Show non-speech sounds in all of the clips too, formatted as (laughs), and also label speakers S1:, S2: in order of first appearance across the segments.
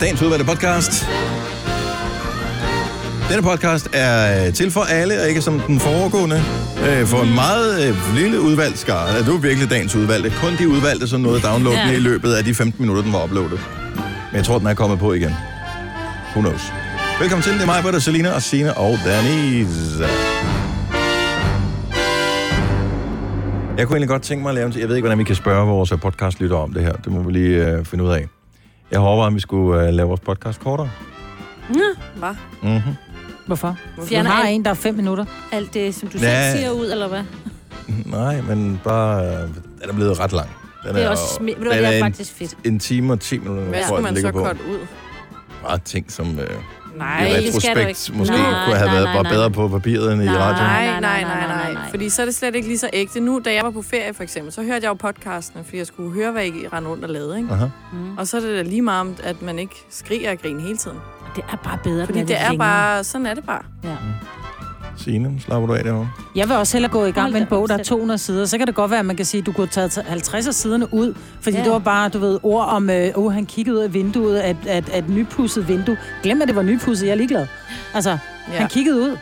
S1: Dagens udvalgte podcast. Denne podcast er øh, til for alle, og ikke som den foregående. Øh, for en meget øh, lille udvalgt skare. Ja, Det var virkelig dagens udvalgte. Kun de udvalgte, som nåede at downloade
S2: Ja.
S1: den i løbet af de 15 minutter, den var uploadet. Men jeg tror, den er kommet på igen. Who knows? Velkommen til. Det er mig, Britta, Selina og Sina og Denise. Jeg kunne egentlig godt tænke mig at lave en... Jeg ved ikke, hvordan vi kan spørge vores podcastlytter om det her. Det må vi lige øh, finde ud af. Jeg har overvejet, om vi skulle øh, lave vores podcast kortere.
S3: Hvad?
S1: Mm-hmm.
S4: Hvorfor?
S3: Fjerner
S4: du har
S3: alt-
S4: en, der er fem minutter.
S3: Alt det, som du
S1: Ja.
S3: selv siger ud, eller hvad?
S1: Nej, men bare... øh, Den er blevet ret lang. Den
S3: Det er også smi- Ved du hvad, det er
S1: en,
S3: faktisk fedt.
S1: En time og 10 minutter,
S3: Hvad
S1: tror
S3: skulle
S1: jeg,
S3: man
S1: den ligger
S3: så
S1: på.
S3: cutte ud?
S1: Bare ting, som... Øh,
S3: Nej, det
S1: i
S3: skal du
S1: retrospekt
S3: ikke.
S1: måske
S3: Nej,
S1: kunne have
S3: nej,
S1: været
S3: nej,
S1: var
S3: nej.
S1: bedre på papiret end i radioen.
S3: nej, nej,
S5: Nej,
S3: nej,
S5: nej,
S3: nej,
S5: nej,
S3: nej.
S5: nej. Fordi så er det slet ikke lige så ægte. Nu, da jeg var på ferie for eksempel, så hørte jeg jo podcastene, fordi jeg skulle høre, hvad I rendte rundt og lavede. Ikke?
S1: Aha.
S4: Mm.
S5: Og så er det da lige meget om, at man ikke skriger og griner hele tiden.
S3: Det er bare bedre,
S5: Fordi det er bare, sådan er det bare.
S1: Signe, slapper du af derovre?
S4: Jeg vil også hellere gå i gang
S3: Hold
S4: med en
S3: da op,
S4: bog, der er
S3: sæt.
S4: 200 sider. Så kan det godt være, at man kan sige, at du kunne tage 50 af siderne ud. Fordi
S3: Ja.
S4: ja. det var bare, du ved, ord om, øh, oh, han kiggede ud af vinduet, at, at, at nypudset vindue. Glem, at det var nypudset, jeg er ligeglad. Altså, ja. han kiggede ud.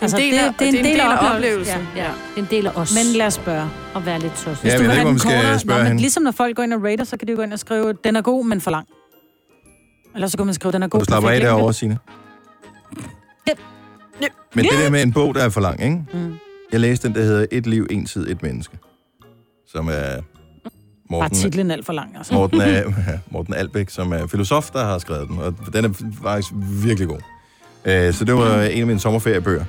S4: Altså,
S5: del af- det er en del af oplevelsen.
S3: Ja, ja. Det er en del af os.
S4: Men lad os spørge.
S3: at være lidt tosset.
S1: Ja,
S4: Hvis du
S1: men jeg
S4: vil
S1: ved ikke,
S4: have
S1: hvor
S4: den
S1: man skal
S4: kortere,
S1: spørge
S4: nå, men
S1: hende.
S4: ligesom når folk går ind og rater, så kan de jo gå ind og skrive, den er god, men for lang. Eller så kan man skrive, den er god.
S1: Og du slapper
S4: men
S1: af
S4: for lang.
S1: derovre, Signe.
S4: Ja.
S5: Ja.
S1: Men det der med en bog, der er for lang, ikke?
S4: Mm.
S1: Jeg læste den, der hedder Et liv, en tid, et menneske. Som er
S4: Bare
S1: Morten,
S4: titlen er alt for lang,
S3: (laughs)
S4: altså. (laughs)
S1: Morten, er, Morten Albæk, som er filosof, der har skrevet den. Og den er faktisk virkelig god. Øh, Så det var en af mine sommerferiebøger.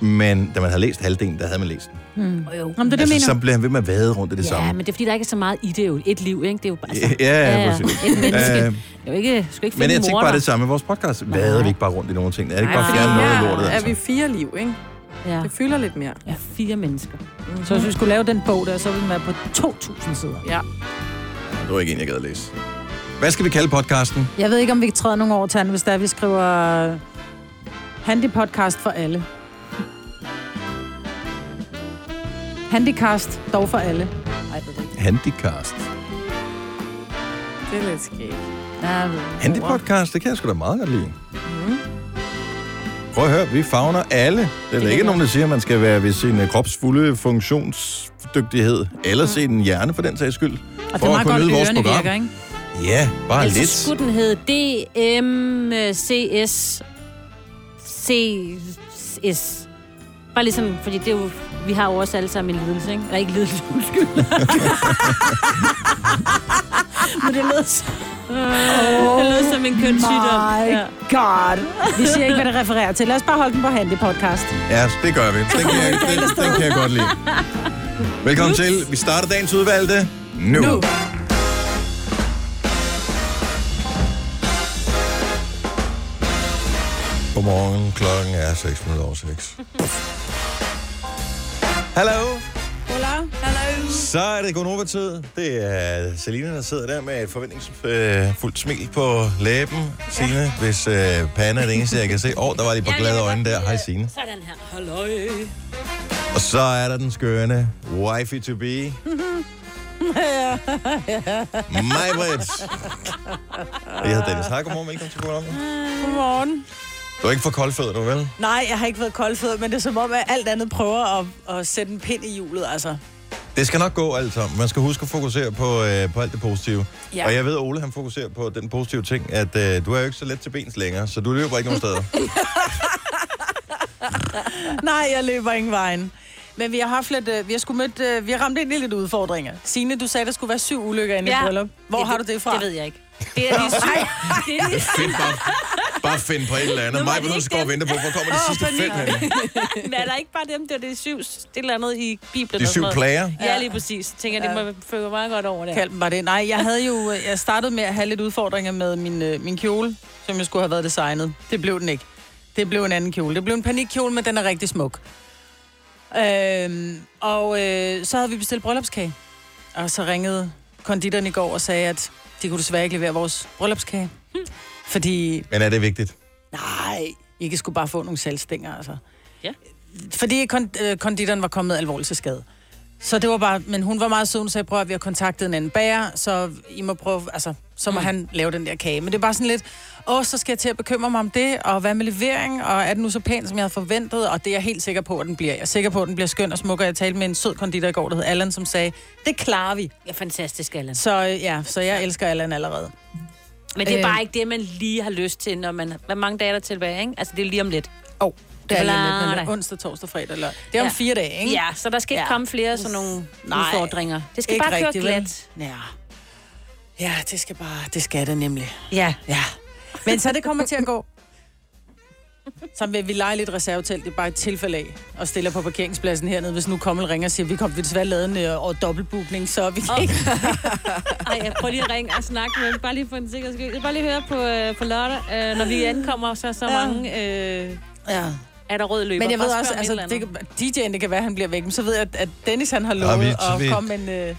S1: Men da man havde læst halvdelen, der havde man læst den.
S4: Mm.
S3: Jo, jo.
S4: Jamen, det er det, jeg
S1: Altså, så
S4: mener.
S1: blev han ved med at vade rundt i det
S3: Ja,
S1: samme.
S3: men det er fordi, der ikke er så meget i det jo. Et liv, ikke? Det er jo bare... Altså,
S1: Ja, ja, præcis.
S3: Et menneske. Det
S1: Øh,
S3: er jo ikke... Skal ikke finde
S1: Men jeg tænkte bare
S3: morder.
S1: det samme med vores podcast. Vader vi ikke bare rundt i nogle ting? Er det ikke
S3: Nej,
S1: bare
S3: fordi
S1: fjerne noget af
S5: her
S1: lortet?
S5: er vi
S1: Altså?
S5: fire liv, ikke?
S3: Ja.
S5: Det fylder lidt mere.
S3: ja. Fire mennesker.
S5: Mm-hmm.
S4: Så hvis vi skulle lave den bog der, så ville den være på 2.000 sider.
S5: Ja.
S1: Det var ikke en, jeg gad at læse. Hvad skal vi kalde podcasten?
S4: Jeg ved ikke, om vi kan træde nogle år til hvis der vi skriver handicapodcast for alle. Handicast dog for alle. Ej, det er det.
S1: Handicast.
S5: Det er lidt skægt.
S4: Ja, jeg ved det.
S1: Handipodcast, det kan jeg sgu da meget godt lide.
S5: Mm.
S1: Prøv at høre, vi fagner alle. Det er der ikke nogen, der siger, at man skal være ved sin øh, krops fulde funktionsdygtighed, eller se den hjerne for den sags skyld.
S4: Mm. Og det er meget godt, at ørerne virker, ikke?
S1: Ja, bare
S3: Altså,
S1: lidt.
S3: skulle den hedde DMCS... CS. Bare ligesom, fordi det er jo, vi har jo også alle sammen en lidelse, ikke? Eller ikke lidelse, undskyld. Men det lød, så- det lød som en kønssygdom.
S4: My
S3: Ja.
S4: God. Vi siger ikke, hvad det refererer til. Lad os bare holde den på handicapodcast.
S1: Ja, det gør vi. Den
S4: (laughs)
S1: kan jeg, den, den kan jeg godt lide. Velkommen til. Vi starter dagens udvalgte nu. nu. Godmorgen. Klokken er 6 minutter over 6. Hallo.
S4: (laughs)
S5: Hola. Hello.
S1: Så er det Gonova-tid. Det er Selina, der sidder der med et forventningsfuldt smil på læben. Signe, hvis øh, pande er det eneste, jeg kan se. Åh, oh, der var lige på glade øjne der. Hej, Signe.
S3: Sådan her. Halløj.
S1: Og så er der den skønne wifey to be. Mig, Britt. Og jeg hedder Dennis Hakkermor. Velkommen til programmet.
S4: Godmorgen.
S1: Du er ikke for koldfødder, du vel?
S4: Nej, jeg har ikke været koldfød, men det er som om, at alt andet prøver at, at sætte en pind i hjulet,
S3: (laughs)
S4: altså.
S1: Det skal nok gå alt sammen. Man skal huske at fokusere på, øh, på alt det positive. Ja. Og jeg ved, Ole han fokuserer på den positive ting, at øh, du er jo ikke så let til bens længere, så du løber ikke nogen (laughs) steder.
S4: Nej, jeg løber ingen vejen. Men vi har haft lidt, øh, vi har sgu mødt, øh, vi har ramt ind i lidt udfordringer. Signe, du sagde, der skulle være syv ulykker inde ja. i
S3: Ja.
S4: et bryllup. Hvor det, har du det fra?
S3: Det ved jeg ikke. Det
S4: (laughs)
S3: er de syv. Det er de
S1: Find bare, bare find på et eller andet.
S3: Nu var det
S1: Mig, hvor
S3: ikke
S1: du skal
S3: dem.
S1: vente på, hvor kommer de
S5: Åh,
S1: sidste fem
S5: panik.
S1: hen?
S3: Men er der ikke bare dem der, det er syv, det er et eller andet i Bibelen?
S1: De
S3: og
S1: syv
S3: sådan noget?
S1: plager.
S3: Ja, lige præcis. Jeg tænker, det må jeg føle meget godt over det.
S4: Kald dem bare det. Nej, jeg havde jo, øh, jeg startede med at have lidt udfordringer med min, øh, min kjole, som jeg skulle have været designet. Det blev den ikke. Det blev en anden kjole. Det blev en panikkjole, men den er rigtig smuk. Øhm, og øh, så havde vi bestilt bryllupskage. Og så ringede konditoren i går og sagde, at de kunne desværre ikke levere vores bryllupskage. Fordi
S1: Men er det vigtigt?
S4: Nej, I kan sgu bare få nogle salgstænger, altså.
S3: Ja.
S4: Fordi kon- øh, konditoren var kommet alvorligt til skade. Så det var bare, men hun var meget sød, hun sagde, prøv at vi har kontaktet en anden bager, så I må prøve, altså, så må mm. han lave den der kage. Men det er bare sådan lidt, åh, så skal jeg til at bekymre mig om det, og hvad med levering, og er den nu så pæn, som jeg havde forventet, og det er jeg helt sikker på, at den bliver. Jeg er sikker på, at den bliver skøn og smuk, og jeg talte med en sød konditor i går, der hed Allan, som sagde, det klarer vi.
S3: Ja, fantastisk, Allan.
S4: Så øh, ja, så jeg elsker Allan allerede.
S3: Men det er bare
S4: Øh.
S3: ikke det, man lige har lyst til, når man... Hvor mange dage er der tilbage, ikke? Altså, det er lige om lidt.
S4: Åh, oh, det er lige
S3: Klarer
S4: lidt, men
S3: dig.
S4: onsdag, torsdag, fredag, lørdag. Det er om
S3: Ja.
S4: fire dage, ikke?
S3: Ja, så der skal ikke
S4: Ja.
S3: komme flere sådan nogle
S4: Nej.
S3: udfordringer. Det skal
S4: Ikke
S3: bare køre
S4: rigtig, vel?
S3: glat.
S4: Ja. Ja, det skal bare, det skal det nemlig.
S3: Ja.
S4: Ja. Men så det kommer til at gå. Så vil vi lege lidt reservetelt, det er bare et tilfælde af, og stiller på parkeringspladsen hernede, hvis nu Kommel ringer og siger, vi kom vi desværre lavet en øh, og dobbeltbookning, så vi kan
S3: Åh.
S4: ikke.
S3: Ej, jeg prøver lige at ringe og snakke med dem, bare lige for en sikker skyld. Jeg vil bare lige høre på, øh, på lørdag, øh, når vi ankommer, så så
S4: Ja.
S3: mange øh,
S4: Ja.
S3: er der rød løber.
S4: Men jeg ved
S3: Bare
S4: også,
S3: spørg om et
S4: altså,
S3: eller
S4: det,
S3: andet.
S4: kan- DJ'en, det kan være, han bliver væk, men så ved jeg, at- at Dennis han har lovet
S1: vi-
S4: ja,
S1: vi-
S4: at komme en... Øh,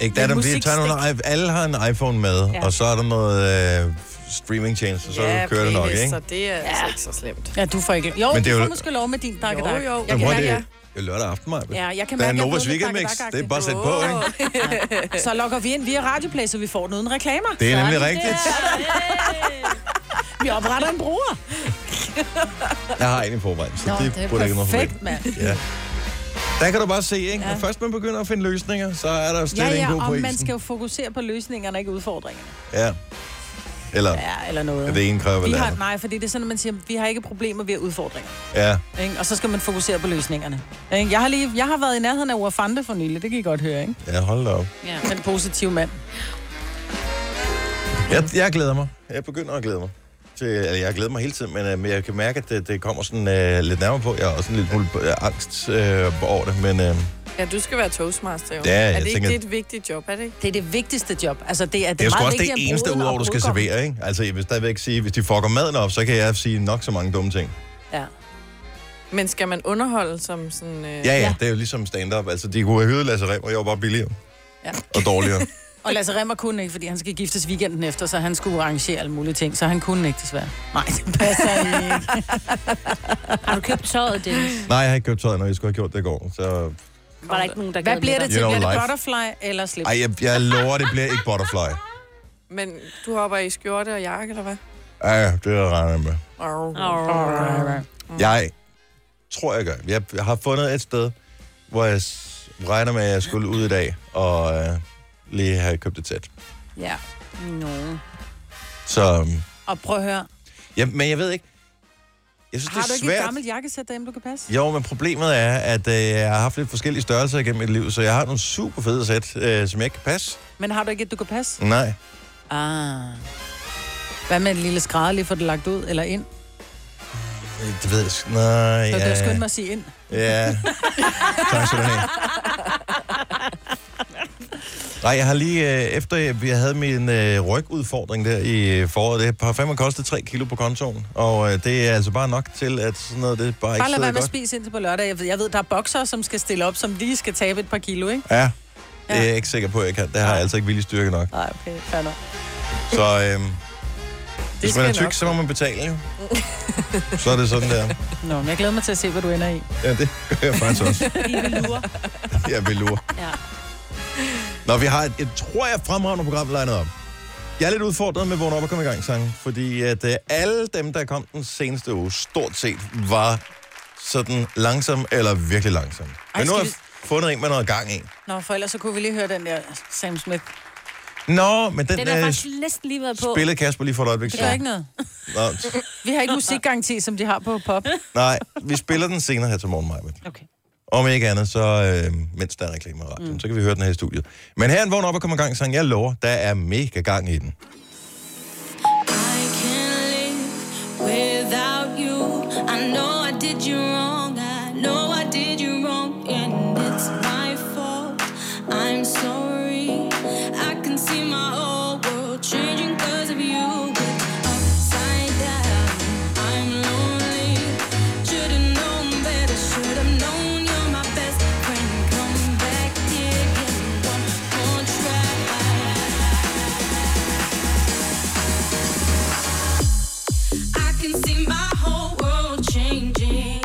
S1: Ikke der,
S4: Men
S1: der bliver tager nogle, i- alle har en iPhone med, ja.
S3: Ja.
S1: og så er der noget øh, streaming tjenester, så ja, kører det nok, ikke?
S5: Så det er ja. altså ikke så slemt.
S4: ja, du får ikke... Jo, men
S1: Men det er
S4: det du
S1: jo-
S4: får måske lov med din dakke
S5: Jo,
S4: dak.
S5: jo.
S1: Men
S5: Jeg kan
S1: prøv, det er
S5: mærke,
S1: det er lørdag aften, Maja.
S4: Ja, jeg kan
S1: Der er
S4: mærke, jeg
S1: Novas
S4: blevet lidt
S1: weekendmix. Det er
S4: dakkedak-agtig.
S1: bare at sætte på, ikke?
S4: (laughs) Så logger vi ind via radioplay, så vi får den uden reklamer.
S1: Det er nemlig
S3: Sådan
S1: rigtigt.
S3: der. Øh.
S4: Vi opretter en bruger.
S1: Jeg har en i forvejen, så
S4: Nå,
S1: det,
S4: det er
S1: burde ikke være noget
S4: perfekt,
S1: problem.
S4: mand.
S1: Ja. Der kan du bare se, ikke? Når først man begynder at finde løsninger, så er der jo slet
S4: Ja,
S1: ikke
S4: ja,
S1: god på
S4: og
S1: isen.
S4: man skal jo fokusere på løsningerne, ikke udfordringerne.
S1: Ja. Eller,
S4: Ja, eller noget.
S1: ja. det ene kræver vel
S4: vi
S1: det
S4: har,
S1: andet.
S4: nej, fordi det er sådan, at man siger, vi har ikke problemer, vi har udfordringer.
S1: Ja.
S4: Ikke? Og så skal man fokusere på løsningerne. Ikke? Jeg, har lige, jeg har været i nærheden af Urfante for nylig, det kan I godt høre, ikke?
S1: ja, hold da op.
S3: Ja.
S4: Den positive mand.
S1: Jeg, jeg glæder mig. Jeg begynder at glæde mig. Til, altså, jeg glæder mig hele tiden, men, øh, men jeg kan mærke, at det, det kommer sådan øh, lidt nærmere på. Jeg har også en lille smule øh, angst øh, over det, men øh,
S5: Ja, du skal være toastmaster jo.
S1: Ja,
S5: er
S1: jeg
S5: det ikke
S1: tænker-
S5: det er et vigtigt job, er det ikke?
S4: Det er det vigtigste job. Altså, det er, det
S1: det er jo sgu
S4: meget
S1: også det
S4: vigtigt, at
S1: eneste,
S4: bruden og
S1: udover du skal
S4: brudgommen-
S1: servere, ikke? Altså, jeg vil stadigvæk sige, hvis de fucker maden op, så kan jeg sige nok så mange dumme ting.
S4: Ja.
S5: Men skal man underholde som sådan... Øh...
S1: Ja, ja, ja.
S4: Ja.
S1: det er jo ligesom stand-up. Altså, de kunne have hyret Lasse Rem, og jeg var bare billigere. Ja.
S5: Ja.
S1: Og
S4: (laughs)
S1: dårligere.
S4: Og Lasse Remmer kunne ikke, fordi han skal giftes weekenden efter, så han skulle arrangere alle mulige ting, så han kunne ikke desværre. Nej, det passer ikke.
S3: Har du købt tøjet, Dennis?
S1: Nej, jeg har ikke købt tøjet, når jeg skulle have gjort det i går. Så...
S3: Var der ikke nogen, der
S4: Hvad
S3: gad med
S4: bliver det
S3: dig?
S4: til?
S1: You know
S4: Bliver det
S1: life.
S4: butterfly eller slip?
S1: Ej, jeg, jeg lover, det bliver ikke butterfly.
S5: Men du hopper i skjorte og jakke, eller hvad?
S1: Ej, det regner jeg med.
S5: Oh.
S3: Åh.
S1: Mm. Jeg tror, jeg gør. Jeg har fundet et sted, hvor jeg s- regner med, at jeg skulle ud i dag og øh, lige have købt et sæt.
S4: Ja.
S3: Nå.
S1: Så, øhm,
S4: Og prøv at høre,
S1: ja, men jeg ved ikke. Jeg synes,
S4: har
S1: det
S4: du
S1: er
S4: ikke
S1: svært.
S4: et gammelt jakkesæt derhjemme, du kan passe?
S1: Jo, men problemet er, at øh, jeg har haft lidt forskellige størrelser igennem mit liv, så jeg har nogle super fede sæt, øh, som jeg ikke kan passe.
S4: Men har du ikke et, du kan passe?
S1: Nej.
S4: Ah. Hvad med en lille skrædder lige for det lagt ud eller
S1: (laughs)
S4: ind?
S1: Øh, Det ved jeg sgu- Nej,
S4: Så
S1: ja.
S4: kan du skynde mig at sige ind. (laughs)
S1: Ja. tak skal du have. Nej, jeg har lige, øh, efter jeg- jeg havde min øh, rygudfordring der i øh, foråret, det har fandme kostet 3 kilo på kontoen, og øh, det er altså bare nok til, at sådan noget, det bare
S4: Bare
S1: ikke
S4: lad
S1: sidder
S4: være med at
S1: godt.
S4: spise indtil på lørdag. Jeg ved, jeg ved der er bokser, som skal stille op, som lige skal tabe et par kilo, ikke?
S1: Ja, det er jeg ikke sikker på, at jeg kan. Det har jeg altså ikke villig styrke nok.
S4: Nej,
S3: Øh,
S4: okay, fair nok.
S1: Så øh, hvis man er
S5: skal
S1: tyk,
S5: nok.
S1: så må man
S4: (laughs)
S1: betale jo. Så er det sådan der.
S4: Nå, men jeg glæder mig til at se, hvad du
S3: (laughs)
S4: ender i.
S1: Ja, det gør jeg faktisk også.
S3: I vil lure.
S1: (laughs) Jeg vil lure.
S3: Ja.
S1: Nå, vi har et, et tror jeg, fremragende program legnet op. Jeg er lidt udfordret med Vågn op og kom i gang sangen, fordi at øh, alle dem, der kom den seneste uge, stort set var sådan langsom eller virkelig langsom.
S4: Ej,
S1: Men nu
S4: skal
S1: har jeg
S4: vi-
S1: fundet en med noget gang i.
S4: Nå, for ellers så kunne vi lige høre den der Sam Smith.
S1: Nå, men den,
S3: Den
S1: den
S3: har
S1: øh,
S3: faktisk næsten lige været på.
S1: spillede Kasper lige for et øjeblik
S4: Det gør
S1: siden.
S4: ikke
S1: (laughs)
S4: noget.
S1: Nå, t-
S4: Vi har ikke musikgaranti, som de har på pop.
S1: nej, vi spiller den senere her til morgen, Maja.
S4: Okay.
S1: Om ikke andet, så øh, mens der er reklamer i radioen, mm. så kan vi høre den her i studiet. Men her er en Vågn op og kom i gang sang, jeg lover, der er mega gang i den.
S2: I can't live without you. I know I did you wrong. I know I did you wrong, and it's my fault. I'm sorry. I can see my whole world changing 'cause of you. It's upside down. I'm lonely. Should've known better. Should've known you're my best friend. Come back here, give me one more try. I can see my whole world changing.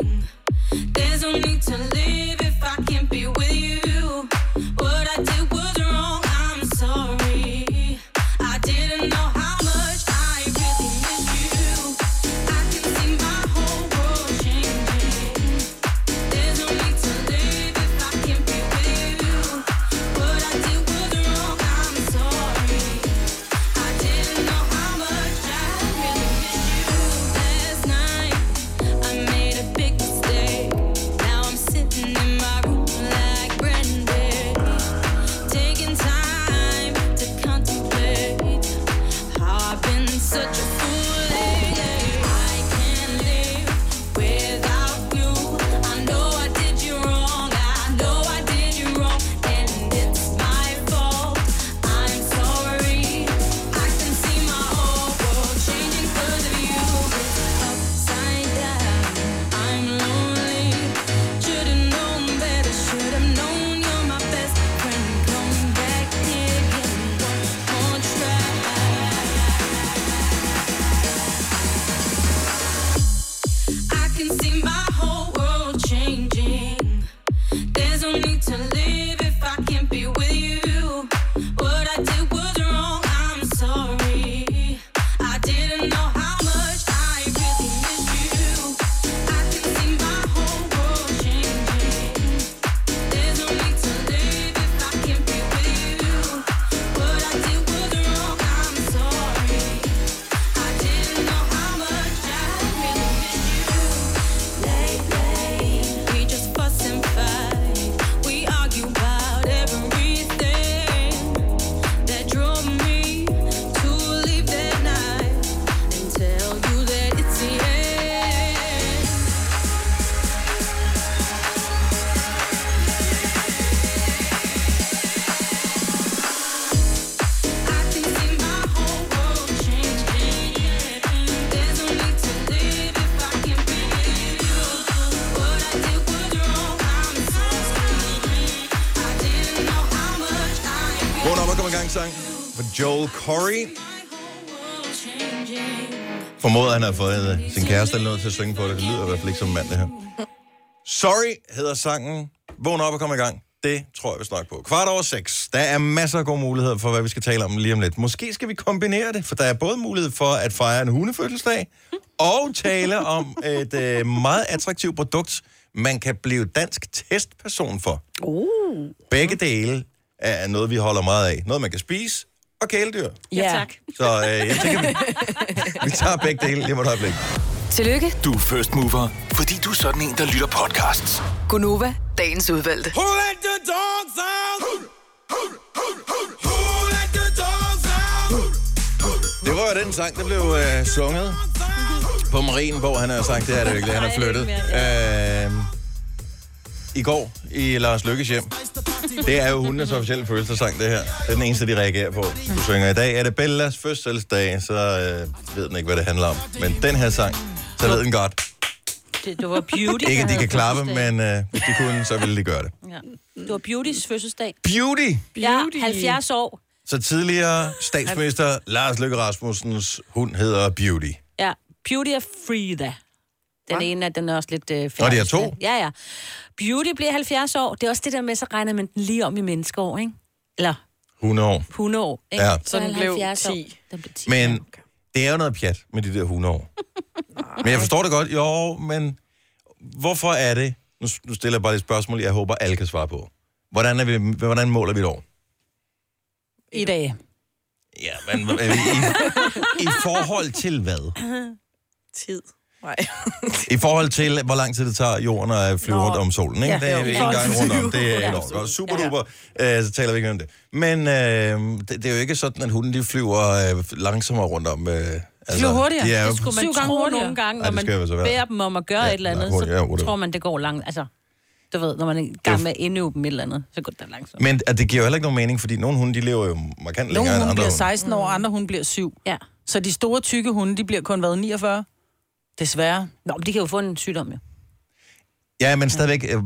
S2: There's no need to live if I can't be with you. What I did was wrong, I'm sorry. I didn't know how much I really missed you. I can see my whole world changing. There's no need to live if I can't be with you. What I did was wrong, I'm sorry. I didn't know how much I really missed you. Lately, we just fuss and fight. We argue about everything that drove me to leave that night and tell you that it's the end. I can see my whole world changing. There's no need to live if I can't be with you. What I did was wrong. I'm sorry. I didn't know how much I.
S1: Vågn op og kom i gang sang for Joel Corey. Formoder, han har fået øh, sin kæreste eller noget til at synge på det. Det lyder i hvert fald ikke som en mand, det her. Sorry hedder sangen. Vågn op og kom i gang. Det tror jeg, vi snakker på. Kvart over seks. Der er masser af gode muligheder for, hvad vi skal tale om lige om lidt. Måske skal vi kombinere det, for der er både mulighed for at fejre en hundefødselsdag, og tale om et øh, meget attraktivt produkt, man kan blive dansk testperson for. Begge dele er noget, vi holder meget af. Noget, man kan spise, og kæledyr.
S3: Ja, tak.
S1: Så øh, jeg tænker, vi, vi tager begge dele lige om et øjeblik.
S6: Tillykke,
S7: Du er first mover, fordi du er sådan en, der lytter podcasts.
S6: Gunova, dagens udvalgte.
S1: Det var jo den sang, der blev øh, sunget på Marienborg. Han har sagt, det er det jo ikke, han har flyttet. Øh, I går i Lars Lykkes hjem. Det er jo hundenes officielle følelsesang, det her. Det er den eneste, de reagerer på. Du synger i dag, er det Bellas fødselsdag, så øh, ved den ikke, hvad det handler om. Men den her sang, så ved den godt.
S3: Det, det var Beauty.
S1: Ikke,
S3: der
S1: at de
S3: havde
S1: kan klappe,
S3: fødselsdag.
S1: men øh, hvis de kunne, så ville de gøre det.
S3: Ja. Det var Beautys fødselsdag.
S1: Beauty!
S3: Beauty. Ja, 70 år.
S1: Så tidligere statsminister Lars Løkke Rasmussens hund hedder Beauty.
S3: Ja, Beauty og Frida. Den ene er den er også lidt øh, færdig.
S1: de er to?
S3: Ja, ja. Beauty bliver 70 år. Det er også det der med, så regner man den lige om i menneskeår, ikke? Eller
S1: Hundeår.
S3: hundeår, ikke?
S1: Ja.
S3: Så, er
S5: den
S3: han
S5: blev
S3: 70 år.
S5: 10.
S3: Den blev 10.
S1: Men det er jo noget pjat med de der
S4: (laughs)
S1: hundeår. Men jeg forstår det godt. Jo, men hvorfor er det... Nu nu stiller jeg bare lidt spørgsmål, jeg håber, alle kan svare på. Hvordan, er vi, hvordan måler vi et år?
S4: I dag.
S1: Ja, men er vi i, i forhold til hvad?
S5: (laughs) Tid. Nej.
S1: I forhold til, hvor lang tid det tager jorden at flyve
S4: Nå.
S1: rundt om solen, ikke? Ja,
S4: Ja,
S1: det er
S4: jo.
S1: en
S4: I forhold
S1: gang
S4: til
S1: rundt om. Det er
S4: jorden.
S1: et år. Godt. Super duper, øh, så taler vi ikke om det. Men øh, det, det er jo ikke sådan, at hunden de flyver øh, langsommere rundt om. Øh, altså,
S4: flyver hurtigere.
S1: De er jo,
S4: Det
S3: man
S4: skulle Syv
S3: Syv
S4: gange
S3: gange
S4: hurtigere.
S3: nogle gange, når
S1: Ej, det
S3: man
S1: skal jeg så være.
S3: bærer dem om at gøre
S1: Ja,
S3: et eller
S1: nej,
S3: andet,
S1: hurtigt, ja,
S3: så
S1: hurtigt.
S3: tror man, det går langt. Altså, du ved, når man er i gang med at indøve dem et eller andet, så går det langsomt.
S1: men at det giver jo heller ikke nogen mening, fordi nogle hunde de lever jo markant
S4: Nogle
S1: længere
S4: hunde
S1: end andre
S4: bliver
S1: hunde.
S4: 16 år, andre hunde bliver 7.
S3: Mm. Ja.
S4: Så de store, tykke hunde, de bliver kun været 49. Desværre.
S3: Nå, men de kan jo få en sygdom, jo.
S1: Ja, men stadigvæk øh, øh,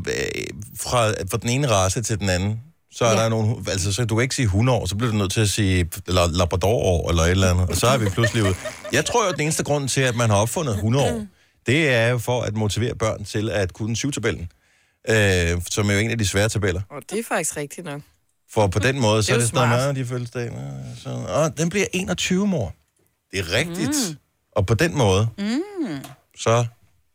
S1: fra, fra den ene race til den anden. Så er ja.
S3: Ja.
S1: der nogle, altså så du kan ikke sige hundår, så bliver du nødt til at sige la- labradorår eller et eller andet, og så er vi pludselig ude. Jeg tror jo, at den eneste grund til, at man har opfundet hundår, det er jo for at motivere børn til at kunne syvtabellen, øh, som er jo en af de svære tabeller.
S5: Og det er faktisk rigtigt nok.
S1: For på den måde, så
S5: Det
S1: er
S5: er jo
S1: det sådan
S5: smart.
S1: noget, de fødselsdagen. øh, Så, og den bliver 21, mor. Det er rigtigt. Mm. Og på den måde, mm. så...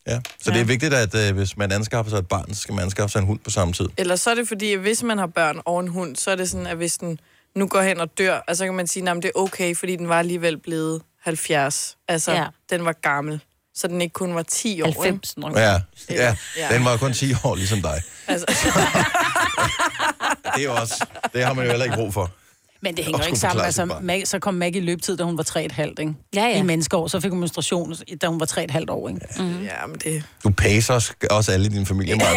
S1: Ja, så ja. det er vigtigt, at øh, hvis man anskaffer sig et barn, så skal man anskaffe sig en hund på samme tid.
S5: Eller så er det fordi, at hvis man har børn og en hund, så er det sådan, at hvis den nu går hen og dør, og så kan man sige, at det er okay, fordi den var alligevel blevet 70. Altså,
S3: Ja.
S5: ja. den var gammel. Så den ikke kun var 10 år. ikke?
S3: 90 nok.
S1: Ja, ja.
S5: Ja.
S1: Den var kun 10 år, ligesom dig.
S5: Altså,
S1: Det er jo også... Det har man jo heller ikke brug for.
S4: Men det
S1: Og
S4: hænger ikke
S1: skulle
S4: sammen.
S1: forklare
S4: Altså,
S1: sit barn.
S4: Mag, så kom Maggie i løbetid, da hun var 3,5, ikke?
S3: Ja, ja.
S4: I menneskeår, så fik hun menstruation, da hun var 3,5 år, ikke? Mm-hmm. Ja.
S5: ja, men det...
S1: Du pacer også, også alle i din familie meget.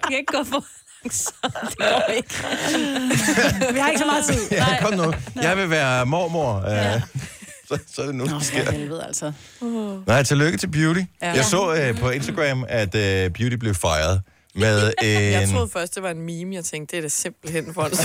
S3: Det kan ikke gå for langsomt. Det går
S1: (laughs)
S3: ikke.
S4: Vi har ikke så meget tid.
S1: Ja, kom nu. Jeg vil være mormor. Øh, så, så er det nu, det sker.
S4: For helvede, altså.
S1: Nej, tillykke til Beauty. Ja. Jeg så øh, på Instagram, at øh, Beauty blev fejret med
S5: (laughs)
S1: øh,
S5: Jeg
S1: en...
S5: troede først, det var en meme. Jeg tænkte, det er da simpelthen for det.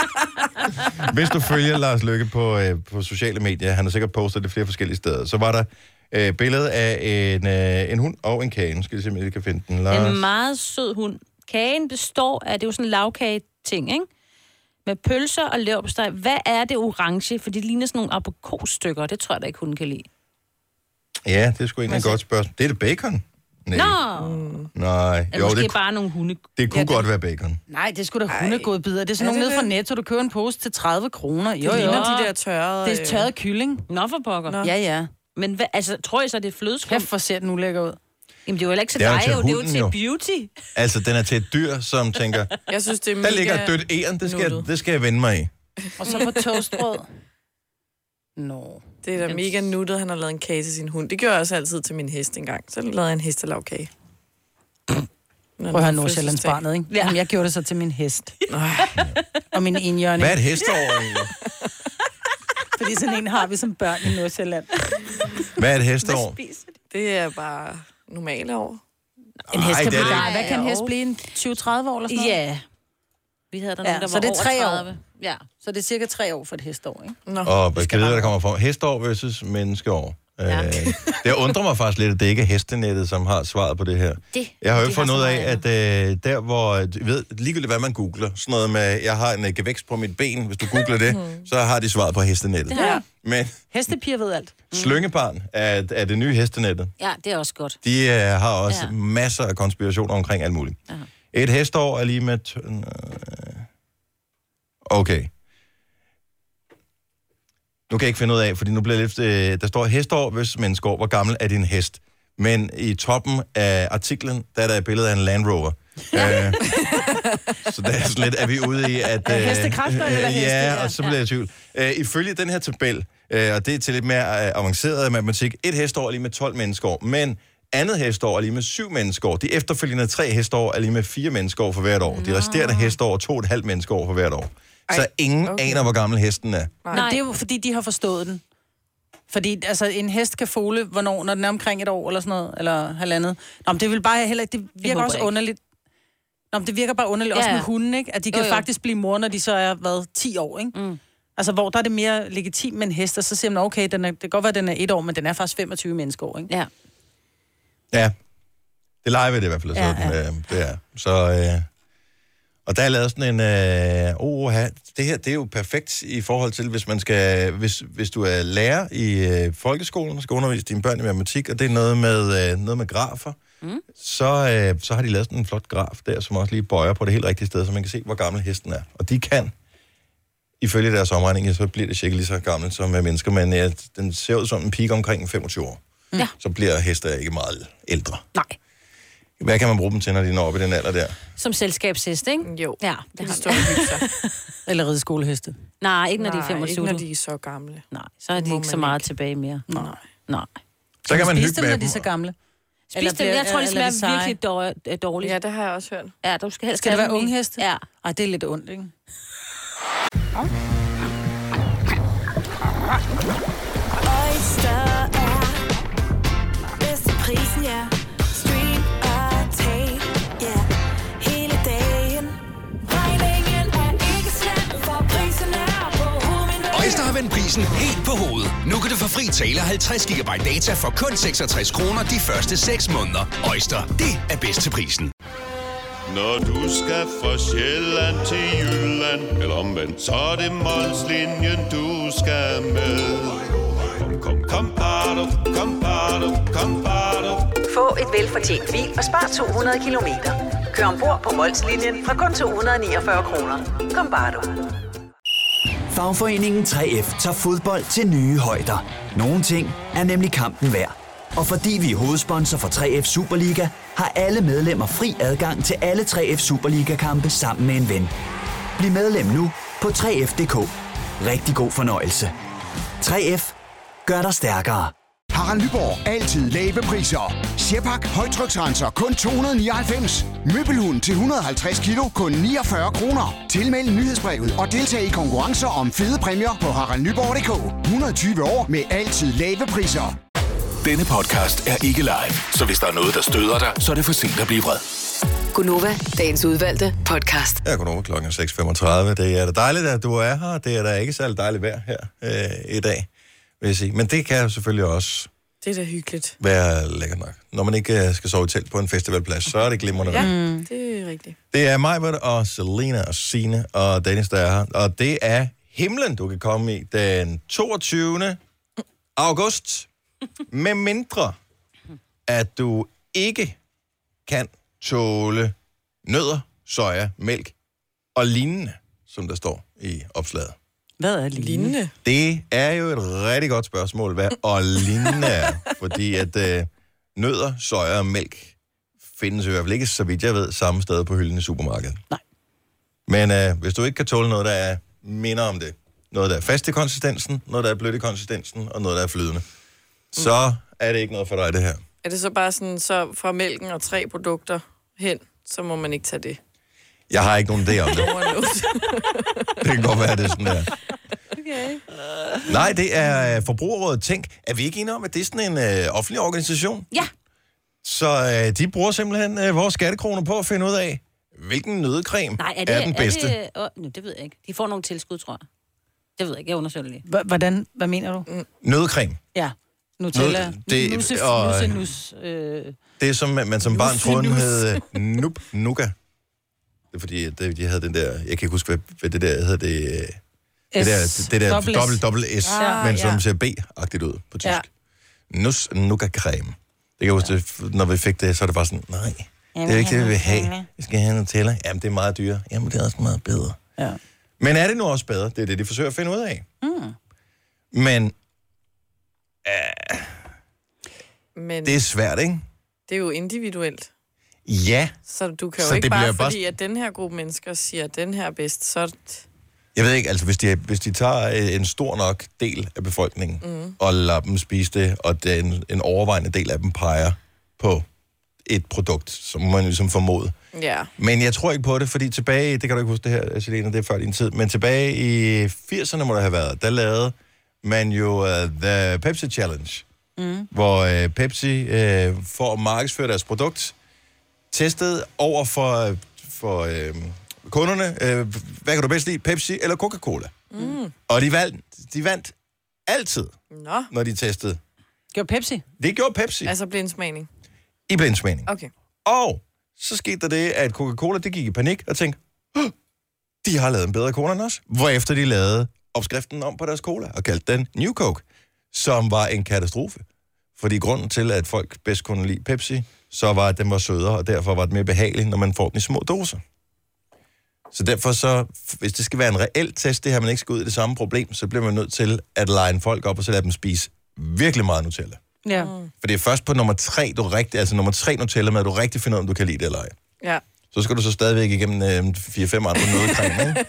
S1: (laughs) Hvis du følger Lars Lykke på, øh, på sociale medier, han har sikkert postet det flere forskellige steder, så var der øh, billede af en, øh, en hund og en kage. Nu skal vi se, om jeg kan finde den.
S3: En
S1: Lars.
S3: meget sød hund. Kagen består af, det er jo sådan en lavkage-ting, ikke? Med pølser og leverpostej. Hvad er det orange? For det ligner sådan nogle aprikosstykker. Det tror jeg da ikke, hun kan lide.
S1: Ja, det er sgu egentlig et godt spørgsmål. Det er det bacon? Nej.
S3: Nå!
S1: Nej.
S3: Eller
S1: Jo,
S3: måske
S1: det,
S3: det... bare nogle hunde.
S1: det kunne godt være bacon.
S4: Nej, det skulle da hundegodbidder. Det er sådan nogle nede fra Netto, du køber en pose til 30 kroner. Jo,
S5: Det
S4: jo.
S5: ligner de der tørrede... øh,
S4: Det er tørret kylling.
S3: Nå for pokker. Nå.
S4: Ja, ja.
S3: Men hvad, altså, tror I så, det er flødeskum?
S4: Kæft, hvor ser den ulækker ud.
S3: Jamen, det er jo heller ikke til
S1: Det er jo
S3: dig,
S1: til
S3: jo. Det er jo
S1: hunden,
S3: til
S1: jo.
S3: beauty.
S1: Altså, den er til et dyr, som tænker,
S5: øh, Jeg synes, det er mega...
S1: der ligger et dødt æren, det skal, jeg,
S5: nuttet.
S1: det skal jeg vende mig i.
S4: Og så på toastbrød. Nå.
S5: (laughs) Det er da mega nuttet, han har lavet en kage til sin hund. Det gjorde jeg også altid til min hest engang. Så lavede jeg en hestelavkage.
S4: Prøv at høre Nordsjællandsbarnet, ikke? Ja. Jamen, jeg gjorde det så til min hest. og min enhjørning.
S1: Hvad er et hesteår egentlig?
S4: Fordi sådan en har vi som børn i Nordsjælland.
S1: Hvad er et hesteår?
S5: Det er bare normale år.
S4: En hest
S1: Ej,
S4: kan
S1: det er
S4: blive,
S1: det
S4: hvad kan en hest blive? En 20-30 år eller sådan noget?
S3: Ja. Vi havde der
S4: Ja,
S3: nogen, der
S4: så
S3: var
S4: det er
S3: over
S4: tre år.
S3: 30. Ja.
S4: Så det er cirka tre år for et hestår, ikke?
S5: Nå,
S1: Og hvad kan vide, hvad der kommer fra? Hesteår versus menneskeår. Ja. Øh, det undrer mig faktisk lidt, at det ikke er hestenettet, som har svaret på det her.
S3: Det,
S1: Jeg har jo
S3: det
S1: ikke fundet
S3: så
S1: ud af,
S3: meget
S1: at
S3: andet.
S1: øh, der hvor, du ved, ligegyldigt hvad man googler, sådan noget med, jeg har en øh, gevækst på mit ben, hvis du googler det, så har de svaret på hestenettet.
S3: Hmm. Det har jeg.
S1: Men
S4: Hestepiger ved alt.
S1: slyngebarn er, er det nye hestenettet.
S3: Ja, det er også godt.
S1: De øh, har også ja.
S3: Ja.
S1: masser af konspirationer omkring alt muligt. Aha. Et hestår er lige med... T- øh, okay. Nu kan jeg ikke finde ud af, fordi nu bliver jeg lidt... Øh, der står hestår, hvis menneskeår, hvor gammel er din hest? Men i toppen af artiklen, der er der et billede af en Land Rover. øh, så der er sådan lidt, er vi ude i, at... Øh,
S4: hestekræfter eller heste,
S1: Ja,
S4: ja.
S1: og så bliver jeg i tvivl. Øh, ifølge den her tabel, øh, og det er til lidt mere øh, avanceret matematik, et hestår er lige med 12 menneskeår, men andet hestår er lige med 7 menneskeår. De efterfølgende tre hestår er lige med 4 menneskeår for hvert år. De resterende hestår er to og et halvt menneskeår for hvert år. Så ingen okay. aner, hvor gammel hesten er.
S4: Nej. Men det er jo, fordi de har forstået den. Fordi altså, en hest kan fole, hvornår, når den er omkring et år eller sådan noget, eller halvandet. Nå, men det vil bare heller ikke, det virker
S3: håber
S4: også
S3: jeg ikke.
S4: underligt. Nå, men det virker bare underligt,
S3: Ja,
S4: ja. også med
S3: ja.
S4: hunden, ikke? At de kan jo,
S3: jo.
S4: jo. faktisk blive mor, når de så er, hvad, 10 år, ikke? Mm. Altså, hvor der er det mere legitimt med en hest, og så siger man, okay, den er, det kan godt være, den er et år, men den er faktisk 25 menneskeår, ikke?
S3: Ja.
S1: Ja. Det leger vi det i hvert fald. Ja, sådan, ja. Øh, det er. Så, øh, og der er lavet sådan en... Øh, oha, det her det er jo perfekt i forhold til, hvis man skal... Hvis, hvis du er lærer i øh, folkeskolen, og skal undervise dine børn i matematik, og det er noget med, øh, noget med grafer, mm. så, øh, så har de lavet sådan en flot graf der, som også lige bøjer på det helt rigtige sted, så man kan se, hvor gammel hesten er. Og de kan ifølge deres omregning, så bliver det cirka lige så gammelt som øh, mennesker, men øh, den ser ud som en pige omkring 25 år.
S3: Ja.
S1: Så bliver heste ikke meget ældre.
S3: Nej.
S1: Hvad kan man bruge dem til, når de når op i den alder der?
S3: (laughs) Som selskabshest, ikke?
S5: Jo,
S3: Ja, det
S5: det
S3: har
S5: forstår jeg ikke så.
S4: Eller rideskoleheste.
S3: (laughs) Nej, ikke når de er 25.
S5: ikke når de er så gamle.
S3: Nej, så er de
S5: Må
S3: ikke så
S5: man
S3: meget tilbage mere. Nej. Nej.
S1: Så kan man
S4: Spise
S1: hygge
S4: dem,
S1: med
S4: når
S1: dem.
S4: de er så gamle.
S3: Spis dem.
S4: bliver-
S3: Jeg tror, de
S4: eller
S3: smager
S4: er det seje?
S3: virkelig dår- øh, dårligt.
S5: Ja, det har jeg også hørt.
S3: Ja, du skal helst
S4: Skal det
S3: have
S4: være
S3: dem i-
S4: unge heste?
S3: Ja.
S4: Ej, det er lidt ondt, ikke?
S2: Oyster er bedst til prisen, ja. Stream og tag, ja. Hele dagen. Regningen er ikke slem, for prisen er på
S7: Øjster har vendt prisen helt på hovedet. Nu kan du få fri tale 50 GB data for kun 66 kroner de første 6 måneder. Øjster, det er bedst til prisen.
S8: Når du skal fra Sjælland til Jylland Eller omvendt, så er det Molslinjen, du skal med Kom, kom, kom, bado, kom, bado, kom, bado.
S9: Få et velfortjent bil og spar 200 kilometer. Kør ombord på Molslinjen fra kun 249 kroner. Kom bare du.
S10: Fagforeningen 3F tager fodbold til nye højder. Nogle ting er nemlig kampen værd. Og fordi vi er hovedsponsor for 3F Superliga, har alle medlemmer fri adgang til alle 3F Superliga-kampe sammen med en ven. Bliv medlem nu på 3F.dk. Rigtig god fornøjelse. 3F gør dig stærkere.
S11: Harald Nyborg. Altid lave priser. Sjehpak. Højtryksrenser. Kun 299. Møbelhund til 150 kilo. Kun 49 kroner. Tilmeld nyhedsbrevet og deltag i konkurrencer om fede præmier på haraldnyborg.dk. 120 år med altid lave priser.
S7: Denne podcast er ikke live, så hvis der er noget, der støder dig, så er det for sent at blive vred.
S6: Gunova, dagens udvalgte podcast.
S1: Jeg går over klokken er 6.35. Det er da dejligt, at du er her. Det er da ikke særlig dejligt vejr her øh, i dag, vil jeg sige. Men det kan jo selvfølgelig også
S5: Det er da hyggeligt.
S1: være lækker nok. Når man ikke øh, skal sove i telt på en festivalplads, så er det glimrende.
S5: Ja,
S1: vejr.
S5: mm. det er rigtigt.
S1: Det er mig, og Selena og Sine og Dennis, der er her. Og det er himlen, du kan komme i den 22. august. Med mindre, at du ikke kan tåle nødder, soja, mælk og lignende, som der står i opslaget.
S4: Hvad er lignende?
S1: Det er jo et rigtig godt spørgsmål, hvad (laughs) og lignende er. Fordi at øh, nødder, soja og mælk findes i hvert fald ikke, så vidt jeg ved, samme sted på hylden i supermarkedet. Nej. Men øh, hvis du ikke kan tåle noget, der er minder om det, noget, der er fast i konsistensen, noget, der er blødt i konsistensen, og noget, der er flydende, så er det ikke noget for dig, det her.
S5: Er det så bare sådan, så fra mælken og tre produkter hen, så må man ikke tage det?
S1: Jeg har ikke nogen idé om
S4: (laughs)
S1: det.
S5: Overdose.
S1: Det kan godt være, det er sådan der.
S5: okay.
S1: Nej, det er øh, Forbrugerrådet Tænk. Er vi ikke enige om, at det er sådan en øh, offentlig organisation?
S3: Ja.
S1: Så øh, de bruger simpelthen øh, vores skattekroner på at finde ud af, hvilken nødecreme
S3: Nej, er det,
S1: er den bedste.
S3: Er det, oh, nu, det ved jeg ikke. De får nogle tilskud, tror jeg. Det ved jeg ikke, jeg undersøger det lige.
S4: Hvordan? Hvad mener du?
S3: Mm.
S1: Nødecreme.
S4: Ja. Nutella.
S1: Nød- det-
S4: nusse,
S1: og-
S4: nusse, nus. Øh,
S1: Det, som man som barn
S4: Nus,
S1: troede, den
S4: nus.
S1: hed øh, Nup Nuka. Det er fordi, at det- de havde den der... Jeg kan ikke huske, hvad, hvad det der hedder. Det, øh, det der,
S4: S.
S1: det der
S4: Dobbelt S.
S1: dobbelt, dobbelt S,
S4: Ah,
S1: men
S4: ja.
S1: som ser B-agtigt ud på tysk.
S4: ja.
S1: Nus Nuka Creme. Det kan jeg huske, det- når vi fik det, så er det bare sådan, nej, det er jo ikke det, vi vil have. Vi skal have noget tæller. Jamen, det er meget dyrere. Jamen, det er også meget bedre.
S4: Ja.
S1: Men er det nu også bedre? Det er det, de forsøger at finde ud af.
S4: Mm.
S1: Men øh,
S5: Men
S1: det er svært, ikke?
S5: Mm. det er jo individuelt.
S1: Ja.
S5: Så du kan jo
S1: Så
S5: så ikke
S1: det
S5: bare,
S1: bliver bare-
S5: fordi at den her gruppe mennesker siger, at den her er bedst, så...
S1: Jeg ved ikke, altså hvis de, hvis de tager øh, en stor nok del af befolkningen mm. og lader dem spise det, og den, en overvejende del af dem peger på et produkt, som man ligesom formode.
S5: Ja.
S1: Men jeg tror ikke på det, fordi tilbage, det kan du ikke huske det her, Selena, det er før din tid, men tilbage i 80'erne må det have været, der lavede man jo uh, The Pepsi Challenge,
S12: Mm.
S1: hvor øh, Pepsi, øh, for at markedsføre deres produkt, testede over for, for øh, kunderne, øh, hvad kan du bedst lide, Pepsi eller Coca-Cola?
S5: Mm.
S1: Og de vandt, de vandt altid,
S5: Nå.
S1: når de testede.
S4: Gjorde Pepsi? Altså-
S1: Det gjorde Pepsi, altså...
S5: Altså blindsmagning.
S1: i blindsmagning.
S5: Okay.
S1: Og så skete der det, at Coca-Cola det gik i panik og tænkte, "Åh, de har lavet en bedre cola end os. Hvorefter de lavede opskriften om på deres cola og kaldte den New Coke, som var en katastrofe. Fordi grunden til, at folk bedst kunne lide Pepsi, så var, at den var sødere, og derfor var det mere behageligt, når man får den i små doser. Så derfor så, hvis det skal være en reel test, det her, man ikke skal ud i det samme problem, så bliver man nødt til at line folk op, og så lade dem spise virkelig meget Nutella.
S4: Ja.
S5: Mm.
S1: For det er først på nummer tre, du rigtig, altså nummer tre Nutella med, at du rigtig finder ud af, om du kan lide det eller ej.
S5: Ja.
S1: Så skal du så stadigvæk igennem øh, 4-5
S3: (laughs)
S1: andre nødecreme, ikke?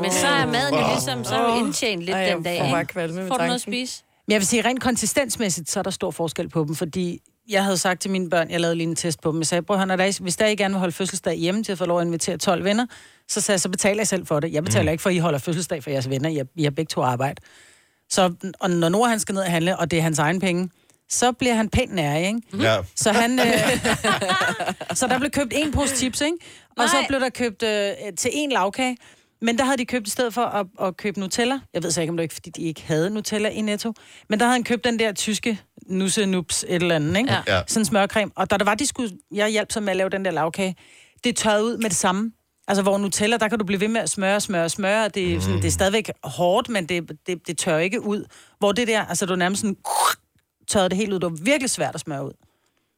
S3: Men så er maden jo ligesom, så er du indtjent lidt
S4: Ej,
S3: den dag.
S4: jeg får
S3: ikke?
S4: bare kvalme ved
S3: Får du noget at
S4: tanken.
S3: spise?
S4: Men jeg vil sige, rent konsistensmæssigt, så er der stor forskel på dem, fordi jeg havde sagt til mine børn, jeg lavede lige en test på dem, jeg sagde, prøv at høre, når der, er- hvis der I gerne vil holde fødselsdag hjemme til at få lov at invitere 12 venner, så sagde jeg, så betaler jeg selv for det. Jeg betaler
S13: Mm.
S4: ikke for, at I holder fødselsdag for jeres venner, jeg, I har begge to arbejde. Så og når Nora han skal ned og handle, og det er hans egen penge, så bliver han pænt nær, ikke?
S1: Ja.
S4: Så, han, øh, (laughs) så der blev købt en pose chips, ikke? Og Nej. så blev der købt øh, til en lavkage. Men der havde de købt i stedet for at, at købe Nutella. Jeg ved så ikke, om det var ikke, fordi de ikke havde Nutella i Netto. Men der havde han købt den der tyske nusse nups et eller andet, ikke?
S13: Ja. Ja.
S4: Sådan en smørcreme. Og da der var, de skulle... Jeg hjalp så med at lave den der lavkage. Det tørrede ud med det samme. Altså, hvor Nutella, der kan du blive ved med at smøre, smøre, smøre. og Det, mm. sådan, det er stadigvæk hårdt, men det, det, det tør ikke ud. Hvor det der, altså, du nærmest sådan tørrede det helt ud. Det var virkelig svært at smøre ud.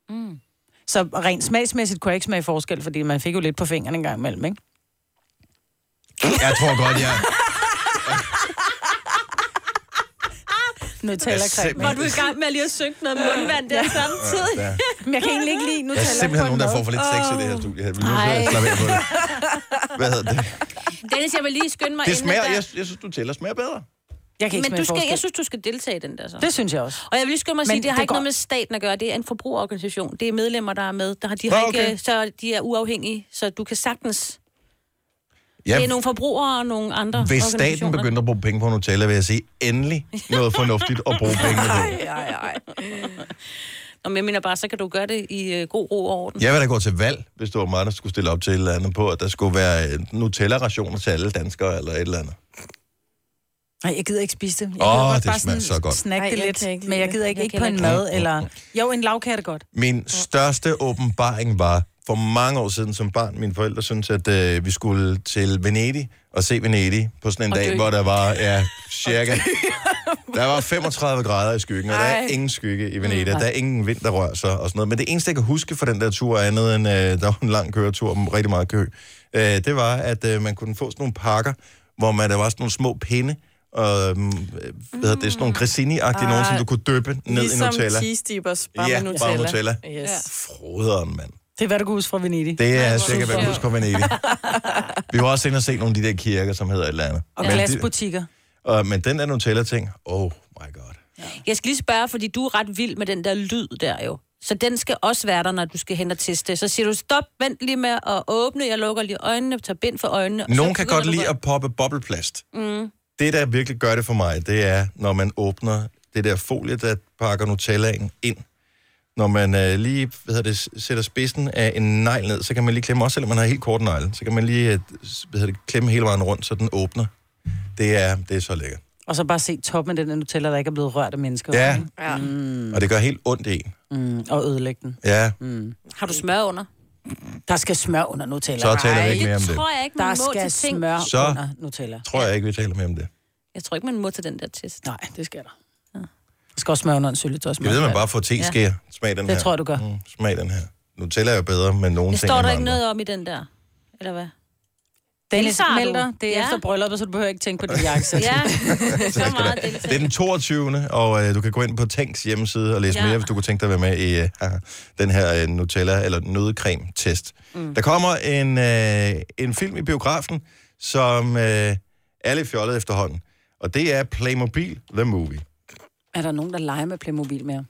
S3: Mm.
S4: Så rent smagsmæssigt kunne jeg ikke smage forskel, fordi man fik jo lidt på fingrene en gang imellem, ikke?
S1: Jeg tror godt, jeg...
S4: Nutella-creme.
S1: Var du i
S3: gang med lige at synge noget mundvand der samtidig?
S1: Ja, ja.
S4: (laughs) Men jeg kan egentlig ikke lide
S1: Der er
S4: Nutella
S1: simpelthen
S4: på en
S1: nogen, der
S4: måde.
S1: får for lidt sex i det her studie. Jeg vil lige
S4: Ej.
S1: slappe af på det. Hvad hedder det?
S3: Dennis, jeg vil lige skynde mig
S1: Det
S3: inden,
S1: smager,
S3: at der-
S1: jeg, jeg synes, du tæller smager bedre.
S4: Jeg kan ikke
S3: Men
S4: smage
S3: du skal,
S4: forskel.
S3: jeg synes, du skal deltage i den der så.
S4: Det synes jeg også.
S3: Og jeg vil lige skynde mig at sige,
S4: Men
S3: at det har
S4: det
S3: ikke
S4: går-
S3: noget med staten at gøre. Det er en forbrugerorganisation. Det er medlemmer, der er med. Der har, de,
S1: Nå,
S3: har ikke,
S1: okay.
S3: øh, så de er uafhængige, så du kan sagtens...
S1: Ja,
S3: Det er nogle forbrugere og nogle andre
S1: Hvis staten
S3: organisationer.
S1: begyndte at bruge penge på Nutella, vil jeg sige, endelig noget fornuftigt at bruge penge
S3: (laughs)
S1: på.
S3: Ej, ej, ej. Nå, men jeg mener bare, så kan du gøre det i øh, god ro og orden.
S1: Jeg vil da gå til valg, hvis det var mig, der skulle stille op til et eller andet på, at der skulle være øh, Nutella-rationer til alle danskere eller et eller andet.
S4: Nej, jeg gider ikke spise det. Jeg
S1: Åh,
S4: gider godt
S1: det
S4: bare
S1: smager
S4: sådan
S1: så godt.
S4: Snakke
S5: Ej,
S4: det
S5: jeg
S4: lidt,
S5: kan ikke lide
S4: men jeg
S5: det.
S4: gider ikke,
S5: Jeg
S4: ikke
S5: kan
S4: på en
S5: heller
S4: mad,
S1: ikke.
S4: eller... Jo, en lavkage er det godt.
S1: Min største åbenbaring var for mange år siden som barn. Mine forældre syntes, at øh, vi skulle til Venedig og se Venedig på sådan en
S12: Og
S1: dag,
S12: dø.
S1: hvor der var ja, cirka...
S12: (laughs)
S1: Der var 35 grader i skyggen, og der er
S12: Ej.
S1: ingen skygge i Venedig.
S12: Nej.
S1: Der er ingen vind, der rører sig og sådan noget. Men det eneste, jeg kan huske fra den der tur, andet end øh, der var en lang køretur med rigtig meget kø, øh, det var, at øh, man kunne få sådan nogle pakker, hvor man, der var sådan nogle små pinde, og øhm, hvad hedder det, sådan
S12: Mm.
S1: nogle grissini-agtige nogen, som du kunne døbe ned i Nutella.
S5: Ah, Ligesom cheese dippers, bare
S1: Ja,
S5: med
S1: bare
S5: Nutella.
S1: Nutella.
S5: Yes. Ja.
S1: Broderen, mand.
S4: Det er, hvad du kan huske fra Venedig.
S1: Det
S4: Ej,
S1: er
S4: hvor
S1: sikkert, hvad
S4: sjovt.
S1: jeg husker
S4: (laughs)
S1: man ikke. Vi var også inde og se nogle af de der kirker, som hedder et eller andet.
S4: Og
S1: Men
S4: glasbutikker.
S1: de- og, men den der Nutella-ting, oh,
S3: Jeg skal lige spørge, fordi du er ret vild med den der lyd der jo. Så den skal også være der, når du skal hen og teste. Så siger du, stop, vent lige med at åbne. Jeg lukker lige øjnene, tager bind for øjnene. og så
S1: nogen kan
S3: begynder
S1: godt
S3: du
S1: lide at poppe bobleplast.
S3: Mm.
S1: Det, der virkelig gør det for mig, det er, når man åbner det der folie, der pakker Nutellaen ind. Når man øh, lige hvad hedder det, s- sætter spidsen af en negl ned, så kan man lige klemme, også selvom man har helt kort negl, så kan man lige øh, s- hvad hedder det, klemme hele vejen rundt, så den åbner. Det er, det er så lækkert.
S4: Og så bare se toppen af den der Nutella, der ikke er blevet rørt af mennesker.
S1: Ja.
S4: ja. Mm,
S1: Og det gør helt ondt i en.
S4: mm, og ødelægge den.
S1: Ja.
S4: Mm.
S3: Har du smør under?
S4: Der skal smør under Nutella.
S1: Så taler vi
S4: Nej,
S1: ikke mere om det.
S3: tror jeg ikke, man
S4: Der
S3: må
S4: skal
S3: til ting.
S4: smør
S1: Så-
S4: under Nutella.
S1: Tror jeg ikke, vi taler mere om det.
S3: Jeg tror ikke, man må til den der test.
S4: Nej, det skal der. Der skal også smør under en syltetøj.
S1: Jeg ved, man bare får teskeer. Ja. Smag den
S4: Det
S1: her.
S4: tror jeg, du gør.
S1: Mm, smag den her. Nutella er jo bedre, men nogle
S3: Det
S1: ting
S3: står
S1: end
S3: der ikke
S1: andre.
S3: noget om i den der, eller hvad?
S4: Dennis
S3: Deltager du?
S4: melder, det er ja. efter brylluppet, så du behøver ikke tænke på
S3: (laughs)
S1: (laughs)
S4: dit jakkesæt. (laughs)
S3: Ja, så
S1: Tak skal du
S3: meget
S1: have. Det er den 22. og øh, du kan gå ind på Tanks hjemmeside og læse
S3: Ja.
S1: ja. mere, hvis du kunne tænke dig at være med i øh, (laughs) haha, den her øh, Nutella- eller nødecreme-test. Mm. Der kommer en, øh, en film i biografen, som øh, alle er fjollet efterhånden, og det er Playmobil The Movie.
S4: Er der nogen, der leger med Playmobil mere?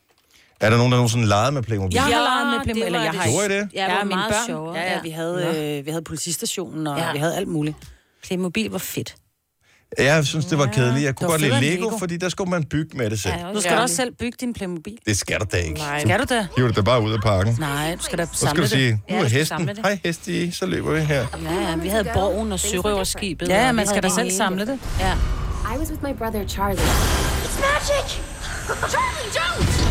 S1: Er der nogen, der nogensinde legede med Playmobil?
S4: Jeg har
S3: Ja,
S4: leget med
S3: det
S4: Playmobil.
S3: var
S4: Eller jeg
S3: det.
S4: har
S1: Gjorde I det?
S3: Ja, det var meget sjovere.
S4: Ja,
S3: Ja.
S4: ja, vi havde, øh, vi havde politistationen, og
S3: Ja.
S4: ja. vi havde alt muligt.
S3: Playmobil var fedt.
S1: Jeg synes, det var kedeligt. Jeg kunne
S4: Det var
S1: godt lide
S4: federe end
S1: Lego, Lego,
S4: Lego.
S1: fordi der skulle man bygge med det selv.
S4: Du skal da også selv bygge din Playmobil.
S1: Det skal du da ikke.
S4: Nej. Skal du da?
S1: Hiver du det bare ud af parken.
S4: Nej, du skal da
S1: Så skal
S4: samle
S1: du
S4: det.
S1: sige, nu
S4: Ja,
S1: er
S4: du skal
S1: hesten.
S4: samle det.
S1: Hej heste, så løber vi her.
S3: Ja, ja, vi havde borgen og sørøverskibet.
S4: Ja,
S3: og vi
S4: man skal
S3: havde
S4: da
S3: det
S4: selv
S3: hele.
S4: samle det.
S3: Ja.
S13: I was with my brother Charlie. It's magic! Charlie, don't!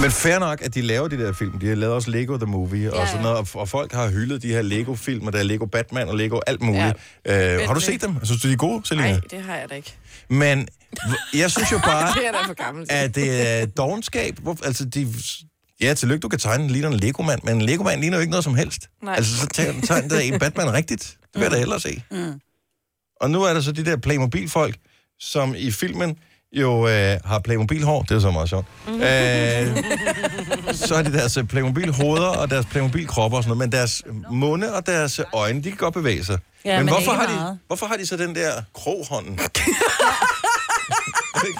S1: Men fair nok, at de laver de der film. De har lavet også Lego The Movie og sådan noget. Og, og folk har hyldet de her Lego-film, og der er Lego Batman og Lego alt muligt. Ja. Øh, har du set dem? Synes du, de er gode, Selina?
S5: Nej, det har jeg da ikke.
S1: Men v- jeg synes jo
S4: (laughs)
S1: bare,
S5: (laughs) det er da for gammelt.
S1: at det er dogenskab. Hvor, altså, de, ja, tillykke, du kan tegne, den ligner en Lego-mand, men en Lego-mand ligner jo ikke noget som helst.
S5: Nej.
S1: Altså, så tegn, tegn der en Batman rigtigt. Det vil jeg da hellere se.
S4: Mm.
S1: Og nu er der så de der Playmobil-folk, som i filmen jo øh, har Playmobil-hår. Det er så meget sjovt.
S2: Mhm.
S1: Mm. (laughs) Øh, så har de deres øh, Playmobil-hoveder og deres Playmobil-kropper og sådan noget, men deres munde og deres øjne, de kan godt bevæge sig.
S4: Ja, men
S1: hvorfor,
S4: ikke
S1: har de,
S4: meget.
S1: hvorfor har de så den der
S4: (laughs)
S1: kroghånden?
S4: Det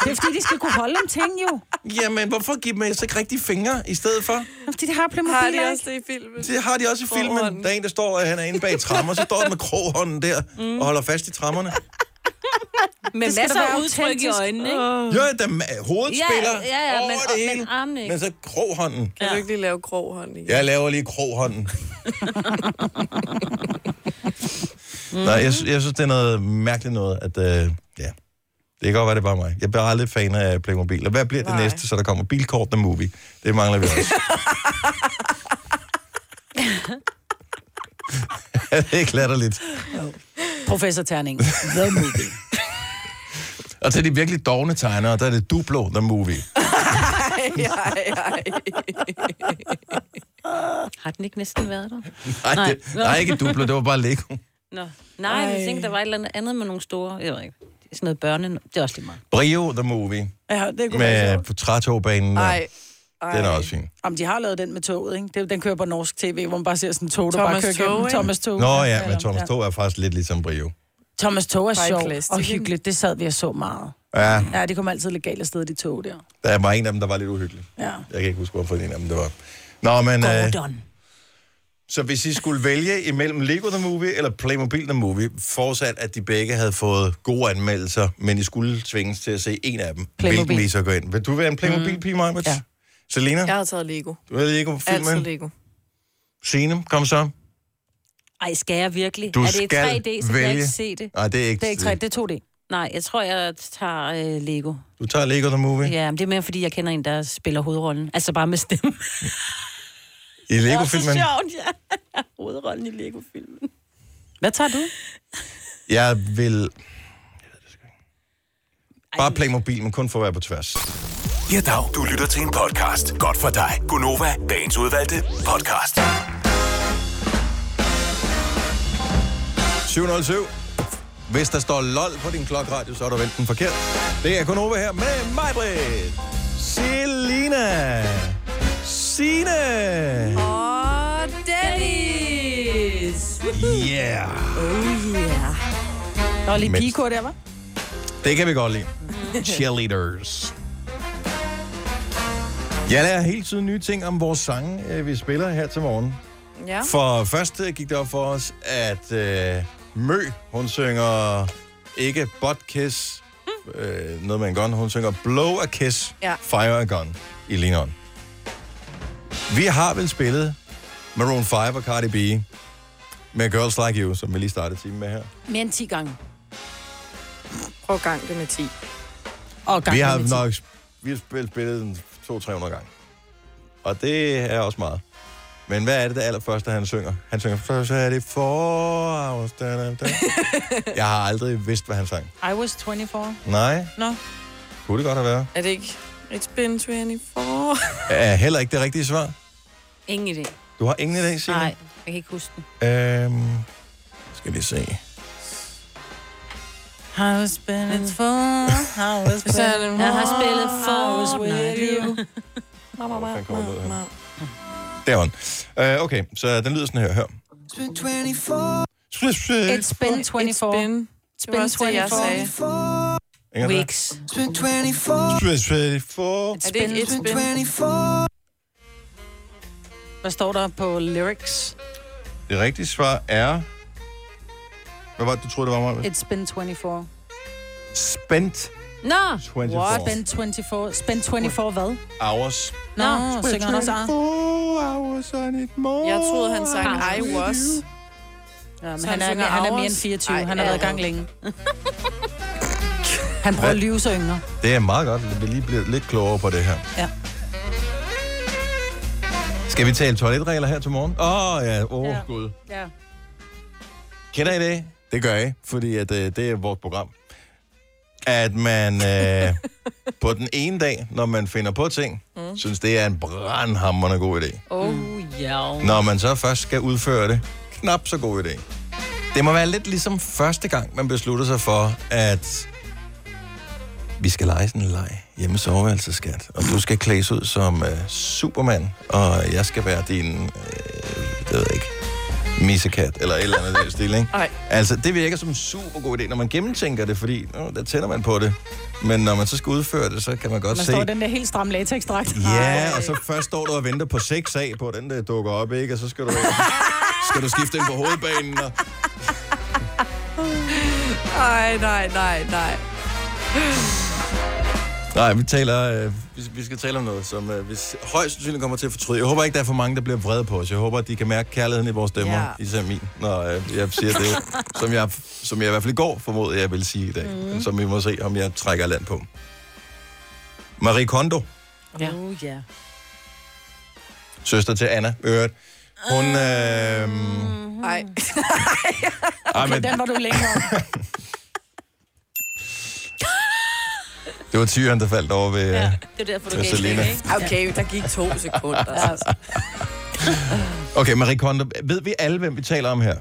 S4: er fordi, de skal kunne holde om ting, jo.
S1: Jamen, hvorfor give dem øh, så ikke rigtige fingre i stedet for?
S4: Fordi de har Playmobil,
S5: Har de
S4: ikke?
S5: også det i filmen?
S1: Det har de også i filmen. Der er en, der står, at han er inde bag trammer, så står han med kroghånden der mm. og holder fast i trammerne.
S3: Men
S4: Det skal
S3: masser
S4: da
S3: af
S4: være
S3: udtryk i
S4: autentisk.
S3: øjnene, ikke?
S1: Jo, der er hovedet spiller
S3: ja, ja,
S1: over
S3: men,
S1: det hele.
S3: men armene ikke.
S1: Men så kroghånden.
S5: Kan du ikke lige lave grov hånd i?
S1: Jeg laver lige kroghånden. mm. Nej, jeg, sy- jeg synes, det er noget mærkeligt noget, at øh, ja, det kan godt være, det er bare mig. Jeg bliver aldrig fan af Playmobil. Og hvad bliver det Nej. næste, så der kommer Bilkort The Movie? Det mangler vi også. (laughs) Er det ikke latterligt?
S4: Professor
S1: (laughs)
S4: Terning. The movie.
S1: Og til de virkelig dogne tegnere, der er det Duplo The Movie.
S3: Har den ikke næsten været der?
S1: Nej, nej. Det, nej ikke Duplo, det var bare Lego.
S3: Nå. Nej, jeg tænkte, der var et eller andet andet med nogle store... Jeg ved ikke. Det er sådan noget børne... Det er også lige meget.
S1: Brio The Movie.
S4: Ja, det kunne være
S1: Med
S4: sjovt.
S1: portrætogbanen.
S4: Ej.
S1: Den er også fin.
S4: Om de har lavet den med toget, ikke? Det, er jo- den kører på norsk tv, hvor man bare ser sådan en tog, der
S5: Thomas
S4: bare kører
S5: Tog,
S4: gennem
S5: ikke?
S4: Thomas Tog.
S1: Nå ja, men Thomas Tog er faktisk lidt ligesom Brio.
S4: Thomas Tog er
S5: Bare i
S4: sjov
S5: plastik,
S4: og
S5: ikke?
S4: hyggeligt. Det sad vi og så meget.
S1: Ja,
S4: Ja, det kom altid legalt afsted, de tog der.
S1: der var en af dem, der var lidt uhyggelig.
S4: Ja.
S1: Jeg kan ikke huske, hvorfor en af dem det var. Nå, men... Øh,
S4: Gordon.
S1: så hvis I skulle vælge imellem Lego The Movie eller Playmobil The Movie, forudsat at de begge havde fået gode anmeldelser, men I skulle tvinges til at se en af dem, Playmobil. hvilken vil I så gå ind? Vil du være en Playmobil-pige, mm. Ja. Selina,
S5: Jeg har taget Lego.
S1: du er Lego-filmen.
S5: Altid Lego.
S1: Signe, kom så.
S3: Ej, skal jeg virkelig?
S1: Du
S3: er det i
S1: skal
S3: 3D, så kan jeg
S1: vælge.
S3: ikke se det.
S1: Nej, det er ikke
S3: det er, ikke 3D,
S1: 3D.
S3: det er 2D. Nej, jeg tror, jeg tager øh, Lego.
S1: Du tager Lego The Movie.
S3: Ja, men det er mere, fordi jeg kender en, der spiller hovedrollen. Altså bare med stemme.
S1: I
S3: (laughs) Det er
S1: (laughs) Lego-filmen.
S3: så sjovt, ja. Hovedrollen i Lego-filmen. Hvad tager du?
S1: Jeg vil... Bare Playmobil, men kun for at være på tværs.
S12: Ja, dag. Du lytter til en podcast. Godt for dig. Gunova, dagens udvalgte podcast.
S1: 707. Hvis der står LOL på din klokkeradio, så har du vendt den forkert. Det er kun over her med mig, Britt. Selina. Signe.
S5: Og Dennis!
S4: Oh
S1: Yeah.
S4: yeah. Der var lige
S1: Men-
S4: pigekor der, var.
S1: Det kan vi godt lide. Cheerleaders. Jeg lærer hele tiden nye ting om vores sange, øh, vi spiller her til morgen.
S5: Ja.
S1: For først øh, gik det op for os, at øh, Mø, hun synger ikke Bot Kiss, øh, noget med en gun. Hun synger Blow a Kiss,
S5: Mm. Ja.
S1: Fire a Gun i Linon. Vi har vel spillet Maroon 5 og Cardi B med Girls Like You, som vi lige startede timen med her.
S3: Mere end 10 gange.
S5: Prøv gang det med 10.
S4: Og
S1: Vi har nok vi har spillet, spillet den 200-300 gange. Og det er også meget. Men hvad er det, det allerførste, han synger? Han synger, først er det for... Da, da, da. Jeg har aldrig vidst, hvad han sang.
S4: I was 24.
S1: Nej,
S4: Nå,
S1: kunne det godt have været.
S5: Er det ikke? It's been 24.
S1: Er heller ikke det rigtige svar.
S3: (laughs) Ingen idé.
S1: Du har ingen idé, Signe?
S3: Nej, jeg kan ikke huske den.
S1: Øhm, skal vi se.
S4: I was spillet for, Mm. (laughs) I was spillet
S3: Jeg har spillet
S4: I was with you.
S1: Der var den. Øh, okay, så den lyder sådan her. Hør.
S4: It's been 24.
S1: It's
S4: been 24. It's been,
S5: Det var også det, jeg sagde.
S1: Ingen af dem?
S3: Weeks.
S4: It's been 24.
S1: It's 24.
S5: Er det ikke et spin?
S4: Hvad står der på lyrics?
S1: Det rigtige svar er... Hvad var det, du troede, det var mig?
S4: It's been 24.
S1: Spent
S4: Nå!
S1: 24.
S4: What? Spend 24. Spend 24 hvad?
S1: hours.
S4: Nå,
S1: Spend
S4: synger han også ah?
S1: 24 hours on it more.
S5: Jeg troede, han sang I was.
S4: Ah. Ja, men
S5: Så
S4: han,
S5: han
S4: er,
S5: synger
S4: han er mere
S5: hours?
S4: end 24.
S5: Ej,
S4: han har
S5: ja.
S4: været i gang længe. han prøver at lyve så yngre.
S1: Det er meget godt, at vi lige bliver lidt klogere på det her.
S4: Ja.
S1: Skal vi tale toiletregler her til morgen? Åh, oh, ja. Åh, oh, ja. Gud.
S4: Ja.
S1: Kender I det? Det gør jeg, fordi at, øh, det er vores program. At man (laughs) øh, på den ene dag, når man finder på ting, mm. synes det er en brandhammerende god idé.
S3: Oh, ja.
S1: Når man så først skal udføre det, knap så god idé. Det må være lidt ligesom første gang, man beslutter sig for, at vi skal lege sådan en leg hjemme i soveværelset, skat. Og du skal klædes ud som øh, Superman, og jeg skal være din, øh, det ved jeg ikke, missekat, eller et eller andet i den
S4: (laughs)
S1: stil, ikke?
S5: Nej.
S1: Altså, det virker som en super god idé, når man gennemtænker det, fordi nå, der tænder man på det. Men når man så skal udføre det, så kan man godt
S4: Man
S1: se...
S4: står i den der helt stramme latexdragt.
S1: Ja, og så først står du og venter på 6 af på, at den der dukker op, ikke? Og så skal du, skal du skifte den på hovedbanen. Og...
S5: Ej, nej, nej, nej.
S1: Nej, vi, taler, øh, vi, vi skal tale om noget, som øh, vi s- højst sandsynligt kommer til at fortryde. Jeg håber ikke, der er for mange, der bliver vrede på os. Jeg håber, at de kan mærke kærligheden i vores stemmer,
S5: Ja.
S1: ja. især min, når øh, jeg siger det, som jeg, som jeg i hvert fald i går formodede, jeg ville sige i dag.
S4: Mhm.
S1: Mm. Som vi må se, om jeg trækker land på. Marie Kondo,
S4: Ja. Oh, ja.
S1: søster til Anna, øvrigt. Hun... Øh,
S5: Ej.
S1: ej, men-
S4: Den var du længere
S1: (laughs)
S4: om.
S1: det var tyren, der faldt over ved... Ja.
S3: Det er derfor, du
S1: Ja,
S3: gav
S1: Selena.
S3: det, ikke?
S5: Okay, der gik to sekunder. Altså.
S1: Okay, Marie Kondo, ved vi alle, hvem vi taler om her?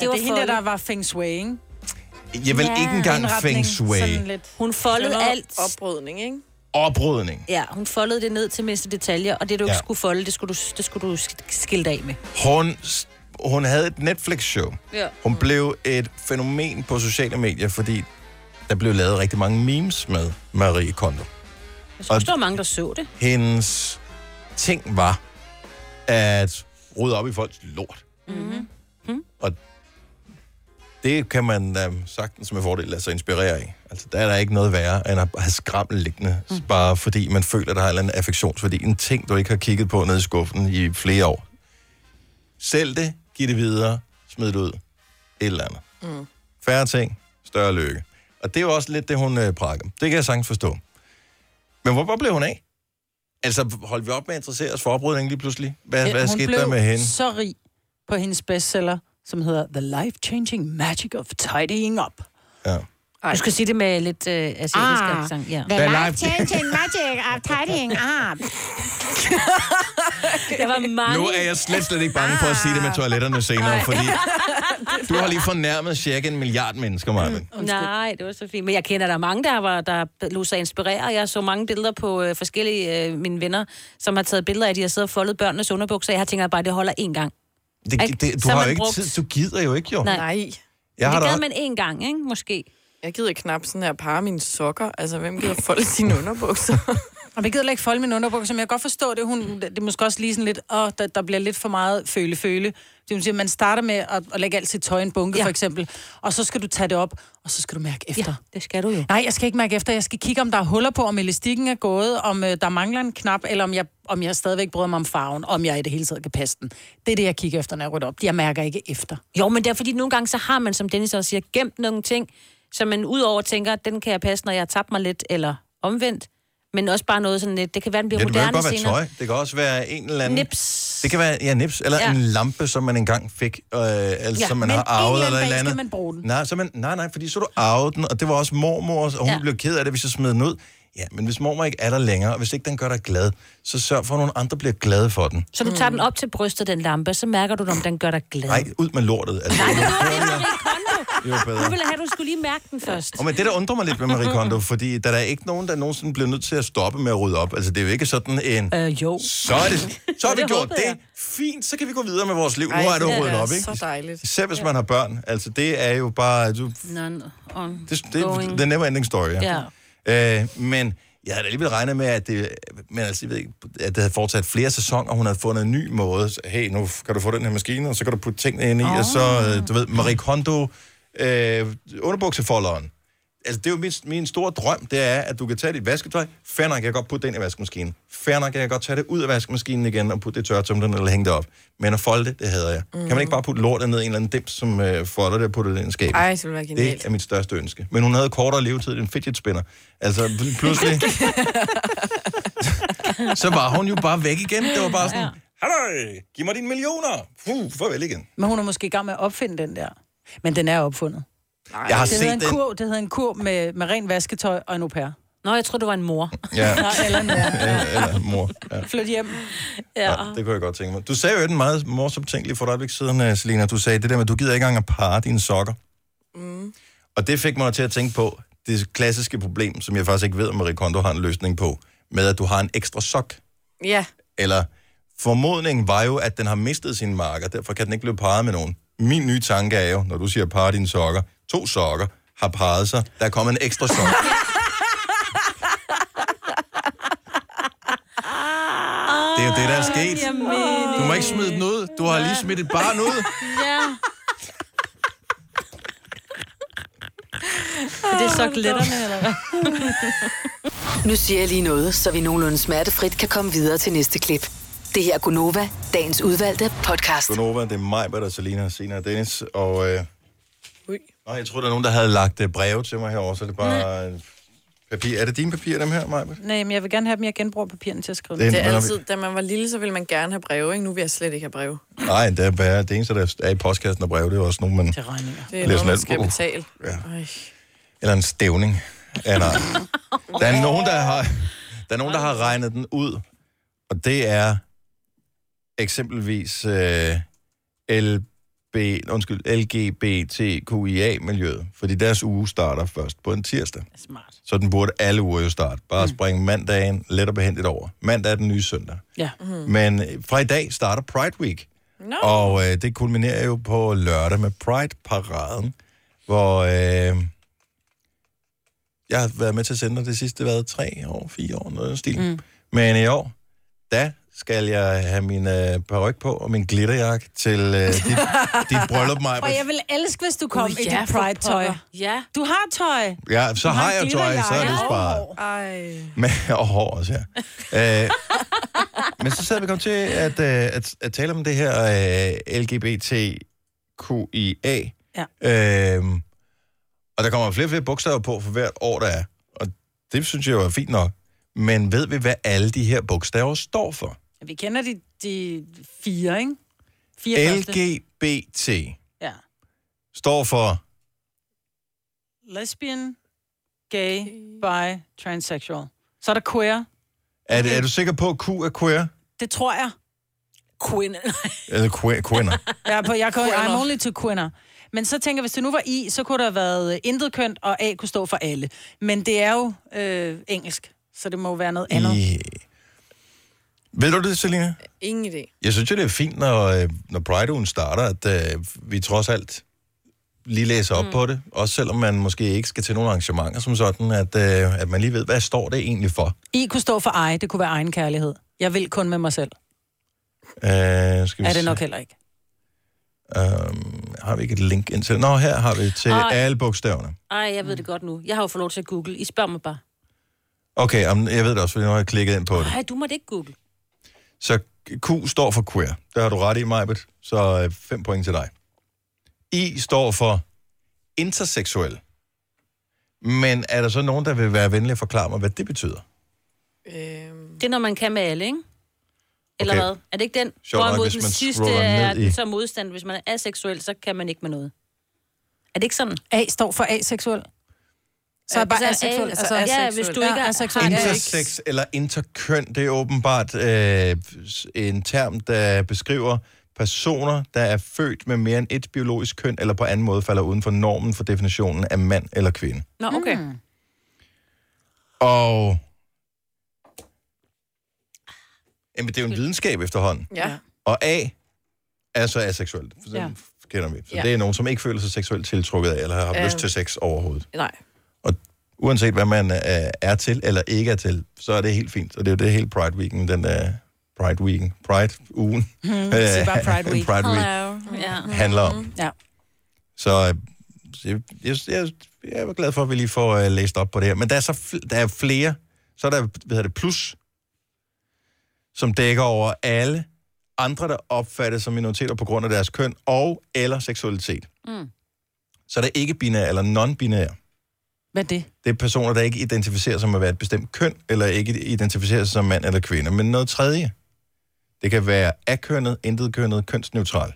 S4: Det var hende, der, der var Feng Shui, ikke?
S1: Jeg vil ikke engang
S4: Indretning,
S1: Feng Shui.
S4: sådan lidt.
S3: Hun
S5: Det
S3: foldede
S5: var noget
S3: alt.
S5: Oprydning, ikke?
S1: Oprydning.
S3: Ja, hun foldede det ned til mindste detaljer, og det du ikke
S1: Ja.
S3: skulle folde, det skulle du, det skulle du sk- skille dig af med.
S1: Hun, hun havde et Netflix-show.
S3: Ja.
S1: Hun blev et fænomen på sociale medier, fordi der blev lavet rigtig mange memes med Marie Kondo.
S3: Jeg synes, der var mange, der så (laughs) det.
S1: Hendes ting var at rydde op i folks lort.
S3: Mm-hmm.
S1: Det kan man um, sagtens med fordel lade sig inspirere af. Altså, der er der ikke noget værre, end at have skrammel liggende, mm. bare fordi man føler, der har en eller anden affektionsværdi. En ting, du ikke har kigget på nede i skuffen i flere år. Sælg det, giv det videre, smid det ud. Et eller andet.
S5: Mm.
S1: Færre ting, større lykke. Og det er jo også lidt det, hun øh, prakker. Det kan jeg sagtens forstå. Men hvor blev hun af? Altså, holdt vi op med at interessere os for oprydning lige pludselig? Hvad,
S4: Ja,
S1: hvad
S4: hun
S1: skete
S4: blev
S1: der med hende?
S4: så rig på hendes bestseller, som hedder The Life-Changing Magic of Tidying Up.
S1: Ja.
S3: Du skal sige det med lidt øh, asiatisk
S4: Ah,
S3: accent, ja.
S4: the life-changing
S3: magic of
S1: (laughs)
S3: tidying up. det var mange...
S1: Nu er jeg slet, slet ikke bange for at sige det med toiletterne senere,
S3: (laughs)
S1: fordi du har lige fornærmet cirka en milliard mennesker,
S3: Mm.
S1: Marvin.
S3: Nej, det var så fint. Men jeg kender, der er mange, der, var, der lå sig inspirere. Jeg så mange billeder på øh, forskellige øh, mine venner, som har taget billeder af, at de har siddet og foldet børnenes underbukser. Jeg har tænkt, at bare det holder én gang. Ikke?
S1: Det, det, du
S3: Så
S1: har
S3: man
S1: jo ikke
S3: brugt-
S1: tid, du gider jo ikke jo.
S5: Nej.
S1: Jeg har
S5: det
S1: da,
S5: gad
S1: også-
S5: man
S3: én gang, ikke? Måske.
S5: Jeg gider knap sådan her par mine sokker. Altså, hvem gider folde sine underbukser?
S1: (laughs)
S4: Og jeg gider heller ikke folde min underbukser, men jeg kan godt forstå det. Hun, det er måske også lige sådan lidt, åh, der, der bliver lidt for meget føle-føle. Det vil sige, at man starter med at, at lægge alt sit tøj i en bunke, ja. for eksempel. Og så skal du tage det op, og så skal du mærke efter. Ja,
S3: det skal du jo.
S4: Nej, jeg skal ikke mærke efter. Jeg skal kigge, om der er huller på, om elastikken er gået, om øh, der mangler en knap, eller om jeg, om jeg stadigvæk bryder mig om farven, om jeg i det hele taget kan passe den. Det er det, jeg kigger efter, når jeg rydder op. Jeg mærker ikke efter.
S3: Jo, men det er fordi, nogle gange så har man, som Dennis også siger, gemt nogle ting, som man udover tænker, den kan jeg passe, når jeg har tabt mig lidt, eller omvendt. Men også bare noget sådan lidt, det kan være, den
S1: ja,
S3: bliver
S1: det behøver
S3: moderne
S1: godt være
S3: senere.
S1: tøj. Det kan også være en eller anden...
S3: Nips.
S1: Det kan være, ja, nips. Eller
S3: Ja.
S1: ja. en lampe, som man engang fik, øh, altså,
S3: Ja,
S1: ja, som man
S3: men
S1: har arvet
S3: en eller anden
S1: eller et
S3: dag
S1: eller
S3: skal
S1: andet.
S3: man bruge den.
S1: Nej, så man, nej, nej, fordi så du arvede den, og det var også mormor, og hun
S3: Ja.
S1: ja. blev ked af det, hvis jeg smed den ud. Ja, men hvis mormor ikke er der længere, og hvis ikke den gør dig glad, så sørg for, at nogle andre bliver glade for den.
S3: Så du tager den op til brystet, den lampe, så mærker du, om den gør dig glad.
S1: Nej, ud med lortet. Altså,
S3: Nej, du
S1: jo
S3: gjorde det,
S1: hurtigere,
S3: Marie Kondo.
S1: jo bedre.
S3: Du ville have, du skulle lige mærke den først.
S1: Og men det, der undrer mig lidt med Marie Kondo, fordi der er ikke nogen, der nogensinde bliver nødt til at stoppe med at rydde op. Altså, det er jo ikke sådan en...
S3: Øh, jo.
S1: Så, er det, så har vi
S5: Det
S1: gjort
S5: håbede
S1: det.
S5: jeg.
S1: Fint, så kan vi gå videre med vores liv. Nu er det ryddet op, ikke?
S5: Så dejligt.
S1: Især hvis man har børn. Altså, det er jo bare... Du,
S3: None on
S1: det, det, det, the never ending story,
S3: Ja.
S1: ja. ja. Øh, men jeg havde alligevel regnet med, at det, men altså, jeg ved ikke, at det havde fortsat flere sæsoner, og hun havde fundet en ny måde. Så, hey, nu kan du få den her maskine, og så kan du putte tingene ind i, oh. og så, øh, du ved, Marie Kondo, øh, underbuksefolderen. Altså, det er jo min, min store drøm, det er, at du kan tage dit vasketøj, fair nok, jeg kan godt putte det ind i vaskemaskinen. Fair nok, jeg kan godt tage det ud af vaskemaskinen igen, og putte det i tørretumleren eller hænge det op. Men at folde det, det hader jeg. Mm. Kan man ikke bare putte lortet ned i en eller anden dims, som øh, folder det og putter det i en skab?
S5: Ej, det ville være
S1: Det
S5: genialt.
S1: er mit største ønske. Men hun havde kortere levetid end fidget spinner. Altså, pl- pludselig... så var hun jo bare væk igen. Det var bare sådan, halløj, giv mig dine millioner. Puh, farvel igen.
S4: Men hun er måske i gang med at opfinde den der. Men den er opfundet.
S1: Nej, jeg har
S4: det
S1: set
S4: hedder en
S1: den.
S4: Kurv, det hedder en kurv med, med ren vasketøj og en au pair.
S3: Nå, jeg tror du var en mor.
S4: (laughs)
S1: Ja.
S4: Nå, eller en mor.
S1: Eller, eller mor. Ja.
S4: Flyt hjem.
S3: Ja.
S1: Det kunne jeg godt tænke mig. Du sagde jo en meget morsom ting lige for et øjeblik siden, øh, Selina. Du sagde det der med, at du gider ikke engang at parre dine sokker.
S5: Mm.
S1: Og det fik mig til at tænke på det klassiske problem, som jeg faktisk ikke ved, om Marie Kondo har en løsning på, med at du har en ekstra sok.
S5: Ja.
S1: Eller formodningen var jo, at den har mistet sin marker, derfor kan den ikke blive parret med nogen. Min nye tanke er jo, når du siger parre dine sokker, to sokker har parret sig, der er kommet en ekstra sok. Det er jo det, der er sket. Du må ikke smide den ud. Du har lige smidt et barn ud.
S3: Ja. Det er så glætterne, eller hvad?
S6: (laughs) Nu siger jeg lige noget, så vi nogenlunde smertefrit kan komme videre til næste klip. Det her er Gunova, dagens udvalgte podcast.
S1: Gunova, det er mig, der er Selina, Sina og Dennis. Og øh...
S5: Ui.
S1: Nå, jeg tror, der er nogen, der havde lagt øh, breve til mig herovre, så det er bare øh, papir. Er det dine papirer, dem her, Maja?
S4: Nej, men jeg vil gerne have dem, jeg genbruger papirerne til at skrive.
S1: Det er
S5: Det er
S1: Nå,
S5: altid, da man var lille, så ville man gerne have breve, ikke? Nu vil jeg slet ikke have breve.
S1: Nej, det er bare det eneste, der er i postkassen og breve. Det er jo også nogen, man... Det
S5: Det er noget, man skal
S1: uh,
S5: betale.
S1: Ja.
S5: Ej.
S1: Eller en stævning. Eller, der er nogen, der har, der er nogen, der har regnet den ud. Og det er eksempelvis øh, LB, undskyld, LGBTQIA-miljøet. Fordi deres uge starter først på en tirsdag.
S4: Smart.
S1: Så den burde alle uger jo starte. Bare springe mandagen let og behendigt over. Mandag er den nye søndag.
S4: Ja.
S1: Mm. Men øh, fra i dag starter Pride Week.
S5: No.
S1: (laughs) Og øh, det kulminerer jo på lørdag med Pride-paraden, hvor øh, jeg har været med til at sende dig det sidste, hvad, tre år, fire år, noget af den stil. Mm. Men i år, da skal jeg have min øh, peruk på og min glitterjakke til øh, dit, dit bryllup,
S3: (laughs)
S1: mig.
S4: Og jeg vil elske, hvis du kom
S3: Gud,
S4: uh, i
S3: ja,
S4: dit
S3: for
S4: Pride-tøj.
S3: pokker. Ja.
S4: Du har tøj.
S1: Ja, så
S4: Du har
S1: har
S4: en
S1: jeg tøj, så er det
S4: glitterjakke.
S1: sparet.
S5: Ej.
S1: Men, (laughs) og hår også, ja. Øh, men så sad vi kom til at, øh, at, at tale om det her øh, LGBT QIA.
S4: Ja.
S1: Øhm, og der kommer flere og flere bogstaver på for hvert år, der er. Og det synes jeg jo er fint nok. Men ved vi, hvad alle de her bogstaver står for?
S4: Vi kender de, de fire, ikke? Fire første.
S1: LGBT
S4: Ja.
S1: står for...
S4: Lesbian, gay, bi, transsexual. Så er der queer.
S1: Er, det, er du sikker på, at Q er queer?
S4: Det tror jeg.
S3: (laughs)
S4: Queen.
S1: Eller queer, queer.
S4: jeg er på, jeg kan,
S1: Queer.
S4: I'm only to queer. Men så tænker jeg, hvis det nu var I, så kunne der have været øh, intet kønt, og A kunne stå for alle. Men det er jo øh, engelsk, så det må jo være noget andet.
S1: Yeah. Ved du det, Selina?
S5: Ingen idé.
S1: Jeg synes jo, det er fint, når, øh, når Pride-ugen starter, at øh, vi trods alt lige læser op mm. på det. Også selvom man måske ikke skal til nogle arrangementer som sådan, at, øh, at man lige ved, hvad står det egentlig for?
S4: I kunne stå for ej, det kunne være egen kærlighed. Jeg vil kun med mig selv.
S1: Øh, skal vi
S4: Er det
S1: se.
S4: nok heller ikke.
S1: Øhm, har vi ikke et link ind til Nå, her har vi til
S3: Ej.
S1: alle bogstaverne.
S3: Ej, jeg ved
S4: Mm.
S3: det godt nu. Jeg har jo fået lov til at google. I spørger mig bare.
S1: Okay, om, jeg ved det også, fordi nu har jeg klikket ind på det.
S3: Nej, du må det ikke google.
S1: Så Q står for queer. Der har du ret i, Majbet. Så øh, fem point til dig. I står for interseksuel. Men er der så nogen, der vil være venlig at forklare mig, hvad det betyder?
S4: Mm.
S3: Det er, når man kan med alle, ikke? Eller
S1: Okay.
S3: hvad? Er det ikke den?
S1: Sjovt nok,
S3: Hvorimod
S1: hvis
S3: den
S1: man
S3: sidste
S1: scroller ned
S3: er
S1: i-
S3: så modstand. Hvis man er aseksuel, så kan man ikke med noget. Er det ikke sådan?
S4: A står for aseksuel. Så er
S3: Ja,
S4: det bare
S3: så er
S4: aseksuel.
S3: A- altså, ja, hvis du ikke er-
S4: aseksuel.
S3: har-
S1: Intersex eller interkøn, det er åbenbart øh, en term, der beskriver personer, der er født med mere end et biologisk køn, eller på anden måde falder uden for normen for definitionen af mand eller kvinde.
S3: Nå, okay. Mm.
S1: Og... Jamen, det er jo en videnskab efterhånden.
S5: Ja.
S1: Og A er så aseksuelt. For
S5: Ja.
S1: ja. kender vi. Så
S5: Ja.
S1: ja. det er nogen, som ikke føler sig seksuelt tiltrukket af, eller har
S5: Øhm.
S1: øhm. lyst til sex overhovedet.
S5: Nej.
S1: Uanset hvad man øh, er til eller ikke er til, så er det helt fint. Og det er jo det hele Pride Weekend, den øh, Pride Weekend, Pride ugen.
S4: Hmm, det er bare Pride Week.
S1: Øh, (laughs) Pride Week
S3: Ja.
S1: handler om.
S4: Ja.
S1: Så øh, så jeg, jeg, jeg, jeg er glad for, at vi lige får øh, læst op på det her. Men der er så fl- der er flere. Så er der, hvad hedder det, plus, som dækker over alle andre, der opfattes som minoriteter på grund af deres køn og eller seksualitet.
S4: Mm.
S1: Så er der ikke binære eller non-binære.
S4: Hvad er det?
S1: Det er personer, der ikke identificerer sig med at være et bestemt køn, eller ikke identificerer sig som mand eller kvinde. Men noget tredje. Det kan være akønnet, intetkønnet, kønsneutral.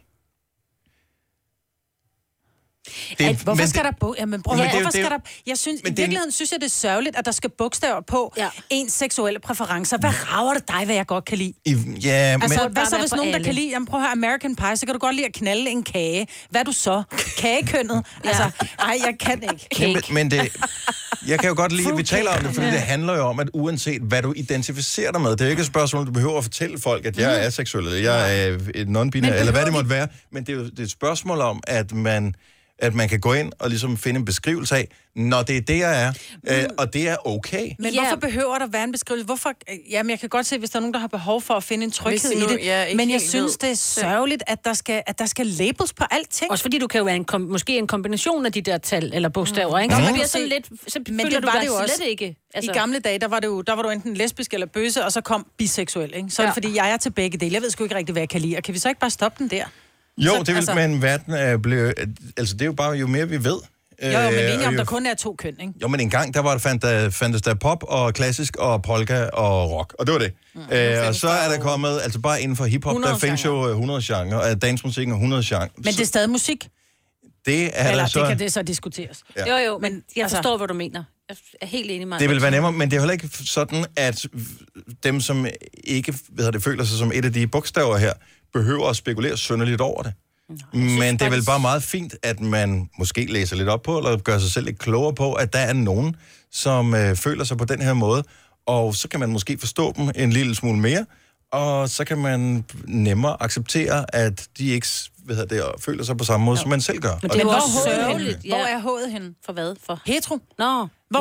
S1: Det,
S4: at, hvorfor
S1: men
S4: skal
S1: det-
S4: der bo... Jamen, prøv, ja,
S1: Men det er jo-
S4: hvorfor
S1: det er
S4: skal der...
S1: jo-
S4: Jeg synes, i
S1: men det er en-
S4: virkeligheden synes jeg, det er sørgeligt, at der skal bogstaver på ja. ens seksuelle præferencer. Hvad rager det dig, hvad jeg godt kan lide?
S1: I, ja,
S4: altså,
S1: Øh, men,
S4: hvad så, hvis nogen, der kan lide, jamen prøv at høre, American Pie, så kan du godt lide at knalde en kage. Hvad er du så? Kagekønnet? Altså, nej, jeg kan ikke.
S1: Jamen, men det, jeg kan jo godt lide, at vi taler om det, fordi det handler jo om, at uanset hvad du identificerer dig med, det er jo ikke et spørgsmål, du behøver at fortælle folk, at
S4: Mm.
S1: jeg er seksuel, eller jeg er et non-binær, eller hvad det måtte være, men det er jo det er et spørgsmål om, at man, at man kan gå ind og ligesom finde en beskrivelse af, når det er det, jeg er, øh, og det er okay.
S4: Mm. Men
S1: ja.
S4: hvorfor behøver der være en beskrivelse? Hvorfor? Jamen, jeg kan godt se, hvis der er nogen, der har behov for at finde en tryghed
S5: Hvis nu-
S4: i det.
S5: ja, ikke
S4: men jeg
S5: helt
S4: synes,
S5: ved.
S4: det er sørgeligt, at der skal, at der skal labels på alting.
S3: Også fordi du kan jo være en kom- måske en kombination af de der tal eller bogstaver, ikke? Så
S4: Mm. Nå, men
S3: det
S4: du
S3: bliver
S4: se-
S3: sådan lidt... Så
S4: Men
S3: føler
S4: det
S3: du
S4: var
S3: dig
S4: det jo også.
S3: slet ikke.
S4: Altså... I gamle dage, der var, det jo, der var du enten lesbisk eller bøsse, og så kom biseksuel, ikke? Så ja. er det, fordi jeg er til begge dele. Jeg ved sgu ikke rigtig, hvad jeg kan lide. Og kan vi så ikke bare stoppe den der?
S1: Jo,
S4: så,
S1: det vil altså... man verden øh, blive... Altså, det er jo bare, jo mere vi ved...
S4: Jo, jo, men vi
S1: øh,
S4: er enige
S1: og
S4: om,
S1: jo
S4: der kun er to køn, ikke?
S1: Jo, men engang, der var der fandt, der, fandtes der pop og klassisk og polka og rock. Og det var det. Mm, øh, og så er der kommet, altså bare inden for hiphop, der
S4: 100
S1: findes jo øh, 100 genre, og dansmusikken er 100 genre.
S4: Men det er stadig musik.
S1: Det er
S4: Eller
S1: der
S4: så...
S1: så...
S4: det kan det så diskuteres.
S1: Ja.
S3: Jo, jo, men altså- jeg forstår, hvad du mener. Jeg er helt enig med
S1: Det vil være nemmere, men det er heller ikke sådan, at dem, som ikke hvad hedder det, føler sig som et af de bogstaver her, behøver at spekulere synderligt over det. Men det er vel bare meget fint, at man måske læser lidt op på, eller gør sig selv lidt klogere på, at der er nogen, som øh, føler sig på den her måde, og så kan man måske forstå dem en lille smule mere, og så kan man nemmere acceptere, at de ikke hvad hedder det, føler sig på samme måde, som man selv gør.
S4: Men,
S1: Og
S4: det er jo
S1: er
S4: også
S1: fint.
S4: sørgeligt. Ja. Hvor er hovedet henne?
S3: For hvad? For?
S4: Hetero.
S3: Nå,
S4: Hvor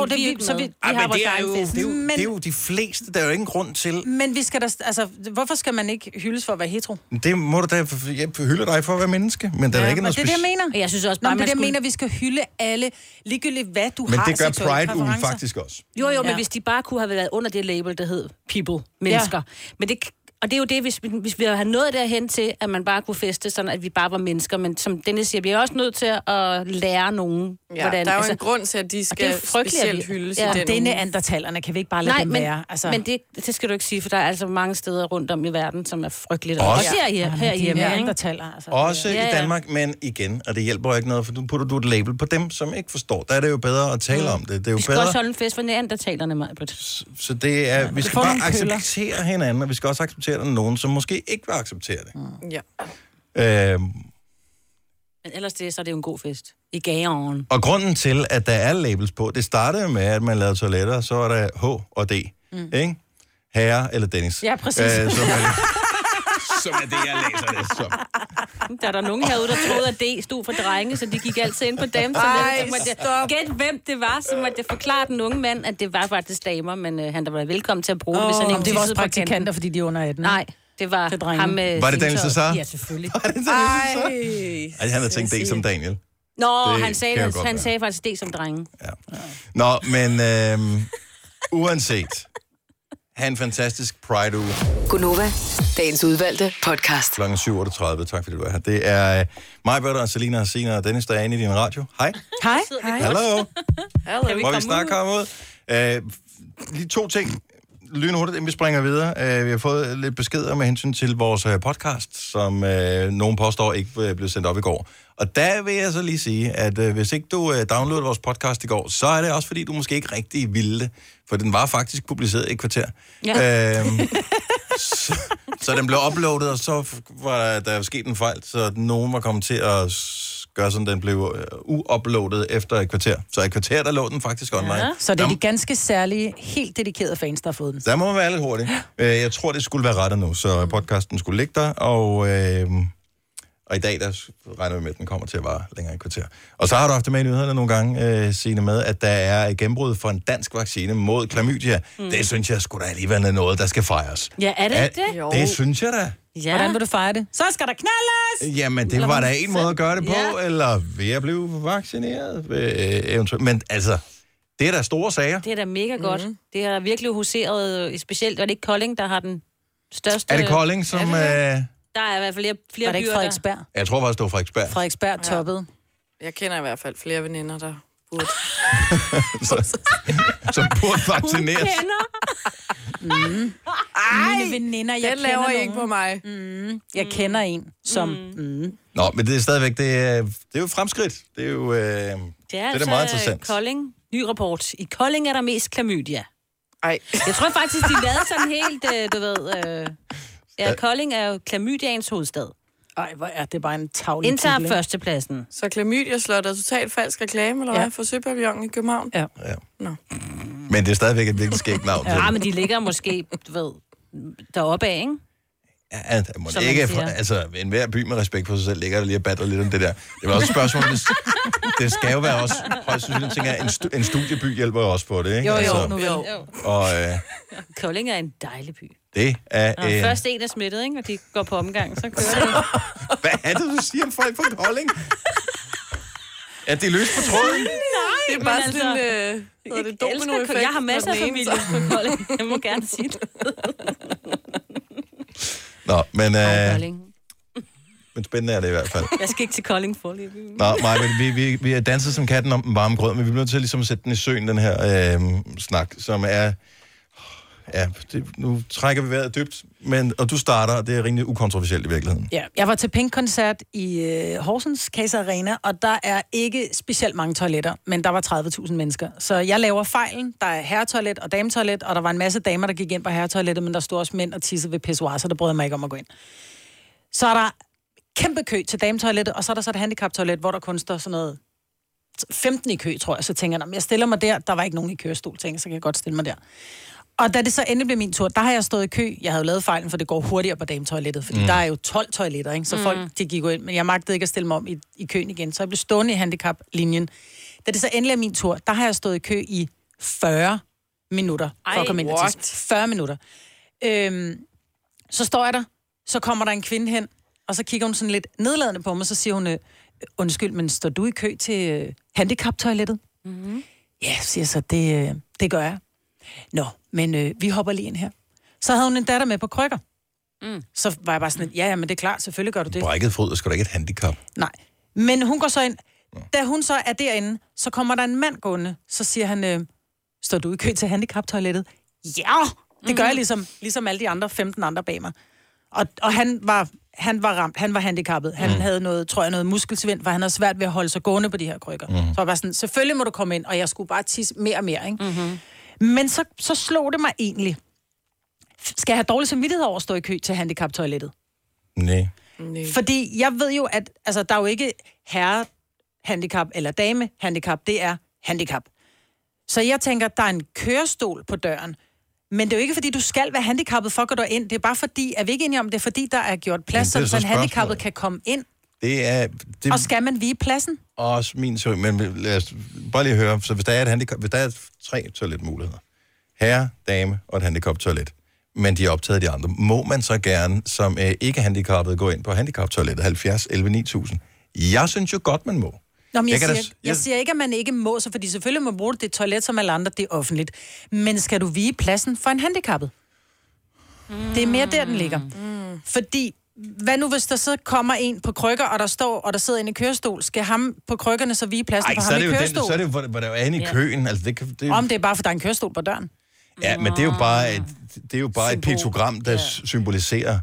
S3: men
S4: det,
S3: vi er
S4: vi,
S3: ikke
S4: så
S3: med.
S4: vi, vi
S1: Ej,
S4: har
S1: men
S4: vores
S1: det er,
S4: egen
S1: jo,
S4: fest.
S1: det, er jo,
S4: men,
S1: det er jo de fleste, der er jo ingen grund til,
S4: men vi skal da, altså, hvorfor skal man ikke hyldes for at være hetero?
S1: Det må du da... Jeg hylder dig for at være menneske, men der er ikke
S4: men
S1: noget
S4: det er det, jeg
S1: specielt.
S4: mener.
S3: Jeg synes også
S4: Nå,
S3: bare,
S4: men det
S3: man
S4: er det, jeg
S3: skulle-
S4: mener, vi skal hylde alle, ligegyldigt hvad du
S1: Men
S4: har
S1: det gør
S3: altså
S4: seksuelle
S1: Pride-ugen
S4: præferencer.
S1: faktisk også.
S3: Jo, jo, men
S4: Ja.
S3: hvis de bare kunne have været under det label, der hed people, mennesker. Ja. Men det, k- Og det er jo det, hvis, vi- hvis vi har nået derhen til, at man bare kunne feste, sådan at vi bare var mennesker. Men som Dennis siger, vi er også nødt til at lære nogen, altså-
S5: Ja, der er jo en grund til, at de
S3: og det er
S5: skal
S3: frygteligt, at vi-
S5: specielt hyldes i
S3: Ja.
S5: den
S4: Det er
S5: uge.
S4: neandertalerne, kan vi ikke bare lade
S3: Nej,
S4: dem
S3: men,
S4: være?
S3: altså. men det, det skal du ikke sige, for der er altså mange steder rundt om i verden, som er frygteligt. Også,
S1: Også-
S3: også her, her,
S4: Jamen,
S3: her
S4: de
S3: hjemme,
S4: er
S3: ikke?
S4: neandertalere, altså.
S1: Også
S3: Ja,
S1: ja, ja. i
S3: ja.
S1: Danmark, men igen, og det hjælper jo ikke noget, for du putter du et label på dem, som ikke forstår. Der er det jo bedre at tale om det. Det er jo
S3: Vi skal
S1: bedre,
S3: også holde en fest for neandertalerne, Majbrit.
S1: så det er,
S3: du
S1: vi skal
S3: får
S1: bare
S3: nogle køller.
S1: acceptere hinanden, og vi skal også acceptere, at der er nogen, som måske ikke vil acceptere det.
S5: Ja.
S1: Øhm,
S3: Men ellers det, så er det jo en god fest. I gageren.
S1: Og grunden til, at der er labels på, det startede jo med, at man lavede toiletter, så var der H og D, mm. ikke? Herre eller Dennis.
S3: Ja, præcis.
S1: Øh, som, er, som er det, jeg læser det som.
S3: Der er der nogen herude, der troede, at D stod for drenge, så de gik altid ind på dem. Så
S5: Ej,
S3: så måtte jeg- Gæt, hvem det var, så måtte jeg forklare den unge mand, at det var faktisk damer, men øh, han der var velkommen til at bruge det, hvis han
S4: Åh,
S3: ikke
S4: det var også
S3: tissede på kanten.
S4: praktikanter, fordi de er under 18.
S3: Nej, det var det ham øh, med
S1: Var det Daniel
S3: singtøjet.
S1: Cæsar?
S3: Ja, selvfølgelig.
S5: Ej.
S1: (laughs) Ej, han havde tænkt D som Daniel.
S3: Nå,
S1: Det
S3: han sagde,
S1: kan jo
S3: han,
S1: godt
S3: han
S1: være.
S3: sagde faktisk det som drenge.
S1: Nå, men øhm, uanset. Ha' en fantastisk Pride-uge.
S6: Gunova, dagens udvalgte podcast.
S1: Klokken 7.38. Tak fordi du er her. Det er øh, mig, Bøtter, og Selina og Sina og Dennis, der er inde i din radio. Hej.
S4: Hej.
S1: Hej. Hallo.
S5: Hallo.
S1: Må vi snart komme ud? Øh, lige to ting. Lynhurtigt, inden vi springer videre. Øh, vi har fået lidt beskeder med hensyn til vores øh, podcast, som øh, nogen påstår ikke øh, blev sendt op i går. Og der vil jeg så lige sige, at øh, hvis ikke du øh, downloadede vores podcast i går, så er det også fordi, du måske ikke rigtig ville det, for den var faktisk publiceret i et kvarter.
S2: Ja.
S14: (laughs)
S1: Øhm, så, så den blev uploadet, og så f- var der, der sket en fejl, så nogen var kommet til at s- gøre sådan, den blev øh, uuploadet efter et kvarter. Så et kvarter, der lå den faktisk online. Ja.
S4: Så det er de ganske særlige, helt dedikerede fans, der har fået den.
S1: Der må man være lidt hurtig. Øh, Jeg tror, det skulle være rettet nu, så podcasten skulle ligge der, og, øh, og i dag der s- regner vi med, at den kommer til at vare længere end et kvarter. Og så har du haft det med i nyhederne nogle gange, øh, Signe, med, at der er et gennembrud for en dansk vaccine mod klamydia. Mm. Det synes jeg skulle da alligevel er noget, der skal fejres.
S4: Ja, er det
S1: Ja,
S4: ikke det? Jo.
S1: Det synes jeg da.
S4: Ja. Hvordan vil du fejre det? Så skal der knaldes!
S1: Jamen, det
S4: Eller
S1: var da
S4: hvordan?
S1: en måde at gøre det på, ja. eller ved at blive vaccineret, øh, eventuelt. Men altså, det er da store sager.
S3: Det er da mega godt.
S4: Mhm.
S3: Mm. Det er virkelig huseret, øh, specielt, var det ikke Kolding, der har den største...
S1: Er det Kolding, som... Øh,
S3: Der er i hvert fald flere, flere
S4: Var det ikke
S3: byer, der-
S4: Frederiksberg?
S1: jeg tror faktisk, det var Frederiksberg.
S4: Frederiksberg toppede.
S5: Jeg kender i hvert fald flere veninder, der burde.
S1: (laughs) så, som burde vaccineres.
S4: Mm. Mine veninder, jeg
S5: den
S4: kender
S5: laver I
S4: nogen.
S5: ikke på mig.
S4: Mm. Jeg kender en, som... Mm.
S1: Nå, men det er stadigvæk, det er, det er jo et fremskridt. Det er jo øh, det er, det er da
S3: altså
S1: meget interessant.
S3: Kolding. Ny rapport. I Kolding er der mest klamydia.
S5: Ej.
S3: Jeg tror faktisk, de lavede sådan helt, øh, du ved... Øh, ja, Kolding er jo klamydiaens hovedstad.
S4: Ej, hvor er det bare en tavle
S3: Indtager
S4: titel, ikke?
S3: førstepladsen.
S5: Så klamydia slot er totalt falsk reklame, eller
S3: Ja.
S5: ja. hvad, for Søpavillonen i København?
S4: Ja.
S1: Ja.
S5: Nå.
S1: Men det er stadigvæk et virkelig skægt navn.
S3: Ja,
S1: Ja,
S3: men de ligger måske, du ved, deroppe af, ikke?
S1: ja, der må
S3: som
S1: det ikke,
S3: man siger.
S1: altså, enhver by med respekt for sig selv ligger der lige og battler lidt om det der. Det var også et spørgsmål, det, det skal jo være også, højst sandsynligt, tænker jeg, en, stu, en studieby hjælper jo også på det, ikke?
S3: (laughs) Jo, jo,
S1: altså,
S3: nu vel. Jo.
S1: Og øh,
S3: Kolding er en dejlig by.
S1: det er...
S3: Når
S1: Øh,
S3: først en er smittet, ikke? Og de går på omgang, så kører det.
S1: øh, Hvad er det, du siger om folk fra Kolding? Er de løs på (laughs) tråden?
S5: Det er
S3: men
S5: bare sådan en, øh, hedder det,
S3: jeg elsker
S5: dominoeffekt,
S3: Kolding. Jeg har
S5: når
S3: masser af
S5: den ene
S3: familie
S5: så-
S3: på Kolding. Jeg må gerne sige det.
S1: Nå, men, øh,
S3: Kolding.
S1: men spændende er det i hvert
S4: (laughs)
S1: fald.
S3: (laughs) Jeg skal ikke til Kolding forløb.
S1: Nå, nej, men vi, vi, vi har danset som katten om den varme grød, men vi bliver nødt til ligesom at sætte den i søen, den her øh, snak, som er... Ja, det, nu trækker vi vejret dybt, men, og du starter, og det er rimelig ukontroversielt i virkeligheden.
S4: Ja, jeg var til Pink-koncert i øh, Horsens Case Arena, og der er ikke specielt mange toiletter, men der var 30.000 mennesker. Så jeg laver fejlen. Der er herretoilet og dametoilet, og der var en masse damer, der gik ind på herretoilettet, men der stod også mænd og tissede ved pissoir, så der brød jeg mig ikke om at gå ind. Så er der kæmpe kø til dametoilettet, og så er der så et handicaptoilet, hvor der kun står sådan noget 15 i kø, tror jeg. Så tænker jeg, "Nå, men jeg stiller mig der. Der var ikke nogen i kørestol, tænker jeg, så kan jeg godt stille mig der. Og da det så endelig blev min tur, der har jeg stået i kø. Jeg havde jo lavet fejlen, for det går hurtigere på dametoilettet, fordi
S15: Mm.
S4: mm. der er jo 12 toiletter, ikke? så
S15: Mm.
S4: mm. folk de gik jo ind. Men jeg magtede ikke at stille mig om i, i køen igen, så jeg blev stående i handicaplinjen. Da det så endelig er min tur, der har jeg stået i kø i 40 minutter. For
S15: Ej,
S4: at komme ind og
S15: what?
S4: tisse. 40 minutter. Øhm, så står jeg der, så kommer der en kvinde hen, og så kigger hun sådan lidt nedladende på mig, så siger hun, øh, undskyld, men står du i kø til øh, handicaptoilettet?
S15: Mm-hmm.
S4: Ja, siger jeg så, det, øh, det gør jeg. Nå, men øh, vi hopper lige ind her. Så havde hun en datter med på krykker. Mm. Så var jeg bare sådan, ja, ja, men det er klart, selvfølgelig gør du det.
S1: Brækket fod er sgu da ikke et handicap.
S4: Nej. Men hun går så ind. Da hun så er derinde, så kommer der en mand gående. Så siger han, øh, står du i kø til handicaptoilettet? Ja! Det gør jeg ligesom, ligesom alle de andre 15 andre bag mig. Og, og han, var, han var ramt. Han var handicappet. Han mm. havde noget, tror jeg, noget muskelsvind, for han havde svært ved at holde sig gående på de her krykker. Mm. Så jeg var bare sådan, selvfølgelig må du komme ind, og jeg skulle bare tisse mere og mere, ikke? Mm-hmm. Men så, så slog det mig egentlig. Skal jeg have dårlig samvittighed over at stå i kø til handicaptoilettet?
S1: Nej.
S4: Fordi jeg ved jo, at altså, der er jo ikke herre-handicap eller dame-handicap. Det er handicap. Så jeg tænker, der er en kørestol på døren. Men det er jo ikke, fordi du skal være handicappet for at gå derind. Det er bare fordi, er vi ikke enige om, det er fordi, der er gjort plads,
S1: Jamen, det er
S4: sådan,
S1: så
S4: så handicappet
S1: spørgsmålet.
S4: kan komme ind.
S1: Det er...
S4: Det...
S1: Det...
S4: Og skal man vige pladsen?
S1: også min teori, men lad os bare lige høre. Så hvis der er, et handicap, hvis der er tre toiletmuligheder, herre, dame og et handicaptoilet, men de er optaget af de andre, må man så gerne som øh, ikke-handicappet gå ind på handicaptoilettet 70 11 9000? Jeg synes jo godt, man må.
S4: Nå, men jeg,
S1: kan
S4: jeg,
S1: da
S4: siger,
S1: s-
S4: jeg, jeg siger ikke, at man ikke må, så fordi selvfølgelig må man bruge det, det er et toilet som alle andre, det er offentligt. Men skal du vige pladsen for en handicappet? Mm. Det er mere der, den ligger. Mm. Fordi, hvad nu hvis der så kommer en på krykker, og der står, og der sidder en i kørestol, skal ham på krykkerne så vige pladsen
S1: Ej,
S4: for
S1: så
S4: Altså, ham
S1: er
S4: i
S1: det jo, den,
S4: kørestol?
S1: så er det jo, hvor, hvor der er inde i
S4: Ja.
S1: køen. Altså, det kan, det,
S4: Om det er bare, for der er en kørestol på døren.
S1: ja, men det er jo bare et, det er jo bare et piktogram, der ja. symboliserer,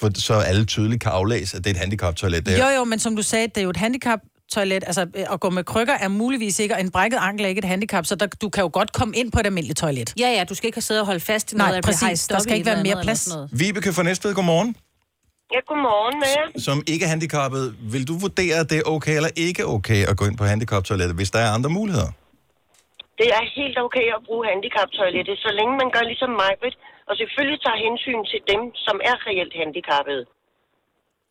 S1: for, så alle tydeligt kan aflæse, at det er et handicaptoilet. Det er.
S4: Jo, jo, men som du sagde, det er jo et handicap toilet, altså øh, at gå med krykker er muligvis ikke, og en brækket ankel er ikke et handicap, så der, du kan jo godt komme ind på et almindeligt toilet.
S3: Ja, ja, du skal ikke sidde og holde fast i
S4: Nej,
S3: noget. eller blive
S4: præcis.
S3: hejst
S4: Der
S3: op
S4: skal
S3: i
S4: ikke
S3: et
S4: være
S3: eller
S4: mere
S3: andet
S4: plads.
S3: eller sådan noget.
S1: Vibeke fra Næstved, godmorgen.
S15: Ja, godmorgen med jer.
S1: som ikke er handicappet, vil du vurdere, at det er okay eller ikke okay at gå ind på handicaptoilettet, hvis der er andre muligheder?
S15: Det er helt okay at bruge handicaptoilettet, så længe man gør ligesom mig, og selvfølgelig tager hensyn til dem, som er reelt handicappede.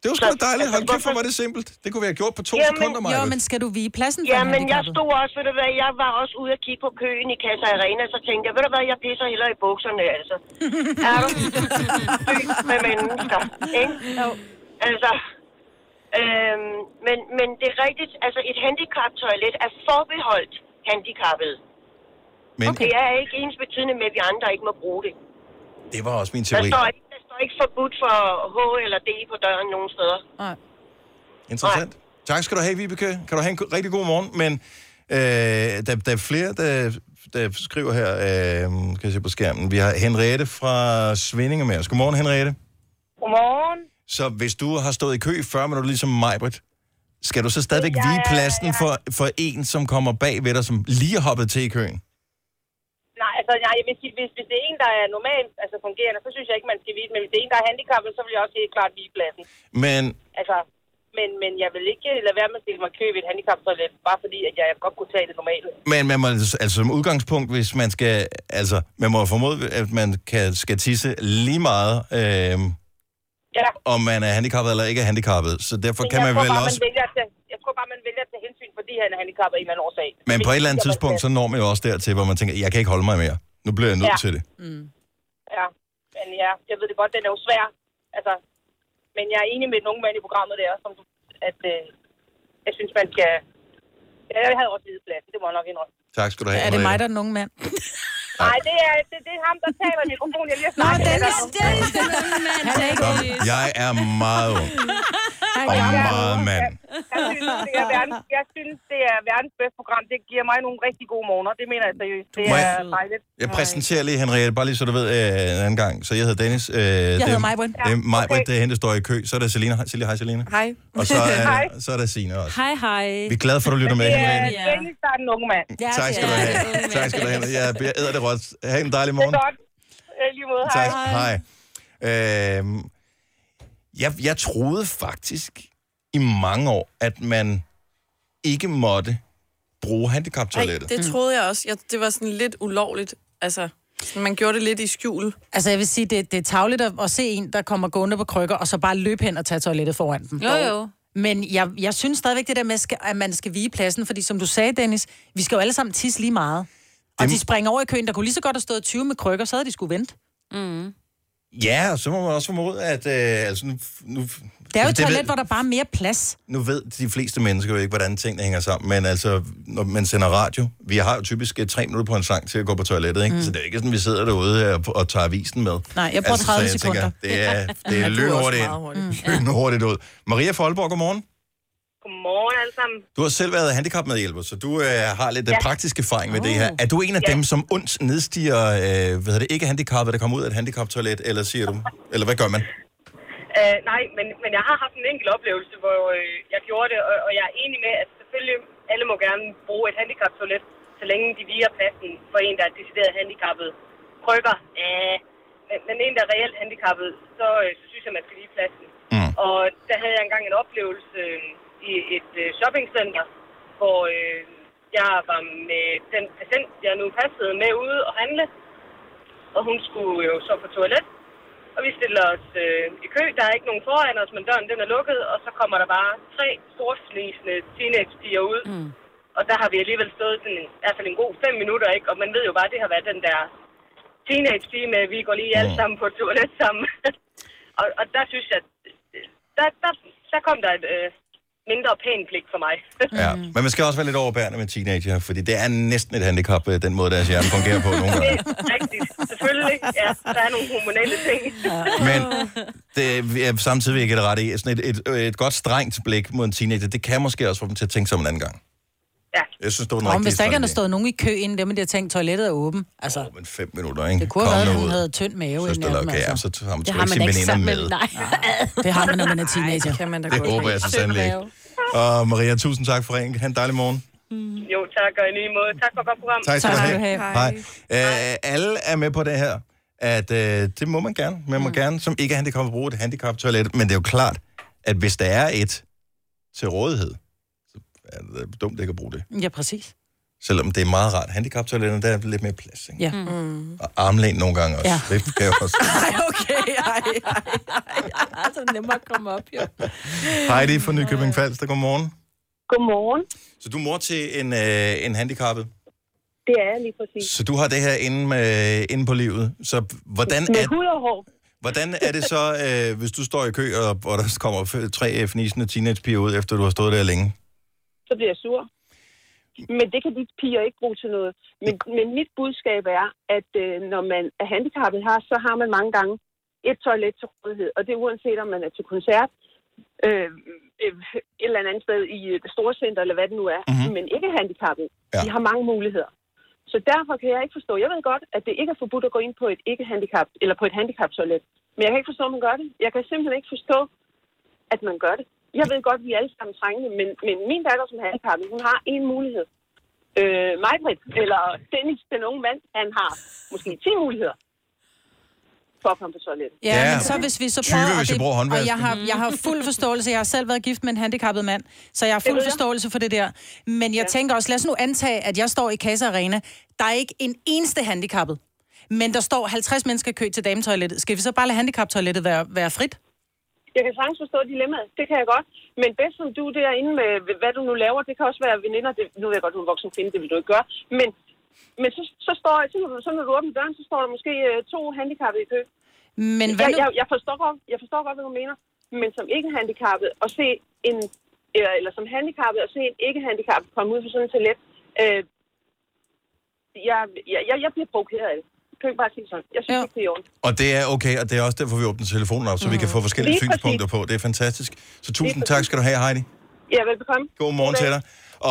S1: Det var sgu da dejligt. Hold kæft, hvor var det simpelt. Det kunne vi have gjort på to sekunder, Maja.
S4: jo, men skal du vige pladsen for
S15: Ja,
S4: en
S15: men jeg
S4: handicappet?
S15: stod også, ved du hvad, jeg var også ude og kigge på køen i Kassa Arena, så tænkte jeg, ved du hvad, jeg pisser hellere i bukserne, altså. Er du syg med mennesker, ikke? Altså, øhm, men, men det er rigtigt, altså et handicaptoilet er forbeholdt handicappede.
S1: Men-
S15: Okay. Det er ikke ens betydende med, at vi andre ikke må bruge det.
S1: Det var også min
S15: Der
S1: teori.
S15: står, ikke, der står ikke forbudt for H eller D på døren nogen steder.
S4: Nej.
S1: Interessant. Tak skal du have, Vibeke. Kan du have en go- rigtig god morgen. Men øh, der, der er flere, der, der skriver her, øh, kan jeg se på skærmen. Vi har Henriette fra Svindinge med os. Godmorgen, Henriette.
S14: Godmorgen.
S1: Så hvis du har stået i kø i 40 minutter, ligesom Majbrit, skal du så stadigvæk
S14: Ja,
S1: vige
S14: ja,
S1: pladsen for, for en, som kommer bag ved dig, som lige er hoppet til i køen?
S14: (laughs) Nej, altså, nej, jeg vil sige, hvis, hvis det er en, der er normalt altså, fungerende, så synes jeg ikke, man skal vide. Men hvis det er en, der er handicappet, så vil jeg også helt klart vige pladsen.
S1: Men
S14: Altså, men, men jeg vil ikke lade være med at stille mig i kø ved et handicaptoilet, bare fordi at jeg godt kunne tage det normale.
S1: Men man må, altså som udgangspunkt, hvis man skal, altså man må formode, at man kan, skal tisse lige meget, øh, ja. om man er handicappet eller ikke er handicappet. Så derfor
S14: Men
S1: kan
S14: jeg
S1: man
S14: tror
S1: vel
S14: bare,
S1: også,
S14: Man vælger at tage, jeg tror bare, man vælger at tage hensyn, fordi han er handicappet i en eller anden årsag.
S1: men på et eller andet
S14: Det er
S1: tidspunkt, så
S14: rigtigt.
S1: når man jo også dertil, hvor man tænker, jeg kan ikke holde mig mere. Nu bliver jeg nødt
S14: Ja.
S1: til det.
S4: Mm.
S14: Ja, men ja, jeg ved det godt, den er jo svær. Altså, men jeg er enig med nogle mand i programmet der, som du, at øh, jeg synes, man skal... Ja, jeg havde også lidt plads, det må jeg nok indrømme.
S1: Tak skal du have.
S4: Er det mig, der
S1: Henriette.
S4: er den unge mand?
S14: Nej, det er, det, det er ham, der taler i mikrofonen. Jeg lige har
S4: Nå,
S14: snakket
S4: den
S14: med
S4: er
S14: dig.
S4: stille, den unge mand. Han er ikke
S1: Kom, jeg er meget ung og meget mand.
S14: Jeg synes, det er verdens, jeg synes, det er verdens bedste program. Det giver mig nogle rigtig gode morgener. Det mener jeg seriøst. Det
S1: Må
S14: er
S1: jeg-
S14: dejligt.
S1: Jeg præsenterer lige Henriette, bare lige så du ved øh, en anden gang. Så jeg hedder Dennis. Øh, jeg
S14: hedder Majbrit.
S1: Det er Majbrit, det er hende, der står i kø. Så er der Selina. Hej, Selina. Hej, Selina.
S14: Hej.
S1: Og så
S14: Hej.
S1: er, så er der Signe også.
S3: Hej, hej.
S1: Vi er glade for, at du lytter med,
S14: Det er
S1: Henriette.
S14: Dennis, der er den unge mand. Ja,
S1: Tak skal du have. Tak skal du have. Jeg, jeg æder det råt. Ha' en dejlig morgen.
S14: Godt.
S16: Øh,
S14: Ja, i lige måde. Hej.
S1: Tak. Hej. Øhm, jeg, jeg troede faktisk i mange år, at man ikke måtte bruge handicaptoilettet.
S5: (laughs) det troede jeg også. Jeg, det var sådan lidt ulovligt. Altså, sådan, man gjorde det lidt i skjul.
S4: Altså, jeg vil sige, det, det er tavligt at, at se en, der kommer gående på krykker, og så bare løbe hen og tage toilettet foran dem.
S3: Jo, jo.
S4: Men jeg, jeg synes stadigvæk det der med, skal- at man skal vige pladsen, fordi som du sagde, Dennis, vi skal jo alle sammen tisse lige meget. Og
S1: Dem-
S4: de springer over i køen, der kunne lige så godt have stået 20 med krykker, så havde de skulle vente. Mm.
S1: Ja, og så må man også formode, at... Øh, altså nu, nu, altså,
S4: Det er jo et
S1: det
S4: toilet,
S1: ved-
S4: hvor der bare er mere plads.
S1: nu ved de fleste mennesker jo ikke, hvordan tingene hænger sammen, men altså, når man sender radio, vi har jo typisk øh, tre minutter på en sang til at gå på toilettet, ikke? Mm.
S4: Mm.
S1: så det er jo ikke sådan, vi sidder derude og, og tager avisen med. Altså,
S4: Nej, jeg bruger
S1: så
S4: 30
S1: jeg tænker,
S4: sekunder.
S1: Det er, det
S4: Ja, du
S1: er
S4: er
S1: lynhurtigt
S4: også
S1: ind.
S4: meget hurtig.
S1: Mm. Lynhurtigt ud. Maria Folborg, godmorgen.
S14: Godmorgen alle sammen.
S1: Du har selv været handicapmedhjælper, så du øh, har lidt ja.
S14: Ja.
S1: praktisk erfaring med det
S4: Oh.
S1: her. Er du en af
S14: Ja.
S1: dem, som ondt nedstiger, øh, hvad hedder det, ikke handicappede, der kommer ud af et handicaptoilet, eller siger du, eller hvad gør man?
S4: Mm.
S14: Øh, nej, men, men jeg har haft en enkelt oplevelse, hvor øh, jeg gjorde det, og, og jeg er enig med, at selvfølgelig alle må gerne bruge et handicaptoilet, så længe de viger pladsen for en, der er decideret handicappet. Krykker, øh, men, men en, der er reelt handicappet, så, øh, så synes jeg, man skal vige pladsen. Mm. Og der havde jeg engang en oplevelse øh, i et øh, shoppingcenter, hvor øh, jeg var med den patient, jeg nu passede med ude og handle, og hun skulle jo så på toilet. Og vi stiller os øh, i kø. Der er ikke nogen foran os, men døren den er lukket. Og så kommer der bare tre storflisende teenagepiger ud. Mm. Og der har vi alligevel stået sådan, en- i hvert fald en god fem minutter, ikke? Og man ved jo bare, at det har været den der teenage-pige med, vi går lige alle sammen på et toilet sammen. (laughs) og, og der synes jeg, der, der, der kom der et øh, mindre pænt blik for mig. (laughs)
S1: Ja, men man skal også være lidt overbærende med teenager, fordi det er næsten et handicap, øh, den måde, deres hjerne fungerer på nogle gange.
S14: det er rigtigt. Selvfølgelig. Ja, der er nogle hormonelle ting.
S1: (laughs) Men det er samtidig vil jeg give dig ret i, sådan et, et, et godt strengt blik mod en teenager, det kan måske også få dem til at tænke sig om en anden gang.
S14: Ja.
S1: Jeg synes, det var den
S4: Nå, men
S1: rigtige
S4: hvis der ikke havde
S1: strategi.
S4: stået nogen i kø inden det, men de har tænkt, toilettet er åben. Altså,
S1: Åh, men fem minutter, ikke?
S4: det kunne have været,
S1: Kom nu
S4: at hun
S1: ud.
S4: havde tynd mave.
S1: Søster,
S4: inden,
S1: okay, ja, så tager man
S4: det
S1: sgu
S4: har man
S1: ikke sine
S4: ikke
S1: veninder
S4: sammen med.
S1: med.
S4: Nej. Det har man, når man er teenager.
S5: kan man da
S1: Det håber jeg så sandelig ikke. Og Maria, tusind tak for ringen. Ha' en dejlig morgen.
S15: Mm.
S14: Jo, tak og i lige måde. Tak for et godt program.
S1: Tak skal du have. Hej. Øh, alle er med på det her, at øh, det må man gerne. Man må mm. gerne, som ikke er handicappet, bruge et handicaptoilet. Men det er jo klart, at hvis der er et til rådighed, så er det dumt ikke at bruge det.
S4: Ja, præcis.
S1: Selvom det er meget rart. Handicaptoiletterne, der er lidt mere plads. Ikke?
S4: Ja. Mm.
S1: Og armlæn nogle gange også. Ja.
S4: Ja.
S1: Det kan jeg også.
S4: (laughs) Ej, okay, ej, ej, ej, ej. (laughs) Så er det nemmere at komme op, jo.
S1: (laughs) Heidi fra Nykøbing Falster, godmorgen.
S17: Godmorgen.
S1: Så du er mor til en, øh, en handicappet,
S17: Det er jeg lige præcis.
S1: så du har det her inde, øh, inde på livet. Så hvordan
S17: Med
S1: er,
S17: hud og hår.
S1: hvordan er det så, øh, hvis du står i kø, og, og der kommer f- tre fnisende teenagepiger ud, efter du har stået der længe?
S17: så bliver jeg sur. Men det kan de piger ikke bruge til noget. Men, men mit budskab er, at øh, når man er handicappet her, så har man mange gange et toilet til rådighed. Og det er uanset om man er til koncert, øh, øh, et eller andet sted i øh, det store center, eller hvad det nu er. Mm-hmm. Men ikke handicappet. Ja. De har mange muligheder. Så derfor kan jeg ikke forstå. Jeg ved godt, at det ikke er forbudt at gå ind på et ikke handicap eller på et handicaptoilet. Men jeg kan ikke forstå, at man gør det. Jeg kan simpelthen ikke forstå, at man gør det. Jeg ved godt, at vi er alle sammen trængende, men, men min datter som er handicappet, hun har en mulighed. Øh, Majbrit, eller Dennis, den unge mand, han har måske 10 muligheder for at komme på toilettet.
S4: Ja, ja, men så hvis vi så
S1: 20, hvis jeg bruger Mm-hmm.
S4: og jeg
S1: håndvasken.
S4: har, jeg har fuld forståelse. Jeg har selv været gift med en handicappet mand, så jeg har
S17: Det ved
S4: fuld
S17: jeg.
S4: forståelse for det der. Men jeg ja. tænker også, lad os nu antage, at jeg står i Casa Arena. Der er ikke en eneste handicappet. Men der står 50 mennesker i kø til dametoilettet. Skal vi så bare lade handicaptoilettet være, være frit?
S17: Jeg kan sagtens forstå dilemmaet, det kan jeg godt. Men bedst som du er derinde med, hvad du nu laver, det kan også være veninder. Det, nu ved jeg godt, du er en voksen kvinde, det vil du ikke gøre. Men, men så, så, står, så, når du- så når du åbner døren, så står der måske øh, to handicappede i kø.
S4: Men
S17: jeg,
S4: hvad nu?
S17: jeg, jeg, forstår godt, jeg forstår godt, hvad du mener. Men som ikke handicappet, at se en, eller, eller som handicappet, at se en ikke handicappet komme ud for sådan en toilet. Øh, jeg, jeg, jeg, jeg bliver provokeret af det. Kan vi bare sige sådan? Jeg synes ikke, det er i orden.
S1: Og det er okay, og det er også derfor, vi åbner telefonen op, så vi kan få forskellige
S17: Lige præcis.
S1: synspunkter på. Det er fantastisk. Så tusind tak skal du have, Heidi.
S17: Ja, velbekomme.
S1: Godmorgen til dig.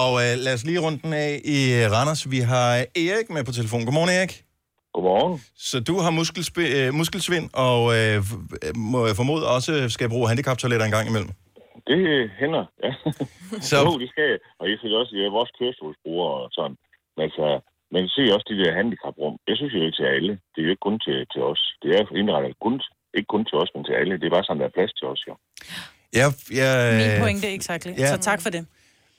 S1: Og øh, lad os lige runde den af i øh, Randers. Vi har Erik med på telefon. Godmorgen, Erik.
S18: Godmorgen.
S1: Så du har muskelsp- øh, muskelsvind, og øh, f- må jeg formode også skal bruge handicaptoiletter en gang imellem.
S18: Det hænder, ja.
S1: (laughs) Så...
S18: Jo, det skal jeg. Og jeg synes også, jeg er vores kørestolsbrugere og sådan. Men altså, man ser også de der handicaprum. Jeg synes jo ikke til alle. Det er jo ikke kun til, til os. Det er indrettet kun, ikke kun til os, men til alle. Det er bare sådan, der er plads til os, jo.
S1: Ja, ja,
S4: Min pointe er exakt.
S18: ja.
S4: Ja. Så tak for det.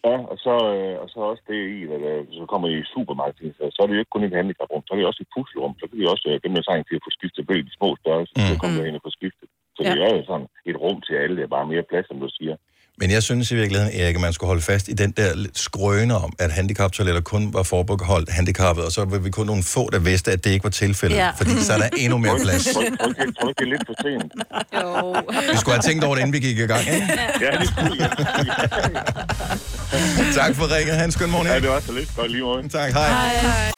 S18: Ja, og så, øh, og så også det i, at øh, så kommer I i supermarkedet, så, så er det jo ikke kun et handicaprum, så er det også et puslerum, så kan vi også, øh, dem der trænger til at få skiftet bøl i små størrelser, mm. så kommer vi ind og få skiftet. Så det
S1: Ja.
S18: er jo sådan et rum til alle, der er bare mere plads, som du siger.
S1: Men jeg synes i virkeligheden, Erik, at man skulle holde fast i den der lidt skrøne om, at handicaptoiletter kun var forbeholdt handicappede, og så var vi kun nogle få, der vidste, at det ikke var tilfældet,
S2: Ja.
S1: ja. fordi så er der endnu
S18: (laughs)
S1: mere plads.
S18: Tror du- tror du ikke- tror du ikke, det er lidt for sent?
S1: Vi skulle have tænkt over det, inden vi gik i gang, ikke?
S18: Ja, det skulle jeg.
S1: tak for ringet. Ha' en skøn morgen. Ja,
S18: det var så lidt. Godt lige morgen.
S1: Tak, hej. hej.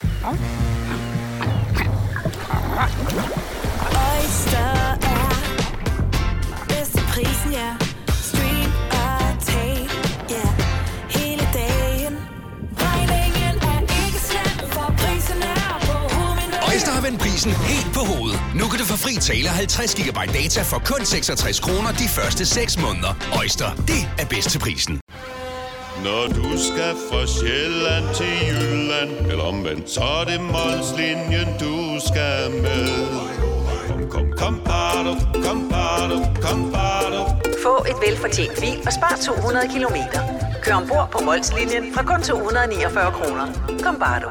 S2: Oyster er bedst til prisen, ja. Stream og tag, ja. Hele dagen. Regningen er ikke slem, for prisen er på
S7: Øjster har vendt prisen helt på hovedet. Nu kan du få fri tale 50 GB data for kun 66 kroner de første 6 måneder. Øjster, det er bedst til prisen.
S8: Når du skal fra Sjælland til Jylland, eller omvendt, så er det Molslinjen, du skal med. Kom, kom, kom, bado, kom, bado, kom, bado.
S9: Få et velfortjent bil og spar 200 kilometer. Kør ombord på Molslinjen fra kun 249 kroner. Kom bare du.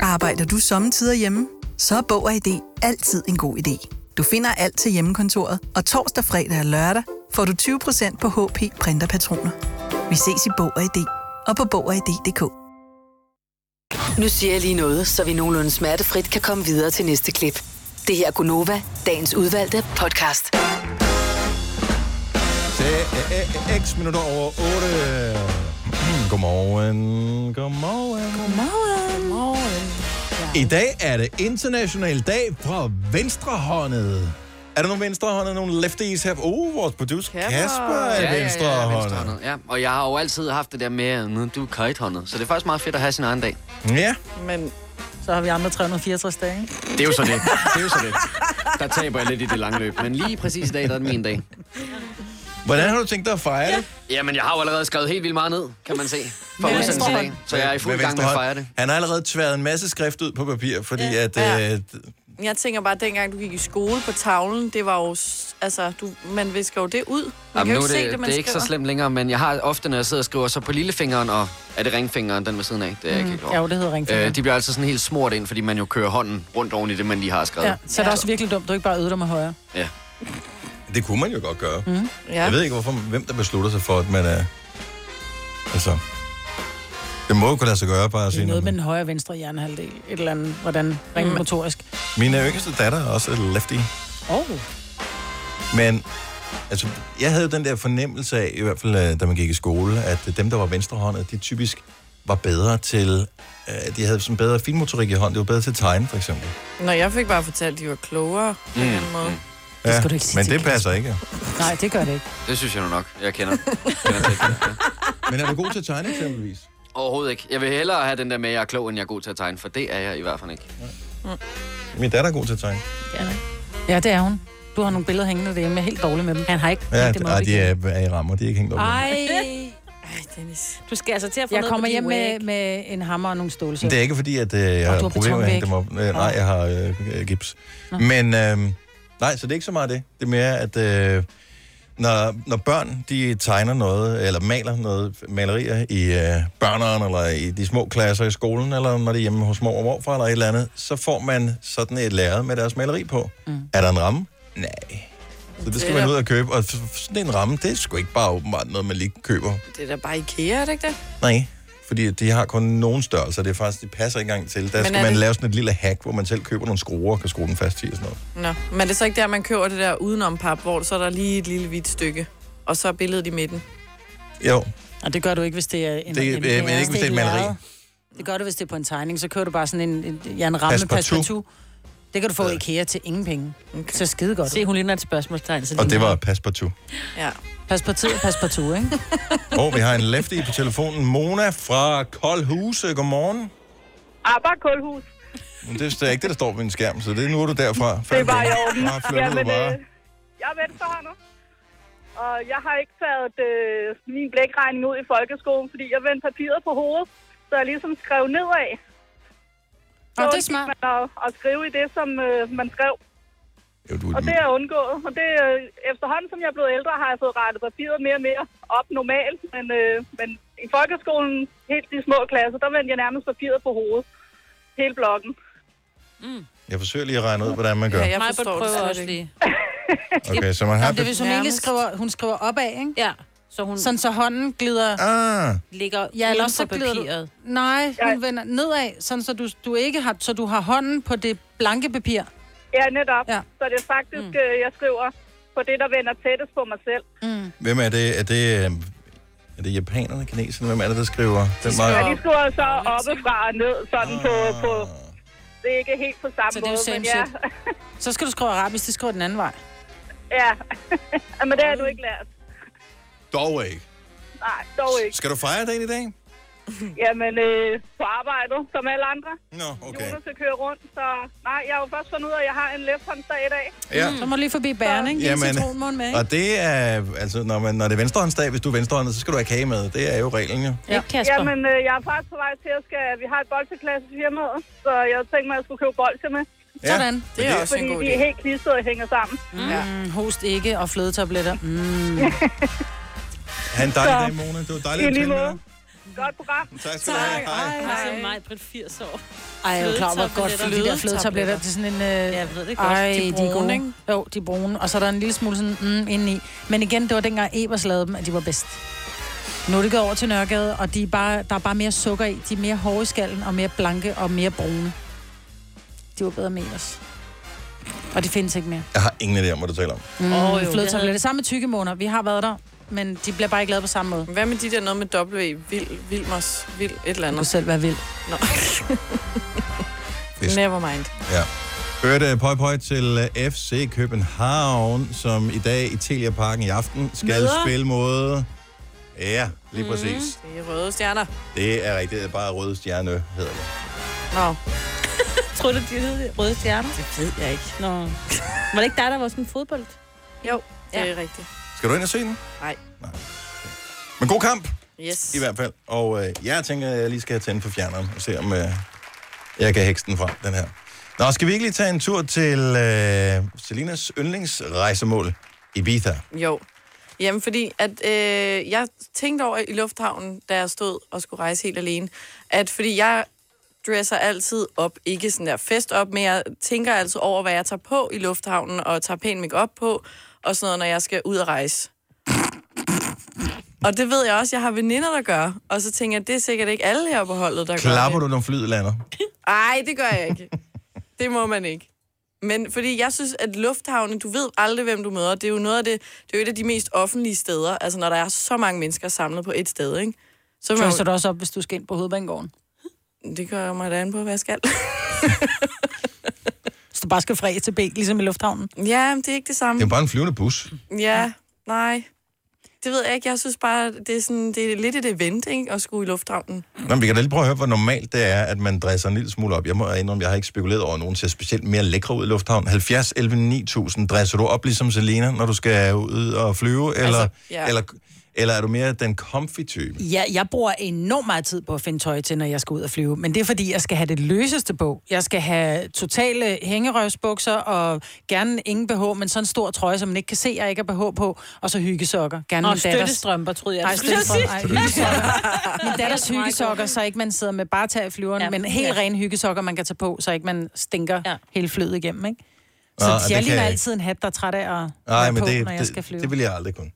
S19: Arbejder du sommetider hjemme? Så er Bog og ID altid en god idé. Du finder alt til hjemmekontoret, og torsdag, fredag og lørdag får du 20% på HP printerpatroner. Vi ses i Bog og ID og på Bog og ID.dk.
S6: Nu siger jeg lige noget, så vi nogenlunde smertefrit kan komme videre til næste klip. Det her er Gunova, dagens udvalgte podcast.
S1: Det er øh, øh, x minutter over 8. (clears throat) Godmorgen. Godmorgen.
S2: Godmorgen. Godmorgen.
S1: I dag er det international dag for venstrehåndede. Er der nogle venstrehåndede, nogle lefties her? Oh, vores producer Kasper, er venstrehåndet.
S20: venstrehåndet, ja. Og jeg har jo altid haft det der med, nu du er kitehåndet. Så det er faktisk meget fedt at have sin egen dag.
S1: Ja.
S5: Men
S4: så har vi andre 364 dage, ikke?
S20: Det er jo så det. Det er jo så det. Der taber jeg lidt i det lange løb. Men lige præcis i dag, der er det min dag.
S1: Hvordan har du tænkt dig at fejre det?
S20: Jamen, jeg har jo allerede skrevet helt vildt meget ned, kan man se. For udsendelsen i dag. Så jeg er i fuld
S1: Med
S20: gang med at
S1: venstrehånd.
S20: fejre det.
S1: Han har allerede tværet en masse skrift ud på papir, fordi
S5: Ja.
S1: at...
S5: Ja.
S1: Øh,
S5: Jeg tænker bare, at dengang du gik i skole på tavlen, det var jo... s- Altså, du, man visker jo det ud. Man
S20: Jamen,
S5: kan jo
S20: nu
S5: ikke
S20: er det,
S5: se det, man
S20: det er ikke så
S5: skriver.
S20: slemt længere, men jeg har ofte, når jeg sidder og skriver, så på lillefingeren, og er det ringfingeren, den ved siden af? Det er jeg ikke
S4: Mm.
S20: helt over.
S4: Jo, det hedder ringfingeren.
S20: Øh, de bliver altså sådan helt smurt ind, fordi man jo kører hånden rundt oven i det, man lige har skrevet.
S4: Ja, så er det også virkelig dumt, du ikke bare øvede dig med højre.
S20: Ja.
S1: Det kunne man jo godt gøre.
S4: Mm.
S5: Ja.
S1: Jeg ved ikke, hvorfor, hvem der beslutter sig for, at man er... Altså... Det må jo kunne lade sig gøre, bare at
S4: Det
S1: sige
S4: er noget med
S1: noget.
S4: den højre og venstre hjernehalvdel. Et eller andet, hvordan rent
S1: Mm.
S4: motorisk.
S1: Min yngste datter er også lefty.
S4: Åh, oh,
S1: Men altså, jeg havde jo den der fornemmelse af, i hvert fald øh, da man gik i skole, at øh, dem, der var venstrehåndede, de typisk var bedre til... Øh, de havde sådan bedre finmotorik i hånden. Det var bedre til at tegne, for eksempel.
S5: Nå, jeg fik bare fortalt, at de var klogere. Mm.
S20: Mm.
S5: Måde.
S1: Ja,
S20: skal du ikke sige
S1: men
S20: til
S1: det passer ikke.
S4: nej, det gør det ikke.
S20: Det synes jeg nu nok, jeg kender.
S1: Men er du god til at tegne, eksempelvis?
S20: Overhovedet ikke. Jeg vil hellere have den der med, at jeg er klog, end jeg er god til at tegne, for det er jeg i hvert fald ikke.
S1: Min datter er god til at tegne.
S4: Ja, det er hun. Du har nogle billeder hængende derhjemme. Jeg er helt dårlig med dem. Han har ikke
S1: Ja, ej, de er, er i rammer. De er ikke hængt op.
S4: Ej.
S5: Dennis.
S3: Du skal altså til at få
S4: Jeg
S3: noget
S4: kommer
S3: på din
S4: hjem med,
S3: wag.
S4: med en hammer og nogle stålsøm.
S1: Det er ikke fordi, at øh, jeg
S4: du
S1: har
S4: har
S1: problemer med at hænge dem op.
S4: betonvæg.
S1: Øh, nej, jeg har øh, øh, gips.
S4: Nå.
S1: Men øh, nej, så det er ikke så meget det. Det er mere, at øh, når, når børn de tegner noget, eller maler noget malerier i øh, børneren, eller i de små klasser i skolen, eller når de er hjemme hos mor og morfar, eller et eller andet, så får man sådan et lærred med deres maleri på. Mm. Er der en ramme? Nej. Så det skal
S5: Det er
S1: man
S5: der-
S1: ud og købe. Og f- f- sådan en ramme, det er sgu ikke bare åbenbart noget, man lige køber.
S5: Det er da bare IKEA, er det ikke det?
S1: Nej, fordi de har kun nogen størrelser. Det er faktisk, de passer ikke engang til. Der
S5: Men
S1: skal
S5: er
S1: man
S5: det-
S1: lave sådan et lille hack, hvor man selv køber nogle skruer og kan skrue den fast i og sådan noget.
S5: Nå. Men er det så ikke der, man køber det der udenom pap, hvor så er der lige et lille hvidt stykke, og så er billedet i midten?
S1: Jo,
S4: Og det gør du ikke, hvis det er en,
S1: Det-
S4: en,
S1: øh, men ikke, hvis det er et maleri.
S4: lærred. Det gør du, hvis det er på en tegning. Så kører du bare sådan en, en, ja, en ramme
S1: Passepartout.
S4: passepartout. Det kan du få i IKEA til ingen penge. Okay. Så skide godt. Se,
S3: hun ligner et spørgsmålstegn. Så
S1: og det var Passepartout.
S5: Ja.
S4: Pas på tid og pas på tur, ikke?
S1: Og vi har en lefty på telefonen. Mona fra Koldhuse. Godmorgen.
S14: Ah, bare kulhus.
S1: Men Det er ikke det, der står på min skærm, så det er nu er du derfra.
S14: Det er bare i orden.
S1: Bare flytter du
S14: Jamen,
S1: bare.
S14: øh, jeg er venstrehåndet.
S16: Og jeg har ikke taget øh, min blækregning ud i folkeskolen, fordi jeg vendte papiret på hovedet, så jeg ligesom skrev nedad. Så det er smart. Man at, at skrive i det, som øh, man skrev. Jo, du og det er undgået. Og det, øh, efterhånden, som jeg er blevet ældre, har jeg fået rettet papiret mere og mere op normalt. Men, øh, men i folkeskolen, helt de små klasser, der vendte jeg nærmest papiret på hovedet. Hele blokken.
S1: Jeg forsøger lige at regne ud, hvordan man gør.
S4: Ja, jeg forstår det også lige.
S3: (laughs)
S1: Okay, så man har...
S4: Jamen, det er, hvis hun ikke skriver, hun skriver opad, ikke?
S3: Ja. Så hun...
S4: Sådan, så hånden glider...
S1: Ah.
S3: Ligger
S4: Ja, eller
S3: uden
S4: også så
S3: for
S4: glider du...
S3: papiret.
S4: Nej, hun vender nedad, sådan, så du, du ikke har... Så du har hånden på det blanke papir.
S16: Ja, netop. Ja. Så det er faktisk, mm. øh, jeg skriver på det, der vender tættest på mig selv.
S4: Mm.
S1: Hvem er det? Er det, øh, er det japanerne, kineserne? Hvem er det, der skriver? Den
S16: Ja, de skriver så oppefra og ned, sådan på,
S1: Ah.
S16: på... Det er ikke helt på samme
S4: Så det er jo
S16: måde,
S4: same
S16: men ja.
S4: shit. Så skal du skrive arabisk, det skriver den anden vej.
S16: ja. (laughs) men det har du ikke lært.
S1: Dog ikke.
S16: Nej, dog ikke.
S1: Skal du fejre dagen i dag?
S16: Jamen, øh, på arbejdet, som alle andre.
S1: Nå, okay.
S16: Jonas skal køre rundt, så... Nej, jeg har jo først fundet ud af, at jeg har en lefthåndsdag i dag.
S1: Ja. Mm.
S4: Så må du lige forbi bæren, ikke? Jamen, citronmåne med, ikke?
S1: og det er, altså, når, man, når det er venstrehåndsdag, hvis du er venstrehåndet, så skal du have kage med. Det er jo reglen, jo.
S16: Ja. Jamen, øh, jeg er faktisk på vej til, at skal, vi har et bolsjeklasse i firmaet, så jeg tænkte mig, at jeg skulle købe bolsje med.
S1: Ja, Sådan. men
S4: det er også en
S16: Fordi
S4: god
S16: de
S4: idé.
S16: er helt klistrede og hænger sammen.
S4: Mm. Ja. Host ikke og flødetabletter. Mm.
S16: (laughs)
S1: Ha' en dejlig dag, Mona. Det var dejligt at tale med dig.
S16: Godt program.
S1: Tak skal du have. Tak. Hej.
S3: Hej. Altså mig, Britt 80 år.
S4: Ej, jeg er jo klar, over, hvor godt de der flødetabletter, det er sådan en... Øh... Ja,
S3: jeg ved det godt.
S4: Ej,
S3: De er
S4: de
S3: brune,
S4: er gode.
S3: ikke?
S4: Jo, de er brune. Og så er der en lille smule sådan mm, indeni. Men igen, det var dengang Ebers lavede dem, at de var bedst. Nu er det gået over til Nørregade, og de er bare, der er bare mere sukker i. De er mere hårde i skallen, og mere blanke, og mere brune. De var bedre med Ebers. Og det findes ikke mere.
S1: Jeg har ingen idé om, hvad du taler om.
S4: Mm,
S5: Åh, jo,
S4: oh,
S5: det
S4: flødetabletter.
S5: havde-
S4: Det samme med tykke måneder. Vi har været der, men de bliver bare ikke lavet på samme måde.
S5: Hvad med de der noget med W? Vild, Vilmers, Vild, et eller
S4: Du
S5: andet.
S4: kan selv være vild.
S5: Nå. Never mind.
S1: Ja. Hørte pøj pøj til øh, FC København, som i dag i Telia Parken i aften skal
S5: Møder. Mhm.
S1: spille mod... Ja, lige mm. præcis.
S5: Det er røde stjerner.
S1: Det er rigtigt. Det er bare Røde Stjerne, hedder det.
S3: (laughs)
S5: Nå.
S3: Tror du, de hed røde stjerner? Det ved jeg ikke. Nå. Var det ikke dig, der var sådan en fodbold?
S5: Jo, det er rigtigt.
S1: Skal du ind og se den?
S5: Nej.
S1: Men god kamp!
S5: Yes.
S1: I hvert fald. Og øh, jeg tænker, at jeg lige skal have tændt for fjerneren og se, om øh, jeg kan hekse den frem, den her. Nå, skal vi ikke lige tage en tur til øh, Selinas yndlingsrejsemål, Ibiza?
S5: Jo. Jamen, fordi at, øh, jeg tænkte over i lufthavnen, da jeg stod og skulle rejse helt alene, at fordi jeg dresser altid op, ikke sådan der fest op, men jeg tænker altid over, hvad jeg tager på i lufthavnen, og tager pæn make op på, og sådan noget, når jeg skal ud og rejse. Og det ved jeg også, jeg har veninder, der gør. Og så tænker jeg, det er sikkert ikke alle her på holdet, der gør det.
S1: Klapper du, når flyet lander?
S5: Ej, det gør jeg
S4: (laughs)
S5: ikke. Det må man ikke. Men fordi jeg synes, at lufthavnen, du ved aldrig, hvem du møder. Det er jo noget af det, det er jo et af de mest offentlige steder. Altså, når der er så mange mennesker samlet på et sted, ikke? Så må
S4: Dress dig også op, hvis du skal ind på hovedbanegården.
S5: Det gør jeg mig da an på, hvad jeg skal.
S4: (laughs) Hvis du bare skal fra A til B, ligesom i lufthavnen.
S5: Ja, men det er ikke det samme.
S1: Det er jo bare en flyvende bus.
S5: Ja, nej. Det ved jeg ikke. Jeg synes bare, det er, sådan, det er lidt et event, ikke? At skulle i lufthavnen.
S1: Nå, men vi kan da lige prøve at høre, hvor normalt det er, at man dresser en lille smule op. Jeg må indrømme, jeg har ikke spekuleret over, at nogen ser specielt mere lækre ud i lufthavn. 70, 11, 9000. Dresser du op ligesom Selena, når du skal ud og flyve? Eller, altså,
S4: ja.
S1: ja. eller, eller er du mere den comfy type?
S4: Ja, jeg bruger enormt meget tid på at finde tøj til, når jeg skal ud og flyve. Men det er, fordi jeg skal have det løseste på. Jeg skal have totale hængerøvsbukser og gerne ingen BH, men sådan en stor trøje, som man ikke kan se, at jeg ikke har BH på. Og så hyggesokker. Gerne
S3: Nå,
S4: min datters-
S3: støttestrømper, troede jeg.
S4: Nej,
S3: du skulle til at
S4: støttestrømper. Ej,
S3: sige.
S4: hyggesokker. (laughs) Min datters
S3: Ja.
S4: hyggesokker, så ikke man sidder med bare tag i flyveren,
S3: Ja.
S4: ja. men helt
S3: Ja.
S4: rene hyggesokker, man kan tage på, så ikke man stinker ja. hele flyet igennem, ikke? Så
S1: Nå,
S4: Nå,
S1: det
S4: jeg
S1: kan
S4: ligner
S1: jeg ikke.
S4: altid en hat, der er træt af at
S1: Nej,
S4: være
S1: men
S4: på,
S1: det,
S4: når jeg skal
S1: det,
S4: flyve.
S1: det vil jeg aldrig kunne.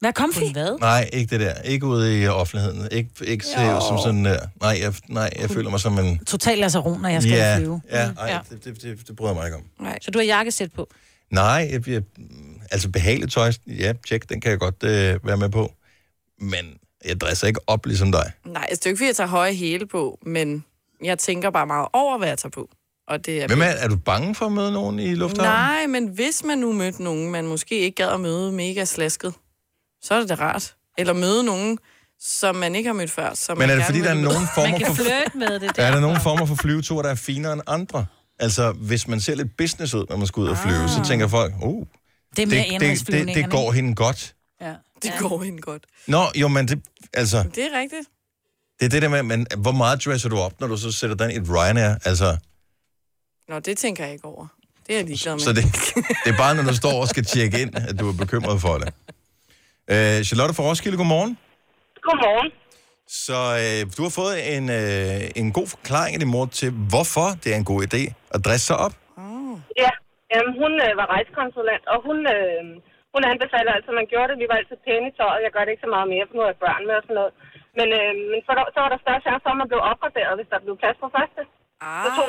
S4: Hvad comfy? Hvad?
S1: Nej, ikke det der. Ikke ude i offentligheden. Ikke, ikke se ud som sådan der. Nej, jeg, nej, jeg føler mig som en...
S4: Total lasaron, når jeg skal
S1: ja,
S4: flyve. Mm,
S1: Ja, ej, Det, det, det, det bryder jeg mig ikke om.
S5: Nej.
S3: Så du har jakkesæt på?
S1: Nej, jeg, jeg, altså behageligt tøj, ja, tjek, den kan jeg godt øh, være med på. Men jeg dresser ikke op ligesom dig.
S5: Nej, altså, det er jo ikke, fordi jeg tager høje hæle på, men jeg tænker bare meget over, hvad jeg tager på. Og det er
S1: Hvem er, er du bange for at møde nogen i lufthavnen?
S5: Nej, men hvis man nu mødte nogen, man måske ikke gad at møde mega slasket, så er det da rart. Eller møde nogen, som man ikke har mødt før. Som
S1: Men
S5: man
S1: er det
S5: gerne
S1: fordi,
S5: vil
S1: der er
S5: møde?
S1: nogen former for...
S3: med
S1: (laughs)
S3: det
S1: Er der nogen former for flyvetur, der er finere end andre? Altså, hvis man ser lidt business ud, når man skal ud og flyve, så tænker folk, oh,
S4: Ah. Det er mere
S1: det, det, det, det
S4: indenrigsflyvningerne,
S1: går hende godt.
S4: Ja.
S5: Det ja. går hende godt.
S1: Nå, jo, men det, altså,
S5: Det er rigtigt.
S1: det er det der med, men hvor meget dresser du op, når du så sætter den i et Ryanair? Altså,
S5: Nå, det tænker jeg ikke over. Det er jeg ligeglad med.
S1: så det, det er bare, når du står og skal tjekke ind, at du er bekymret for det. Øh, Charlotte fra Roskilde, godmorgen.
S15: Godmorgen.
S1: Så øh, du har fået en, øh, en god forklaring af din mor til, hvorfor det er en god idé at dresse sig op.
S15: Ja, øhm, hun øh, var rejsekonsulent, og hun, øh, hun anbefalede altid, at man gjorde det. Vi var altid pæne i tøjet. Jeg gør det ikke så meget mere, for nu har jeg børn med og sådan noget. Men, øh, men så, der- så var der større chance for, at man blev opgraderet, hvis der blev plads på første. Ah. Så tog,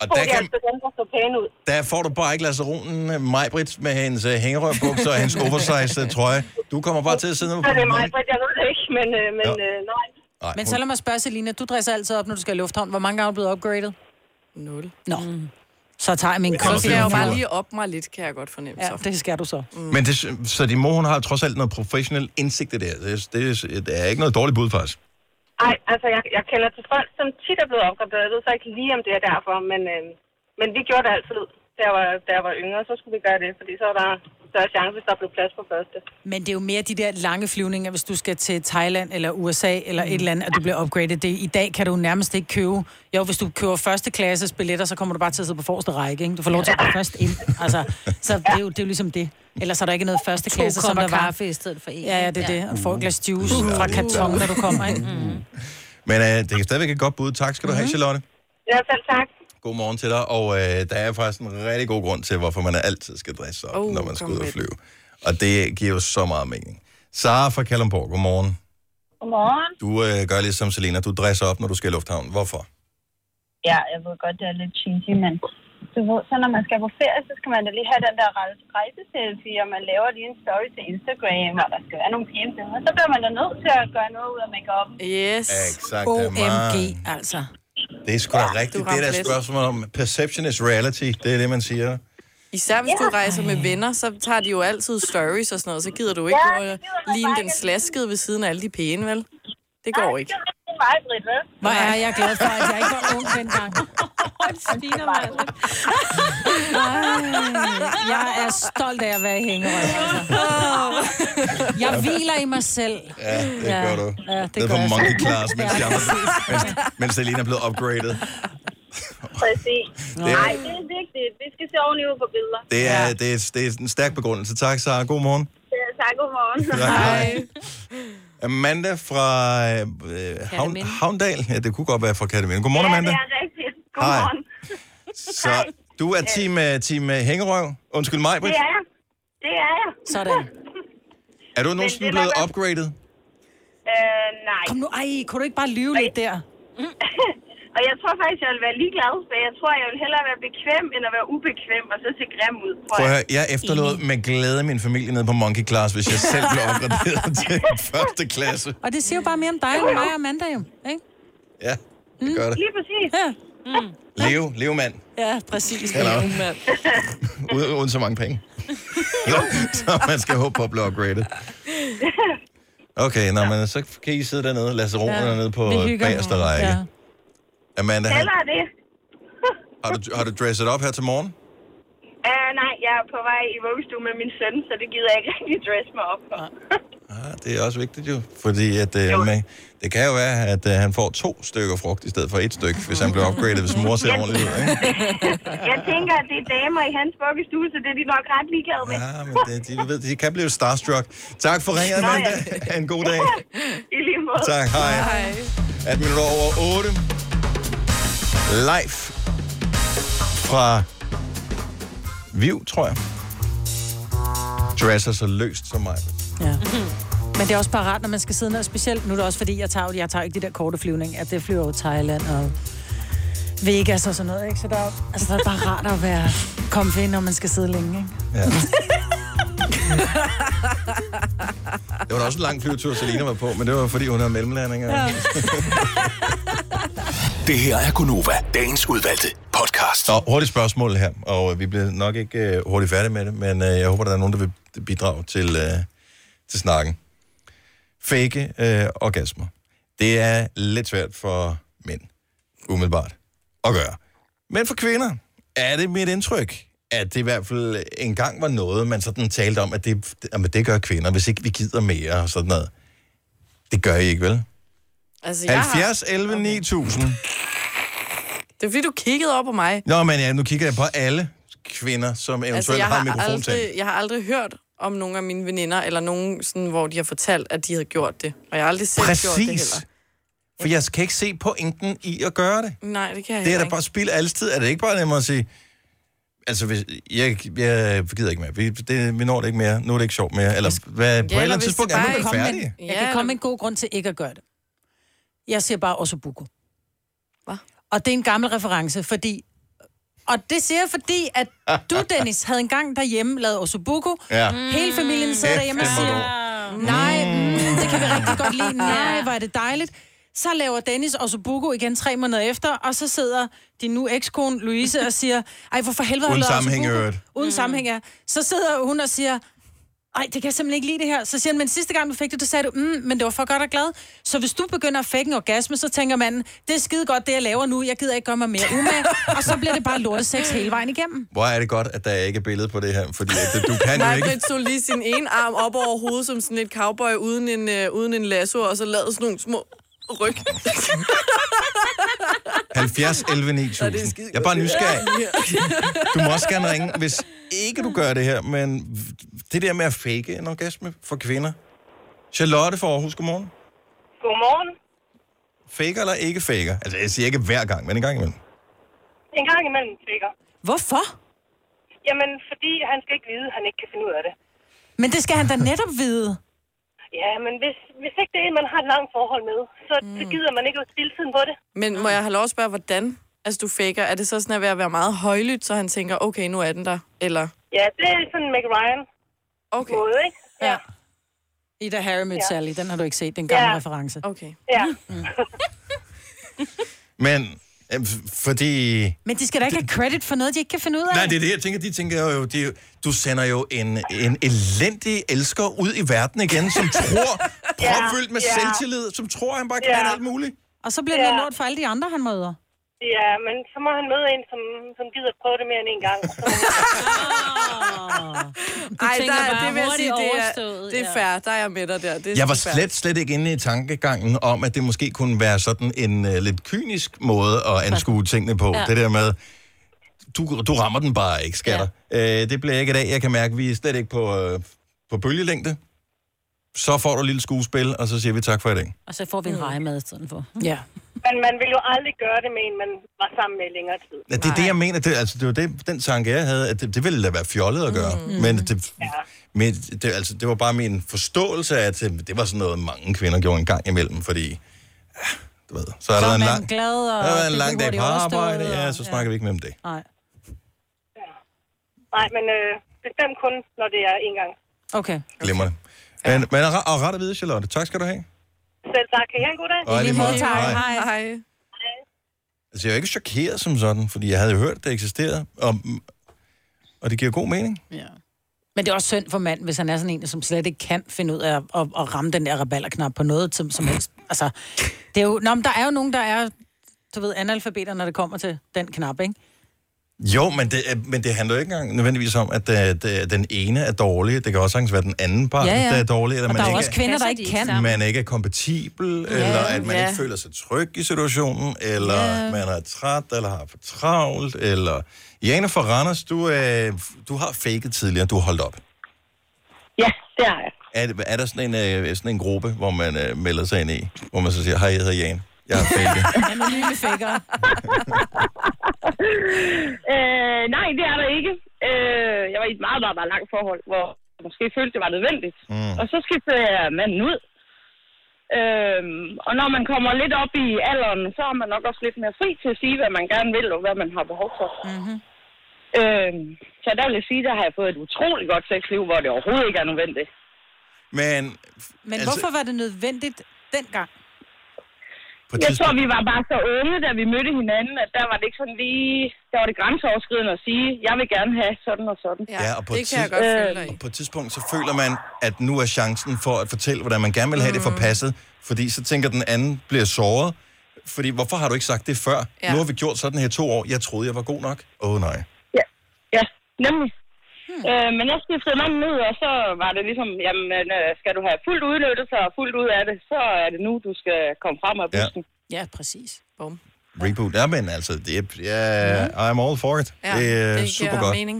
S1: Og
S15: tog
S1: der
S15: de
S1: kan-
S15: altså dem, der så pæne ud.
S1: Der får du bare ikke Lasseronen Majbrit med hendes øh, hængerørbukser og hendes oversized øh, trøje. Du kommer bare til at sidde med
S15: Så det er mig, Britt, jeg ved det ikke, men, øh, men
S1: Ja.
S15: øh, nej.
S1: Nej,
S4: Men så lad mig spørge, Selina, du dresser altid op, når du skal i lufthavn. Hvor mange gange er du blevet upgradet?
S5: Nul.
S4: Nå. Mm. Så tager jeg min
S5: Så
S4: kost.
S5: skal jeg jo bare lige op mig lidt, kan jeg godt fornemme. Mm.
S4: Ja, det skal du så.
S1: Men det, sy- så din mor, hun har trods alt noget professionel indsigt i det her. Det, det, det er ikke noget dårligt bud, faktisk.
S15: Ej, altså, jeg, jeg kender til folk, som tit er blevet opgraderet. Jeg ved så ikke lige, om det er derfor, men, øh, men vi gjorde det altid. Da jeg, var, da jeg var yngre, så skulle vi gøre det, fordi så var der større chance, hvis der blev plads på første.
S4: Men det er jo mere de der lange flyvninger, hvis du skal til Thailand eller USA eller
S5: Mm.
S4: et eller andet, at du bliver upgradet. Det, I dag kan du nærmest ikke købe. Jo, hvis du køber første klasses billetter, så kommer du bare til at sidde på forreste række. Ikke? Du får lov til at gå først ind. Altså, så det er, jo, det er jo ligesom det. Ellers er der ikke noget første
S3: To
S4: klasse, som
S3: kopper
S4: der var.
S3: kaffe i stedet for en.
S4: Ja, ja, det er
S3: Ja.
S4: det. Og du får et glas juice fra karton, når du kommer Mm. ind.
S3: Mm.
S1: Men øh, det er stadigvæk et godt bud. Tak skal du
S5: Mhm.
S1: have, Charlotte.
S15: Ja, selv tak.
S1: God morgen til dig. Og øh, der er faktisk en rigtig god grund til, hvorfor man altid skal dresse op, oh, når man skal ud og flyve. Og det giver jo så meget mening. Sara fra Kalundborg, godmorgen.
S21: Godmorgen.
S1: Du øh, gør ligesom Selena, du dresser op, når du skal i lufthavnen. Hvorfor?
S21: Ja, jeg ved godt, det er lidt cheesy, men du ved, så når man skal på ferie, så skal man da lige have den der rejse- rejseselfie, og man laver lige en story til Instagram, og der skal være nogle pæne billeder. Så bliver man da nødt til at gøre noget ud af make-up.
S5: Yes.
S1: Exakt, det er meget- OMG,
S4: altså.
S1: Det er sgu da ja, rigtigt.
S5: du
S1: Det er
S5: ramte
S1: da et
S5: lidt.
S1: spørgsmål om perception is reality. Det er det, man siger.
S5: Især hvis du rejser med venner, så tager de jo altid stories og sådan noget, så gider du ikke
S21: Ja,
S5: ja,
S21: det gider man
S5: ligne
S21: bare
S5: den
S21: ikke.
S5: slaskede ved siden af alle de pæne, vel? Det går ikke.
S21: Det er mig, Britt, vel?
S4: Hvor er jeg glad for, at jeg ikke var ung dengang.
S21: Sviner mig.
S4: Ej, jeg er stolt af at være i hængerøv. Altså.
S21: (laughs)
S4: Jeg hviler i mig selv.
S1: Ja, det
S4: Ja,
S1: gør du.
S4: ja, det
S1: det er
S4: gør
S1: på
S4: jeg
S1: monkey
S4: så.
S1: class, mens,
S4: Ja.
S1: ja. mens, mens Selena er blevet upgraded.
S21: Præcis.
S1: Det er-
S21: Nej, det er vigtigt. Vi skal se ordentligt ud på billeder.
S1: Det er, ja. det, er, det er en stærk begrundelse. Tak, Sara. God morgen.
S21: Ja, tak,
S1: (laughs)
S21: godmorgen.
S1: Amanda fra øh, Havn,
S21: Kerteminde.
S1: Havndal. Ja, det kunne godt være fra Katamine. Godmorgen, Amanda.
S21: Ja, det er rigtigt. Godmorgen.
S1: (laughs) Så du er team, øh, team øh, Hængerøv. Undskyld mig, Britt.
S21: Det er jeg. Det er jeg.
S4: Sådan.
S1: Er du nogensinde
S21: det var
S1: blevet
S21: godt.
S1: upgraded?
S21: Øh, nej.
S4: Kom nu, ej, kunne du ikke bare lyve lidt der?
S21: og jeg tror faktisk, jeg vil være ligeglad, for jeg tror, jeg vil hellere være bekvem, end at være ubekvem og så se grim ud. tror
S1: Prøv at høre, jeg efterlod (laughs) med glæde min familie nede på monkey class, hvis jeg selv blev opgraderet (laughs) til første klasse.
S4: Og det siger jo bare mere om dig
S21: Jo,
S4: end
S21: jo.
S4: mig og Amanda jo, ikke?
S1: Ja, det gør det.
S21: Lige præcis. Mm.
S4: Ja,
S1: Leve, leve mand.
S4: ja præcis.
S1: Hello.
S4: mand.
S1: Uden, uden så mange penge. Jo, (laughs) så man skal håbe på at blive upgraded. Okay, nå, men så kan I sidde dernede, Lasse Rohner ja, dernede på
S21: vi hygger.
S1: bagerste række.
S21: Ja.
S1: Ja. Amanda, har,
S21: Hellere det.
S1: har, du, har du dresset op her til morgen?
S21: Uh, nej, jeg er på vej i vuggestue med min søn, så det gider jeg ikke rigtig dress mig op
S1: Ah.
S14: (laughs)
S21: for.
S1: Ja, det er også vigtigt jo, fordi at, øh, man, det kan jo være, at øh, han får to stykker frugt i stedet for et stykke, hvis han bliver upgraded, hvis mor ser ordentligt ud. Ikke?
S21: jeg tænker, at det er damer i hans vuggestue, så det er de nok ret ligeglade med.
S1: Ja, men det, de, ved, de kan blive starstruck. Tak for ringet,
S21: Nå, ja.
S1: Amanda. Ha' en god
S14: (laughs)
S1: dag.
S21: I lige måde.
S1: Tak, hej.
S21: hej.
S1: 18 minutter over 8. Live fra Viv, tror jeg. Dresser så løst som mig.
S4: Ja. (laughs) Men det er også bare rart, når man skal sidde ned, og specielt nu er det også fordi, jeg tager, jo- jeg tager ikke de der korte flyvninger, at det flyver over Thailand og Vegas og sådan noget, ikke? Så der, er- altså, der er det bare rart at være komfy, når man skal sidde længe, ikke?
S1: Ja. Det var da også en lang flyvetur, Selina var på, men det var fordi, hun havde mellemlandinger. Ja.
S12: Det her er Gunova, dagens udvalgte podcast.
S1: Så hurtigt spørgsmål her, og øh, vi bliver nok ikke øh, hurtigt færdige med det, men øh, jeg håber, der er nogen, der vil bidrage til, øh, til snakken. Fake øh, orgasmer. Det er lidt svært for mænd, umiddelbart, at gøre. Men for kvinder er det mit indtryk, at det i hvert fald engang var noget, man sådan talte om, at det, jamen, det gør kvinder, hvis ikke vi gider mere og sådan noget. Det gør I ikke, vel?
S5: Altså, jeg
S1: 70, 11, 9000.
S5: Har... Det er fordi, du kiggede op på mig.
S1: Nå, men ja, nu kigger jeg på alle kvinder, som eventuelt
S5: Altså, jeg
S1: har,
S5: har,
S1: mikrofon
S5: aldrig, jeg har aldrig hørt om nogle af mine veninder, eller nogen, sådan, hvor de har fortalt, at de havde gjort det. Og jeg har aldrig selv gjort det
S1: Præcis.
S5: heller.
S1: For jeg kan ikke se pointen i at gøre det.
S5: Nej, det kan jeg
S1: Det er
S5: heller
S1: da bare spild af alles tid. Er det ikke bare nemmere at sige, altså, hvis, jeg, jeg gider ikke mere. Vi, det, vi når det ikke mere. Nu er det ikke sjovt mere. Eller hvad, på et eller andet tidspunkt er man vel færdig.
S4: Jeg kan komme med en god grund til ikke at gøre det. Jeg siger bare Osobuko.
S5: Hvad?
S4: Og det er en gammel reference, fordi... Og det siger jeg, fordi at du, Dennis, havde engang derhjemme lavet Osobuko.
S2: Ja.
S4: Hele familien sidder
S2: Kæft,
S4: derhjemme og
S2: den var
S4: siger, nej, mm, det kan vi rigtig godt
S1: (laughs)
S4: lide. Nej, hvor er det dejligt. Så laver Dennis Osobuko igen tre måneder efter, og så sidder din nu ekskone Louise og siger, ej, hvorfor helvede har du
S1: Uden
S4: lavet
S1: sammenhæng i
S4: Ossobuco?"
S1: øvrigt. Mm.
S4: Uden sammenhæng, ja. Så sidder hun og siger, ej, det kan jeg simpelthen ikke lide det her. Så siger han, men sidste gang du fik det, der sagde du, mm, men det var for godt og glad. Så hvis du begynder at fække en orgasme, så tænker manden, det er skide godt, det jeg laver nu, jeg gider ikke gøre mig mere umage. og så bliver det bare lortesex hele vejen igennem.
S1: Hvor er det godt, at der ikke er billede på det her, fordi at, du kan jo
S5: Nej,
S1: ikke...
S5: Britt tog lige sin ene arm op over hovedet som sådan et cowboy uden en, øh, uden en lasso, og så lavede sådan nogle små ryg.
S1: 70 11 9000. Jeg er bare nysgerrig. Du må også gerne ringe, hvis ikke du gør det her, men det der med at fake en orgasme for kvinder. Charlotte fra Aarhus, godmorgen.
S14: Godmorgen.
S1: Faker eller ikke faker? Altså, jeg siger ikke hver gang, men en gang imellem.
S14: En gang imellem fækker.
S4: Hvorfor?
S14: Jamen, fordi han skal ikke vide, at han ikke kan finde ud af det.
S4: Men det skal han da netop vide.
S14: Ja, men hvis, hvis ikke det er en, man har et langt forhold med, så, mm. så gider man ikke at spille tiden på det.
S5: Men må jeg have lov at spørge, hvordan? Altså, du faker. Er det så sådan at ved at være meget højlydt, så han tænker, okay, nu er den der? Eller?
S14: Ja, det er sådan en Mac Ryan okay. måde, ikke? Ja.
S4: Ida Harry mødte
S14: Ja.
S4: Sally, den har du ikke set, den gamle
S14: Ja.
S4: reference.
S5: Okay.
S14: Ja.
S1: Men øh, f- fordi...
S4: Men de skal da ikke have credit for noget, de ikke kan finde ud af.
S1: Nej, det er det, jeg tænker. De tænker jo, de, du sender jo en, en elendig elsker ud i verden igen,
S4: (laughs)
S1: som tror,
S4: Ja,
S1: propfyldt med
S4: ja.
S1: selvtillid, som tror, han bare kan
S14: Ja.
S1: alt muligt.
S4: Og så bliver det noget
S14: Ja.
S4: lort for alle de andre, han møder.
S14: Ja, men så må han møde en, som, som gider prøve det mere end en gang.
S10: (laughs)
S14: Så...
S5: Ej,
S14: tænker
S5: der,
S14: bare
S5: det vil jeg
S14: hurtigt
S5: sige, det er,
S14: overstået,
S5: det er fair. Der er jeg med dig der. Det er
S1: Jeg var
S5: fair.
S1: slet, slet ikke inde i tankegangen om, at det måske kunne være sådan en uh, lidt kynisk måde at anskue tingene på.
S5: Ja.
S1: Ja. Det der med, du, du rammer den bare ikke, skatter. Ja. Uh, det bliver ikke i dag. Jeg kan mærke, at vi er slet ikke på, uh, på bølgelængde. Så får du et lille skuespil, og så siger vi tak for i dag.
S3: Og så får vi en rejemad i stedet for.
S4: Ja.
S14: Men man vil jo aldrig gøre det med en, man var sammen med i længere tid.
S1: Ja, det er det, jeg mener. Det, altså, det var det, den tanke, jeg havde, at det, det ville da være fjollet at gøre. Mm. Men, det, ja. men det, altså, det var bare min forståelse af, at øh, det var sådan noget, mange kvinder gjorde en gang imellem, fordi... Ja, du ved, så er
S4: Så
S1: der
S4: er
S1: en
S4: man
S1: lang,
S4: glad, og
S1: der har været en
S4: det
S1: lang
S4: bliver
S1: dag på
S4: hurtigt
S1: arbejde,
S4: overstået,
S1: ja,
S4: og-
S1: så snakker vi ikke mere om det.
S4: Nej.
S14: Nej, men øh, bestemt kun, når det er en gang.
S4: Okay.
S1: Glemmer det. Men, men og, og ret at vide, Charlotte. Tak skal du have.
S14: Selv tak. Kan I have en god dag?
S1: Og i lige måde. Hej.
S5: Hej.
S1: Altså, jeg er jo ikke chokeret som sådan, fordi jeg havde jo hørt, at det eksisterede, og, og det giver god mening.
S4: Men det er også synd for manden, hvis han er sådan en, som slet ikke kan finde ud af at, at, at ramme den der rabalderknap på noget som, som helst. Altså, det er jo, nå, men der er jo nogen, der er, du ved, analfabeter, når det kommer til den knap, ikke?
S1: Jo, men det, øh, men det handler jo ikke engang nødvendigvis om, at øh, det- den ene er dårlig. Det kan også sagtens være den anden part,
S4: Ja,
S1: ja,
S4: ja.
S1: ja. der er dårlig. Eller
S4: Og
S1: man
S4: der er jo
S1: ikke
S4: også kvinder, der ikke Passer de kan. ikke sammen?
S1: Man ikke er kompatibel,
S4: Ja,
S1: ja, eller at man
S4: ja.
S1: ja. ikke føler sig tryg i situationen, eller ja. man er træt, eller har for travlt, eller... Jane fra Randers, du, øh, du har faket tidligere, du har holdt op.
S10: Ja, det har jeg.
S1: Er, det- er der sådan en, øh, sådan en gruppe, hvor man øh, melder sig ind i, hvor man så siger, hej, jeg hedder Jane, jeg har faket?
S4: (laughs) Anonyme fækker.
S10: (laughs) øh, nej, det er der ikke. Øh, jeg var i et meget, meget, meget langt forhold, hvor jeg måske følte, det var nødvendigt. Mm. Og så skiftede jeg manden ud. Øhm, og når man kommer lidt op i alderen, så er man nok også lidt mere fri til at sige, hvad man gerne vil, og hvad man har behov for.
S4: Mm-hmm.
S10: Øhm, så der vil jeg sige, der har jeg fået et utrolig godt sexliv, hvor det overhovedet ikke er nødvendigt.
S1: Men,
S4: Men altså... hvorfor var det nødvendigt dengang?
S10: Jeg tror, vi var bare så unge, da vi mødte hinanden, at der var det ikke sådan lige... Der var det grænseoverskridende at sige, jeg vil gerne have sådan og sådan. Øh,
S1: Ja, og på, et tids- og på et tidspunkt, så føler man, at nu er chancen for at fortælle, hvordan man gerne vil have mm. det forpasset. Fordi så tænker den anden, bliver såret. Fordi hvorfor har du ikke sagt det før?
S10: Ja.
S1: Ja. Nu har vi gjort sådan her to år. Jeg troede, jeg var god nok. Åh oh, nej.
S10: Ja, Nemlig. Hmm. Øh, men jeg skiftede manden ud, og så var det ligesom, jamen, øh, skal du have fuldt udnyttelse og fuldt ud af det, så er det nu, du skal komme frem af
S1: Ja.
S10: bussen.
S4: Ja, præcis. Bum.
S1: Reboot. Ja, men altså, det er, ja, I'm all for it.
S5: Ja,
S1: det er
S5: det
S1: super
S5: giver
S1: godt.
S5: mening.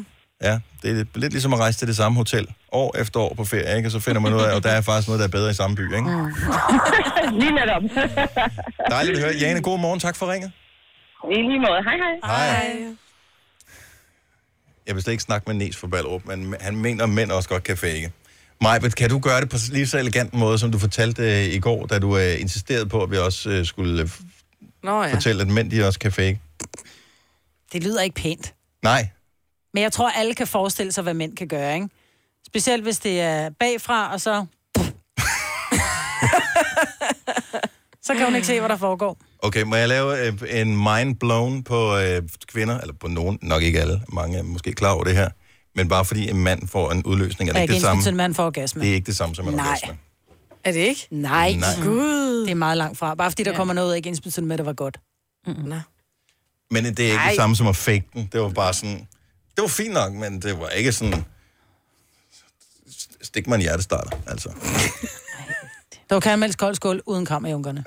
S1: Ja, det er lidt ligesom at rejse til det samme hotel år efter år på ferie, ikke? og så finder man ud af, at der er faktisk noget, der er bedre i samme by. Ikke?
S10: (laughs)
S14: Mm.
S10: Lige
S4: (laughs)
S10: netop.
S1: Dejligt at høre. Jane, god morgen. Tak for ringet.
S10: I lige måde. Hej, hej.
S1: Hej. Jeg vil slet ikke snakke med Nes for Ballerup, men han mener, at mænd også godt kan fake. Majbet, kan du gøre det på lige så elegant en måde, som du fortalte øh, i går, da du øh, insisterede på, at vi også øh, skulle øh,
S4: Nå ja.
S1: fortælle, at mænd de også kan fake?
S4: Det lyder ikke pænt.
S1: Nej.
S4: Men jeg tror, alle kan forestille sig, hvad mænd kan gøre, ikke? Specielt hvis det er bagfra, og så... så kan hun ikke se, hvad der foregår.
S1: Okay, må jeg lave øh, en mind blown på øh, kvinder, eller på nogen, nok ikke alle, mange er måske klar over det her, men bare fordi en mand får en udløsning, er det
S4: Er
S1: ikke det samme?
S4: til en mand for orgasme.
S1: Det er ikke det samme som en
S4: Nej.
S1: orgasme.
S4: Er det ikke? Nej.
S1: Nej.
S4: Gud. Det er meget langt fra. Bare fordi der kommer noget, er ikke ens betydende med, at det var godt. Mm-hmm.
S1: Men øh, det er ikke
S4: Nej.
S1: det samme som at fake den. Det var bare sådan... Det var fint nok, men det var ikke sådan... Stik mig en hjertestarter, altså.
S4: Det var kærmels kold skål uden
S1: (laughs)
S4: kammerjunkerne.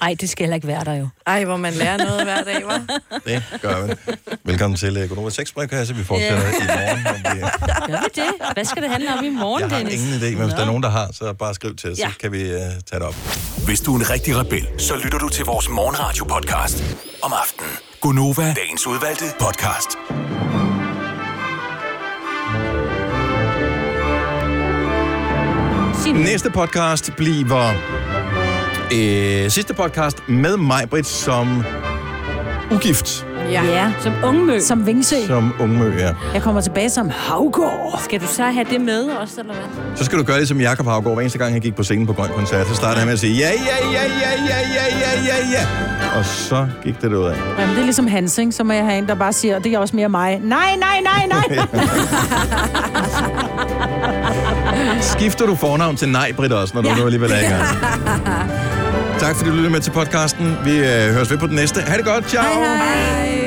S4: Nej, det skal heller ikke være der jo.
S5: Ej, hvor man lærer noget hver dag, hva'?
S1: Det gør vi. Velkommen til Økonomisk 6 Brødkasse. Vi fortsætter yeah. i morgen.
S3: Gør vi det? Hvad skal det handle om i morgen,
S1: Jeg har
S3: Dennis?
S1: ingen idé, men hvis
S3: Nå.
S1: der er nogen, der har, så bare skriv til os,
S3: Ja.
S1: så kan vi uh, tage det op.
S12: Hvis du er en rigtig rebel, så lytter du til vores morgenradio-podcast om aftenen. Gunova, dagens udvalgte podcast.
S1: Næste podcast bliver øh, sidste podcast med Majbrit som ugift,
S4: Ja. ja. Som ungmø. Som vingsø.
S1: som ungmø er.
S4: Jeg kommer tilbage som havgård. Skal du så have det med også, eller hvad?
S1: Så skal du gøre det som Jakob Havgaard. Hver eneste gang, han gik på scenen på Grøn Koncert, så startede han med at sige, ja, ja, ja, ja, ja, ja, ja, ja, ja. Og så gik det derud af.
S4: Jamen, det er ligesom Hans, ikke? Så må jeg have en, der bare siger, og det er også mere mig. Nej, nej, nej, nej.
S1: Skifter du fornavn til nej, Britt, også, når du ja. nu alligevel er i gang. tak fordi du lyttede med til podcasten. Vi øh, høres ved på den næste. Ha' det godt. Ciao. Hej, hej.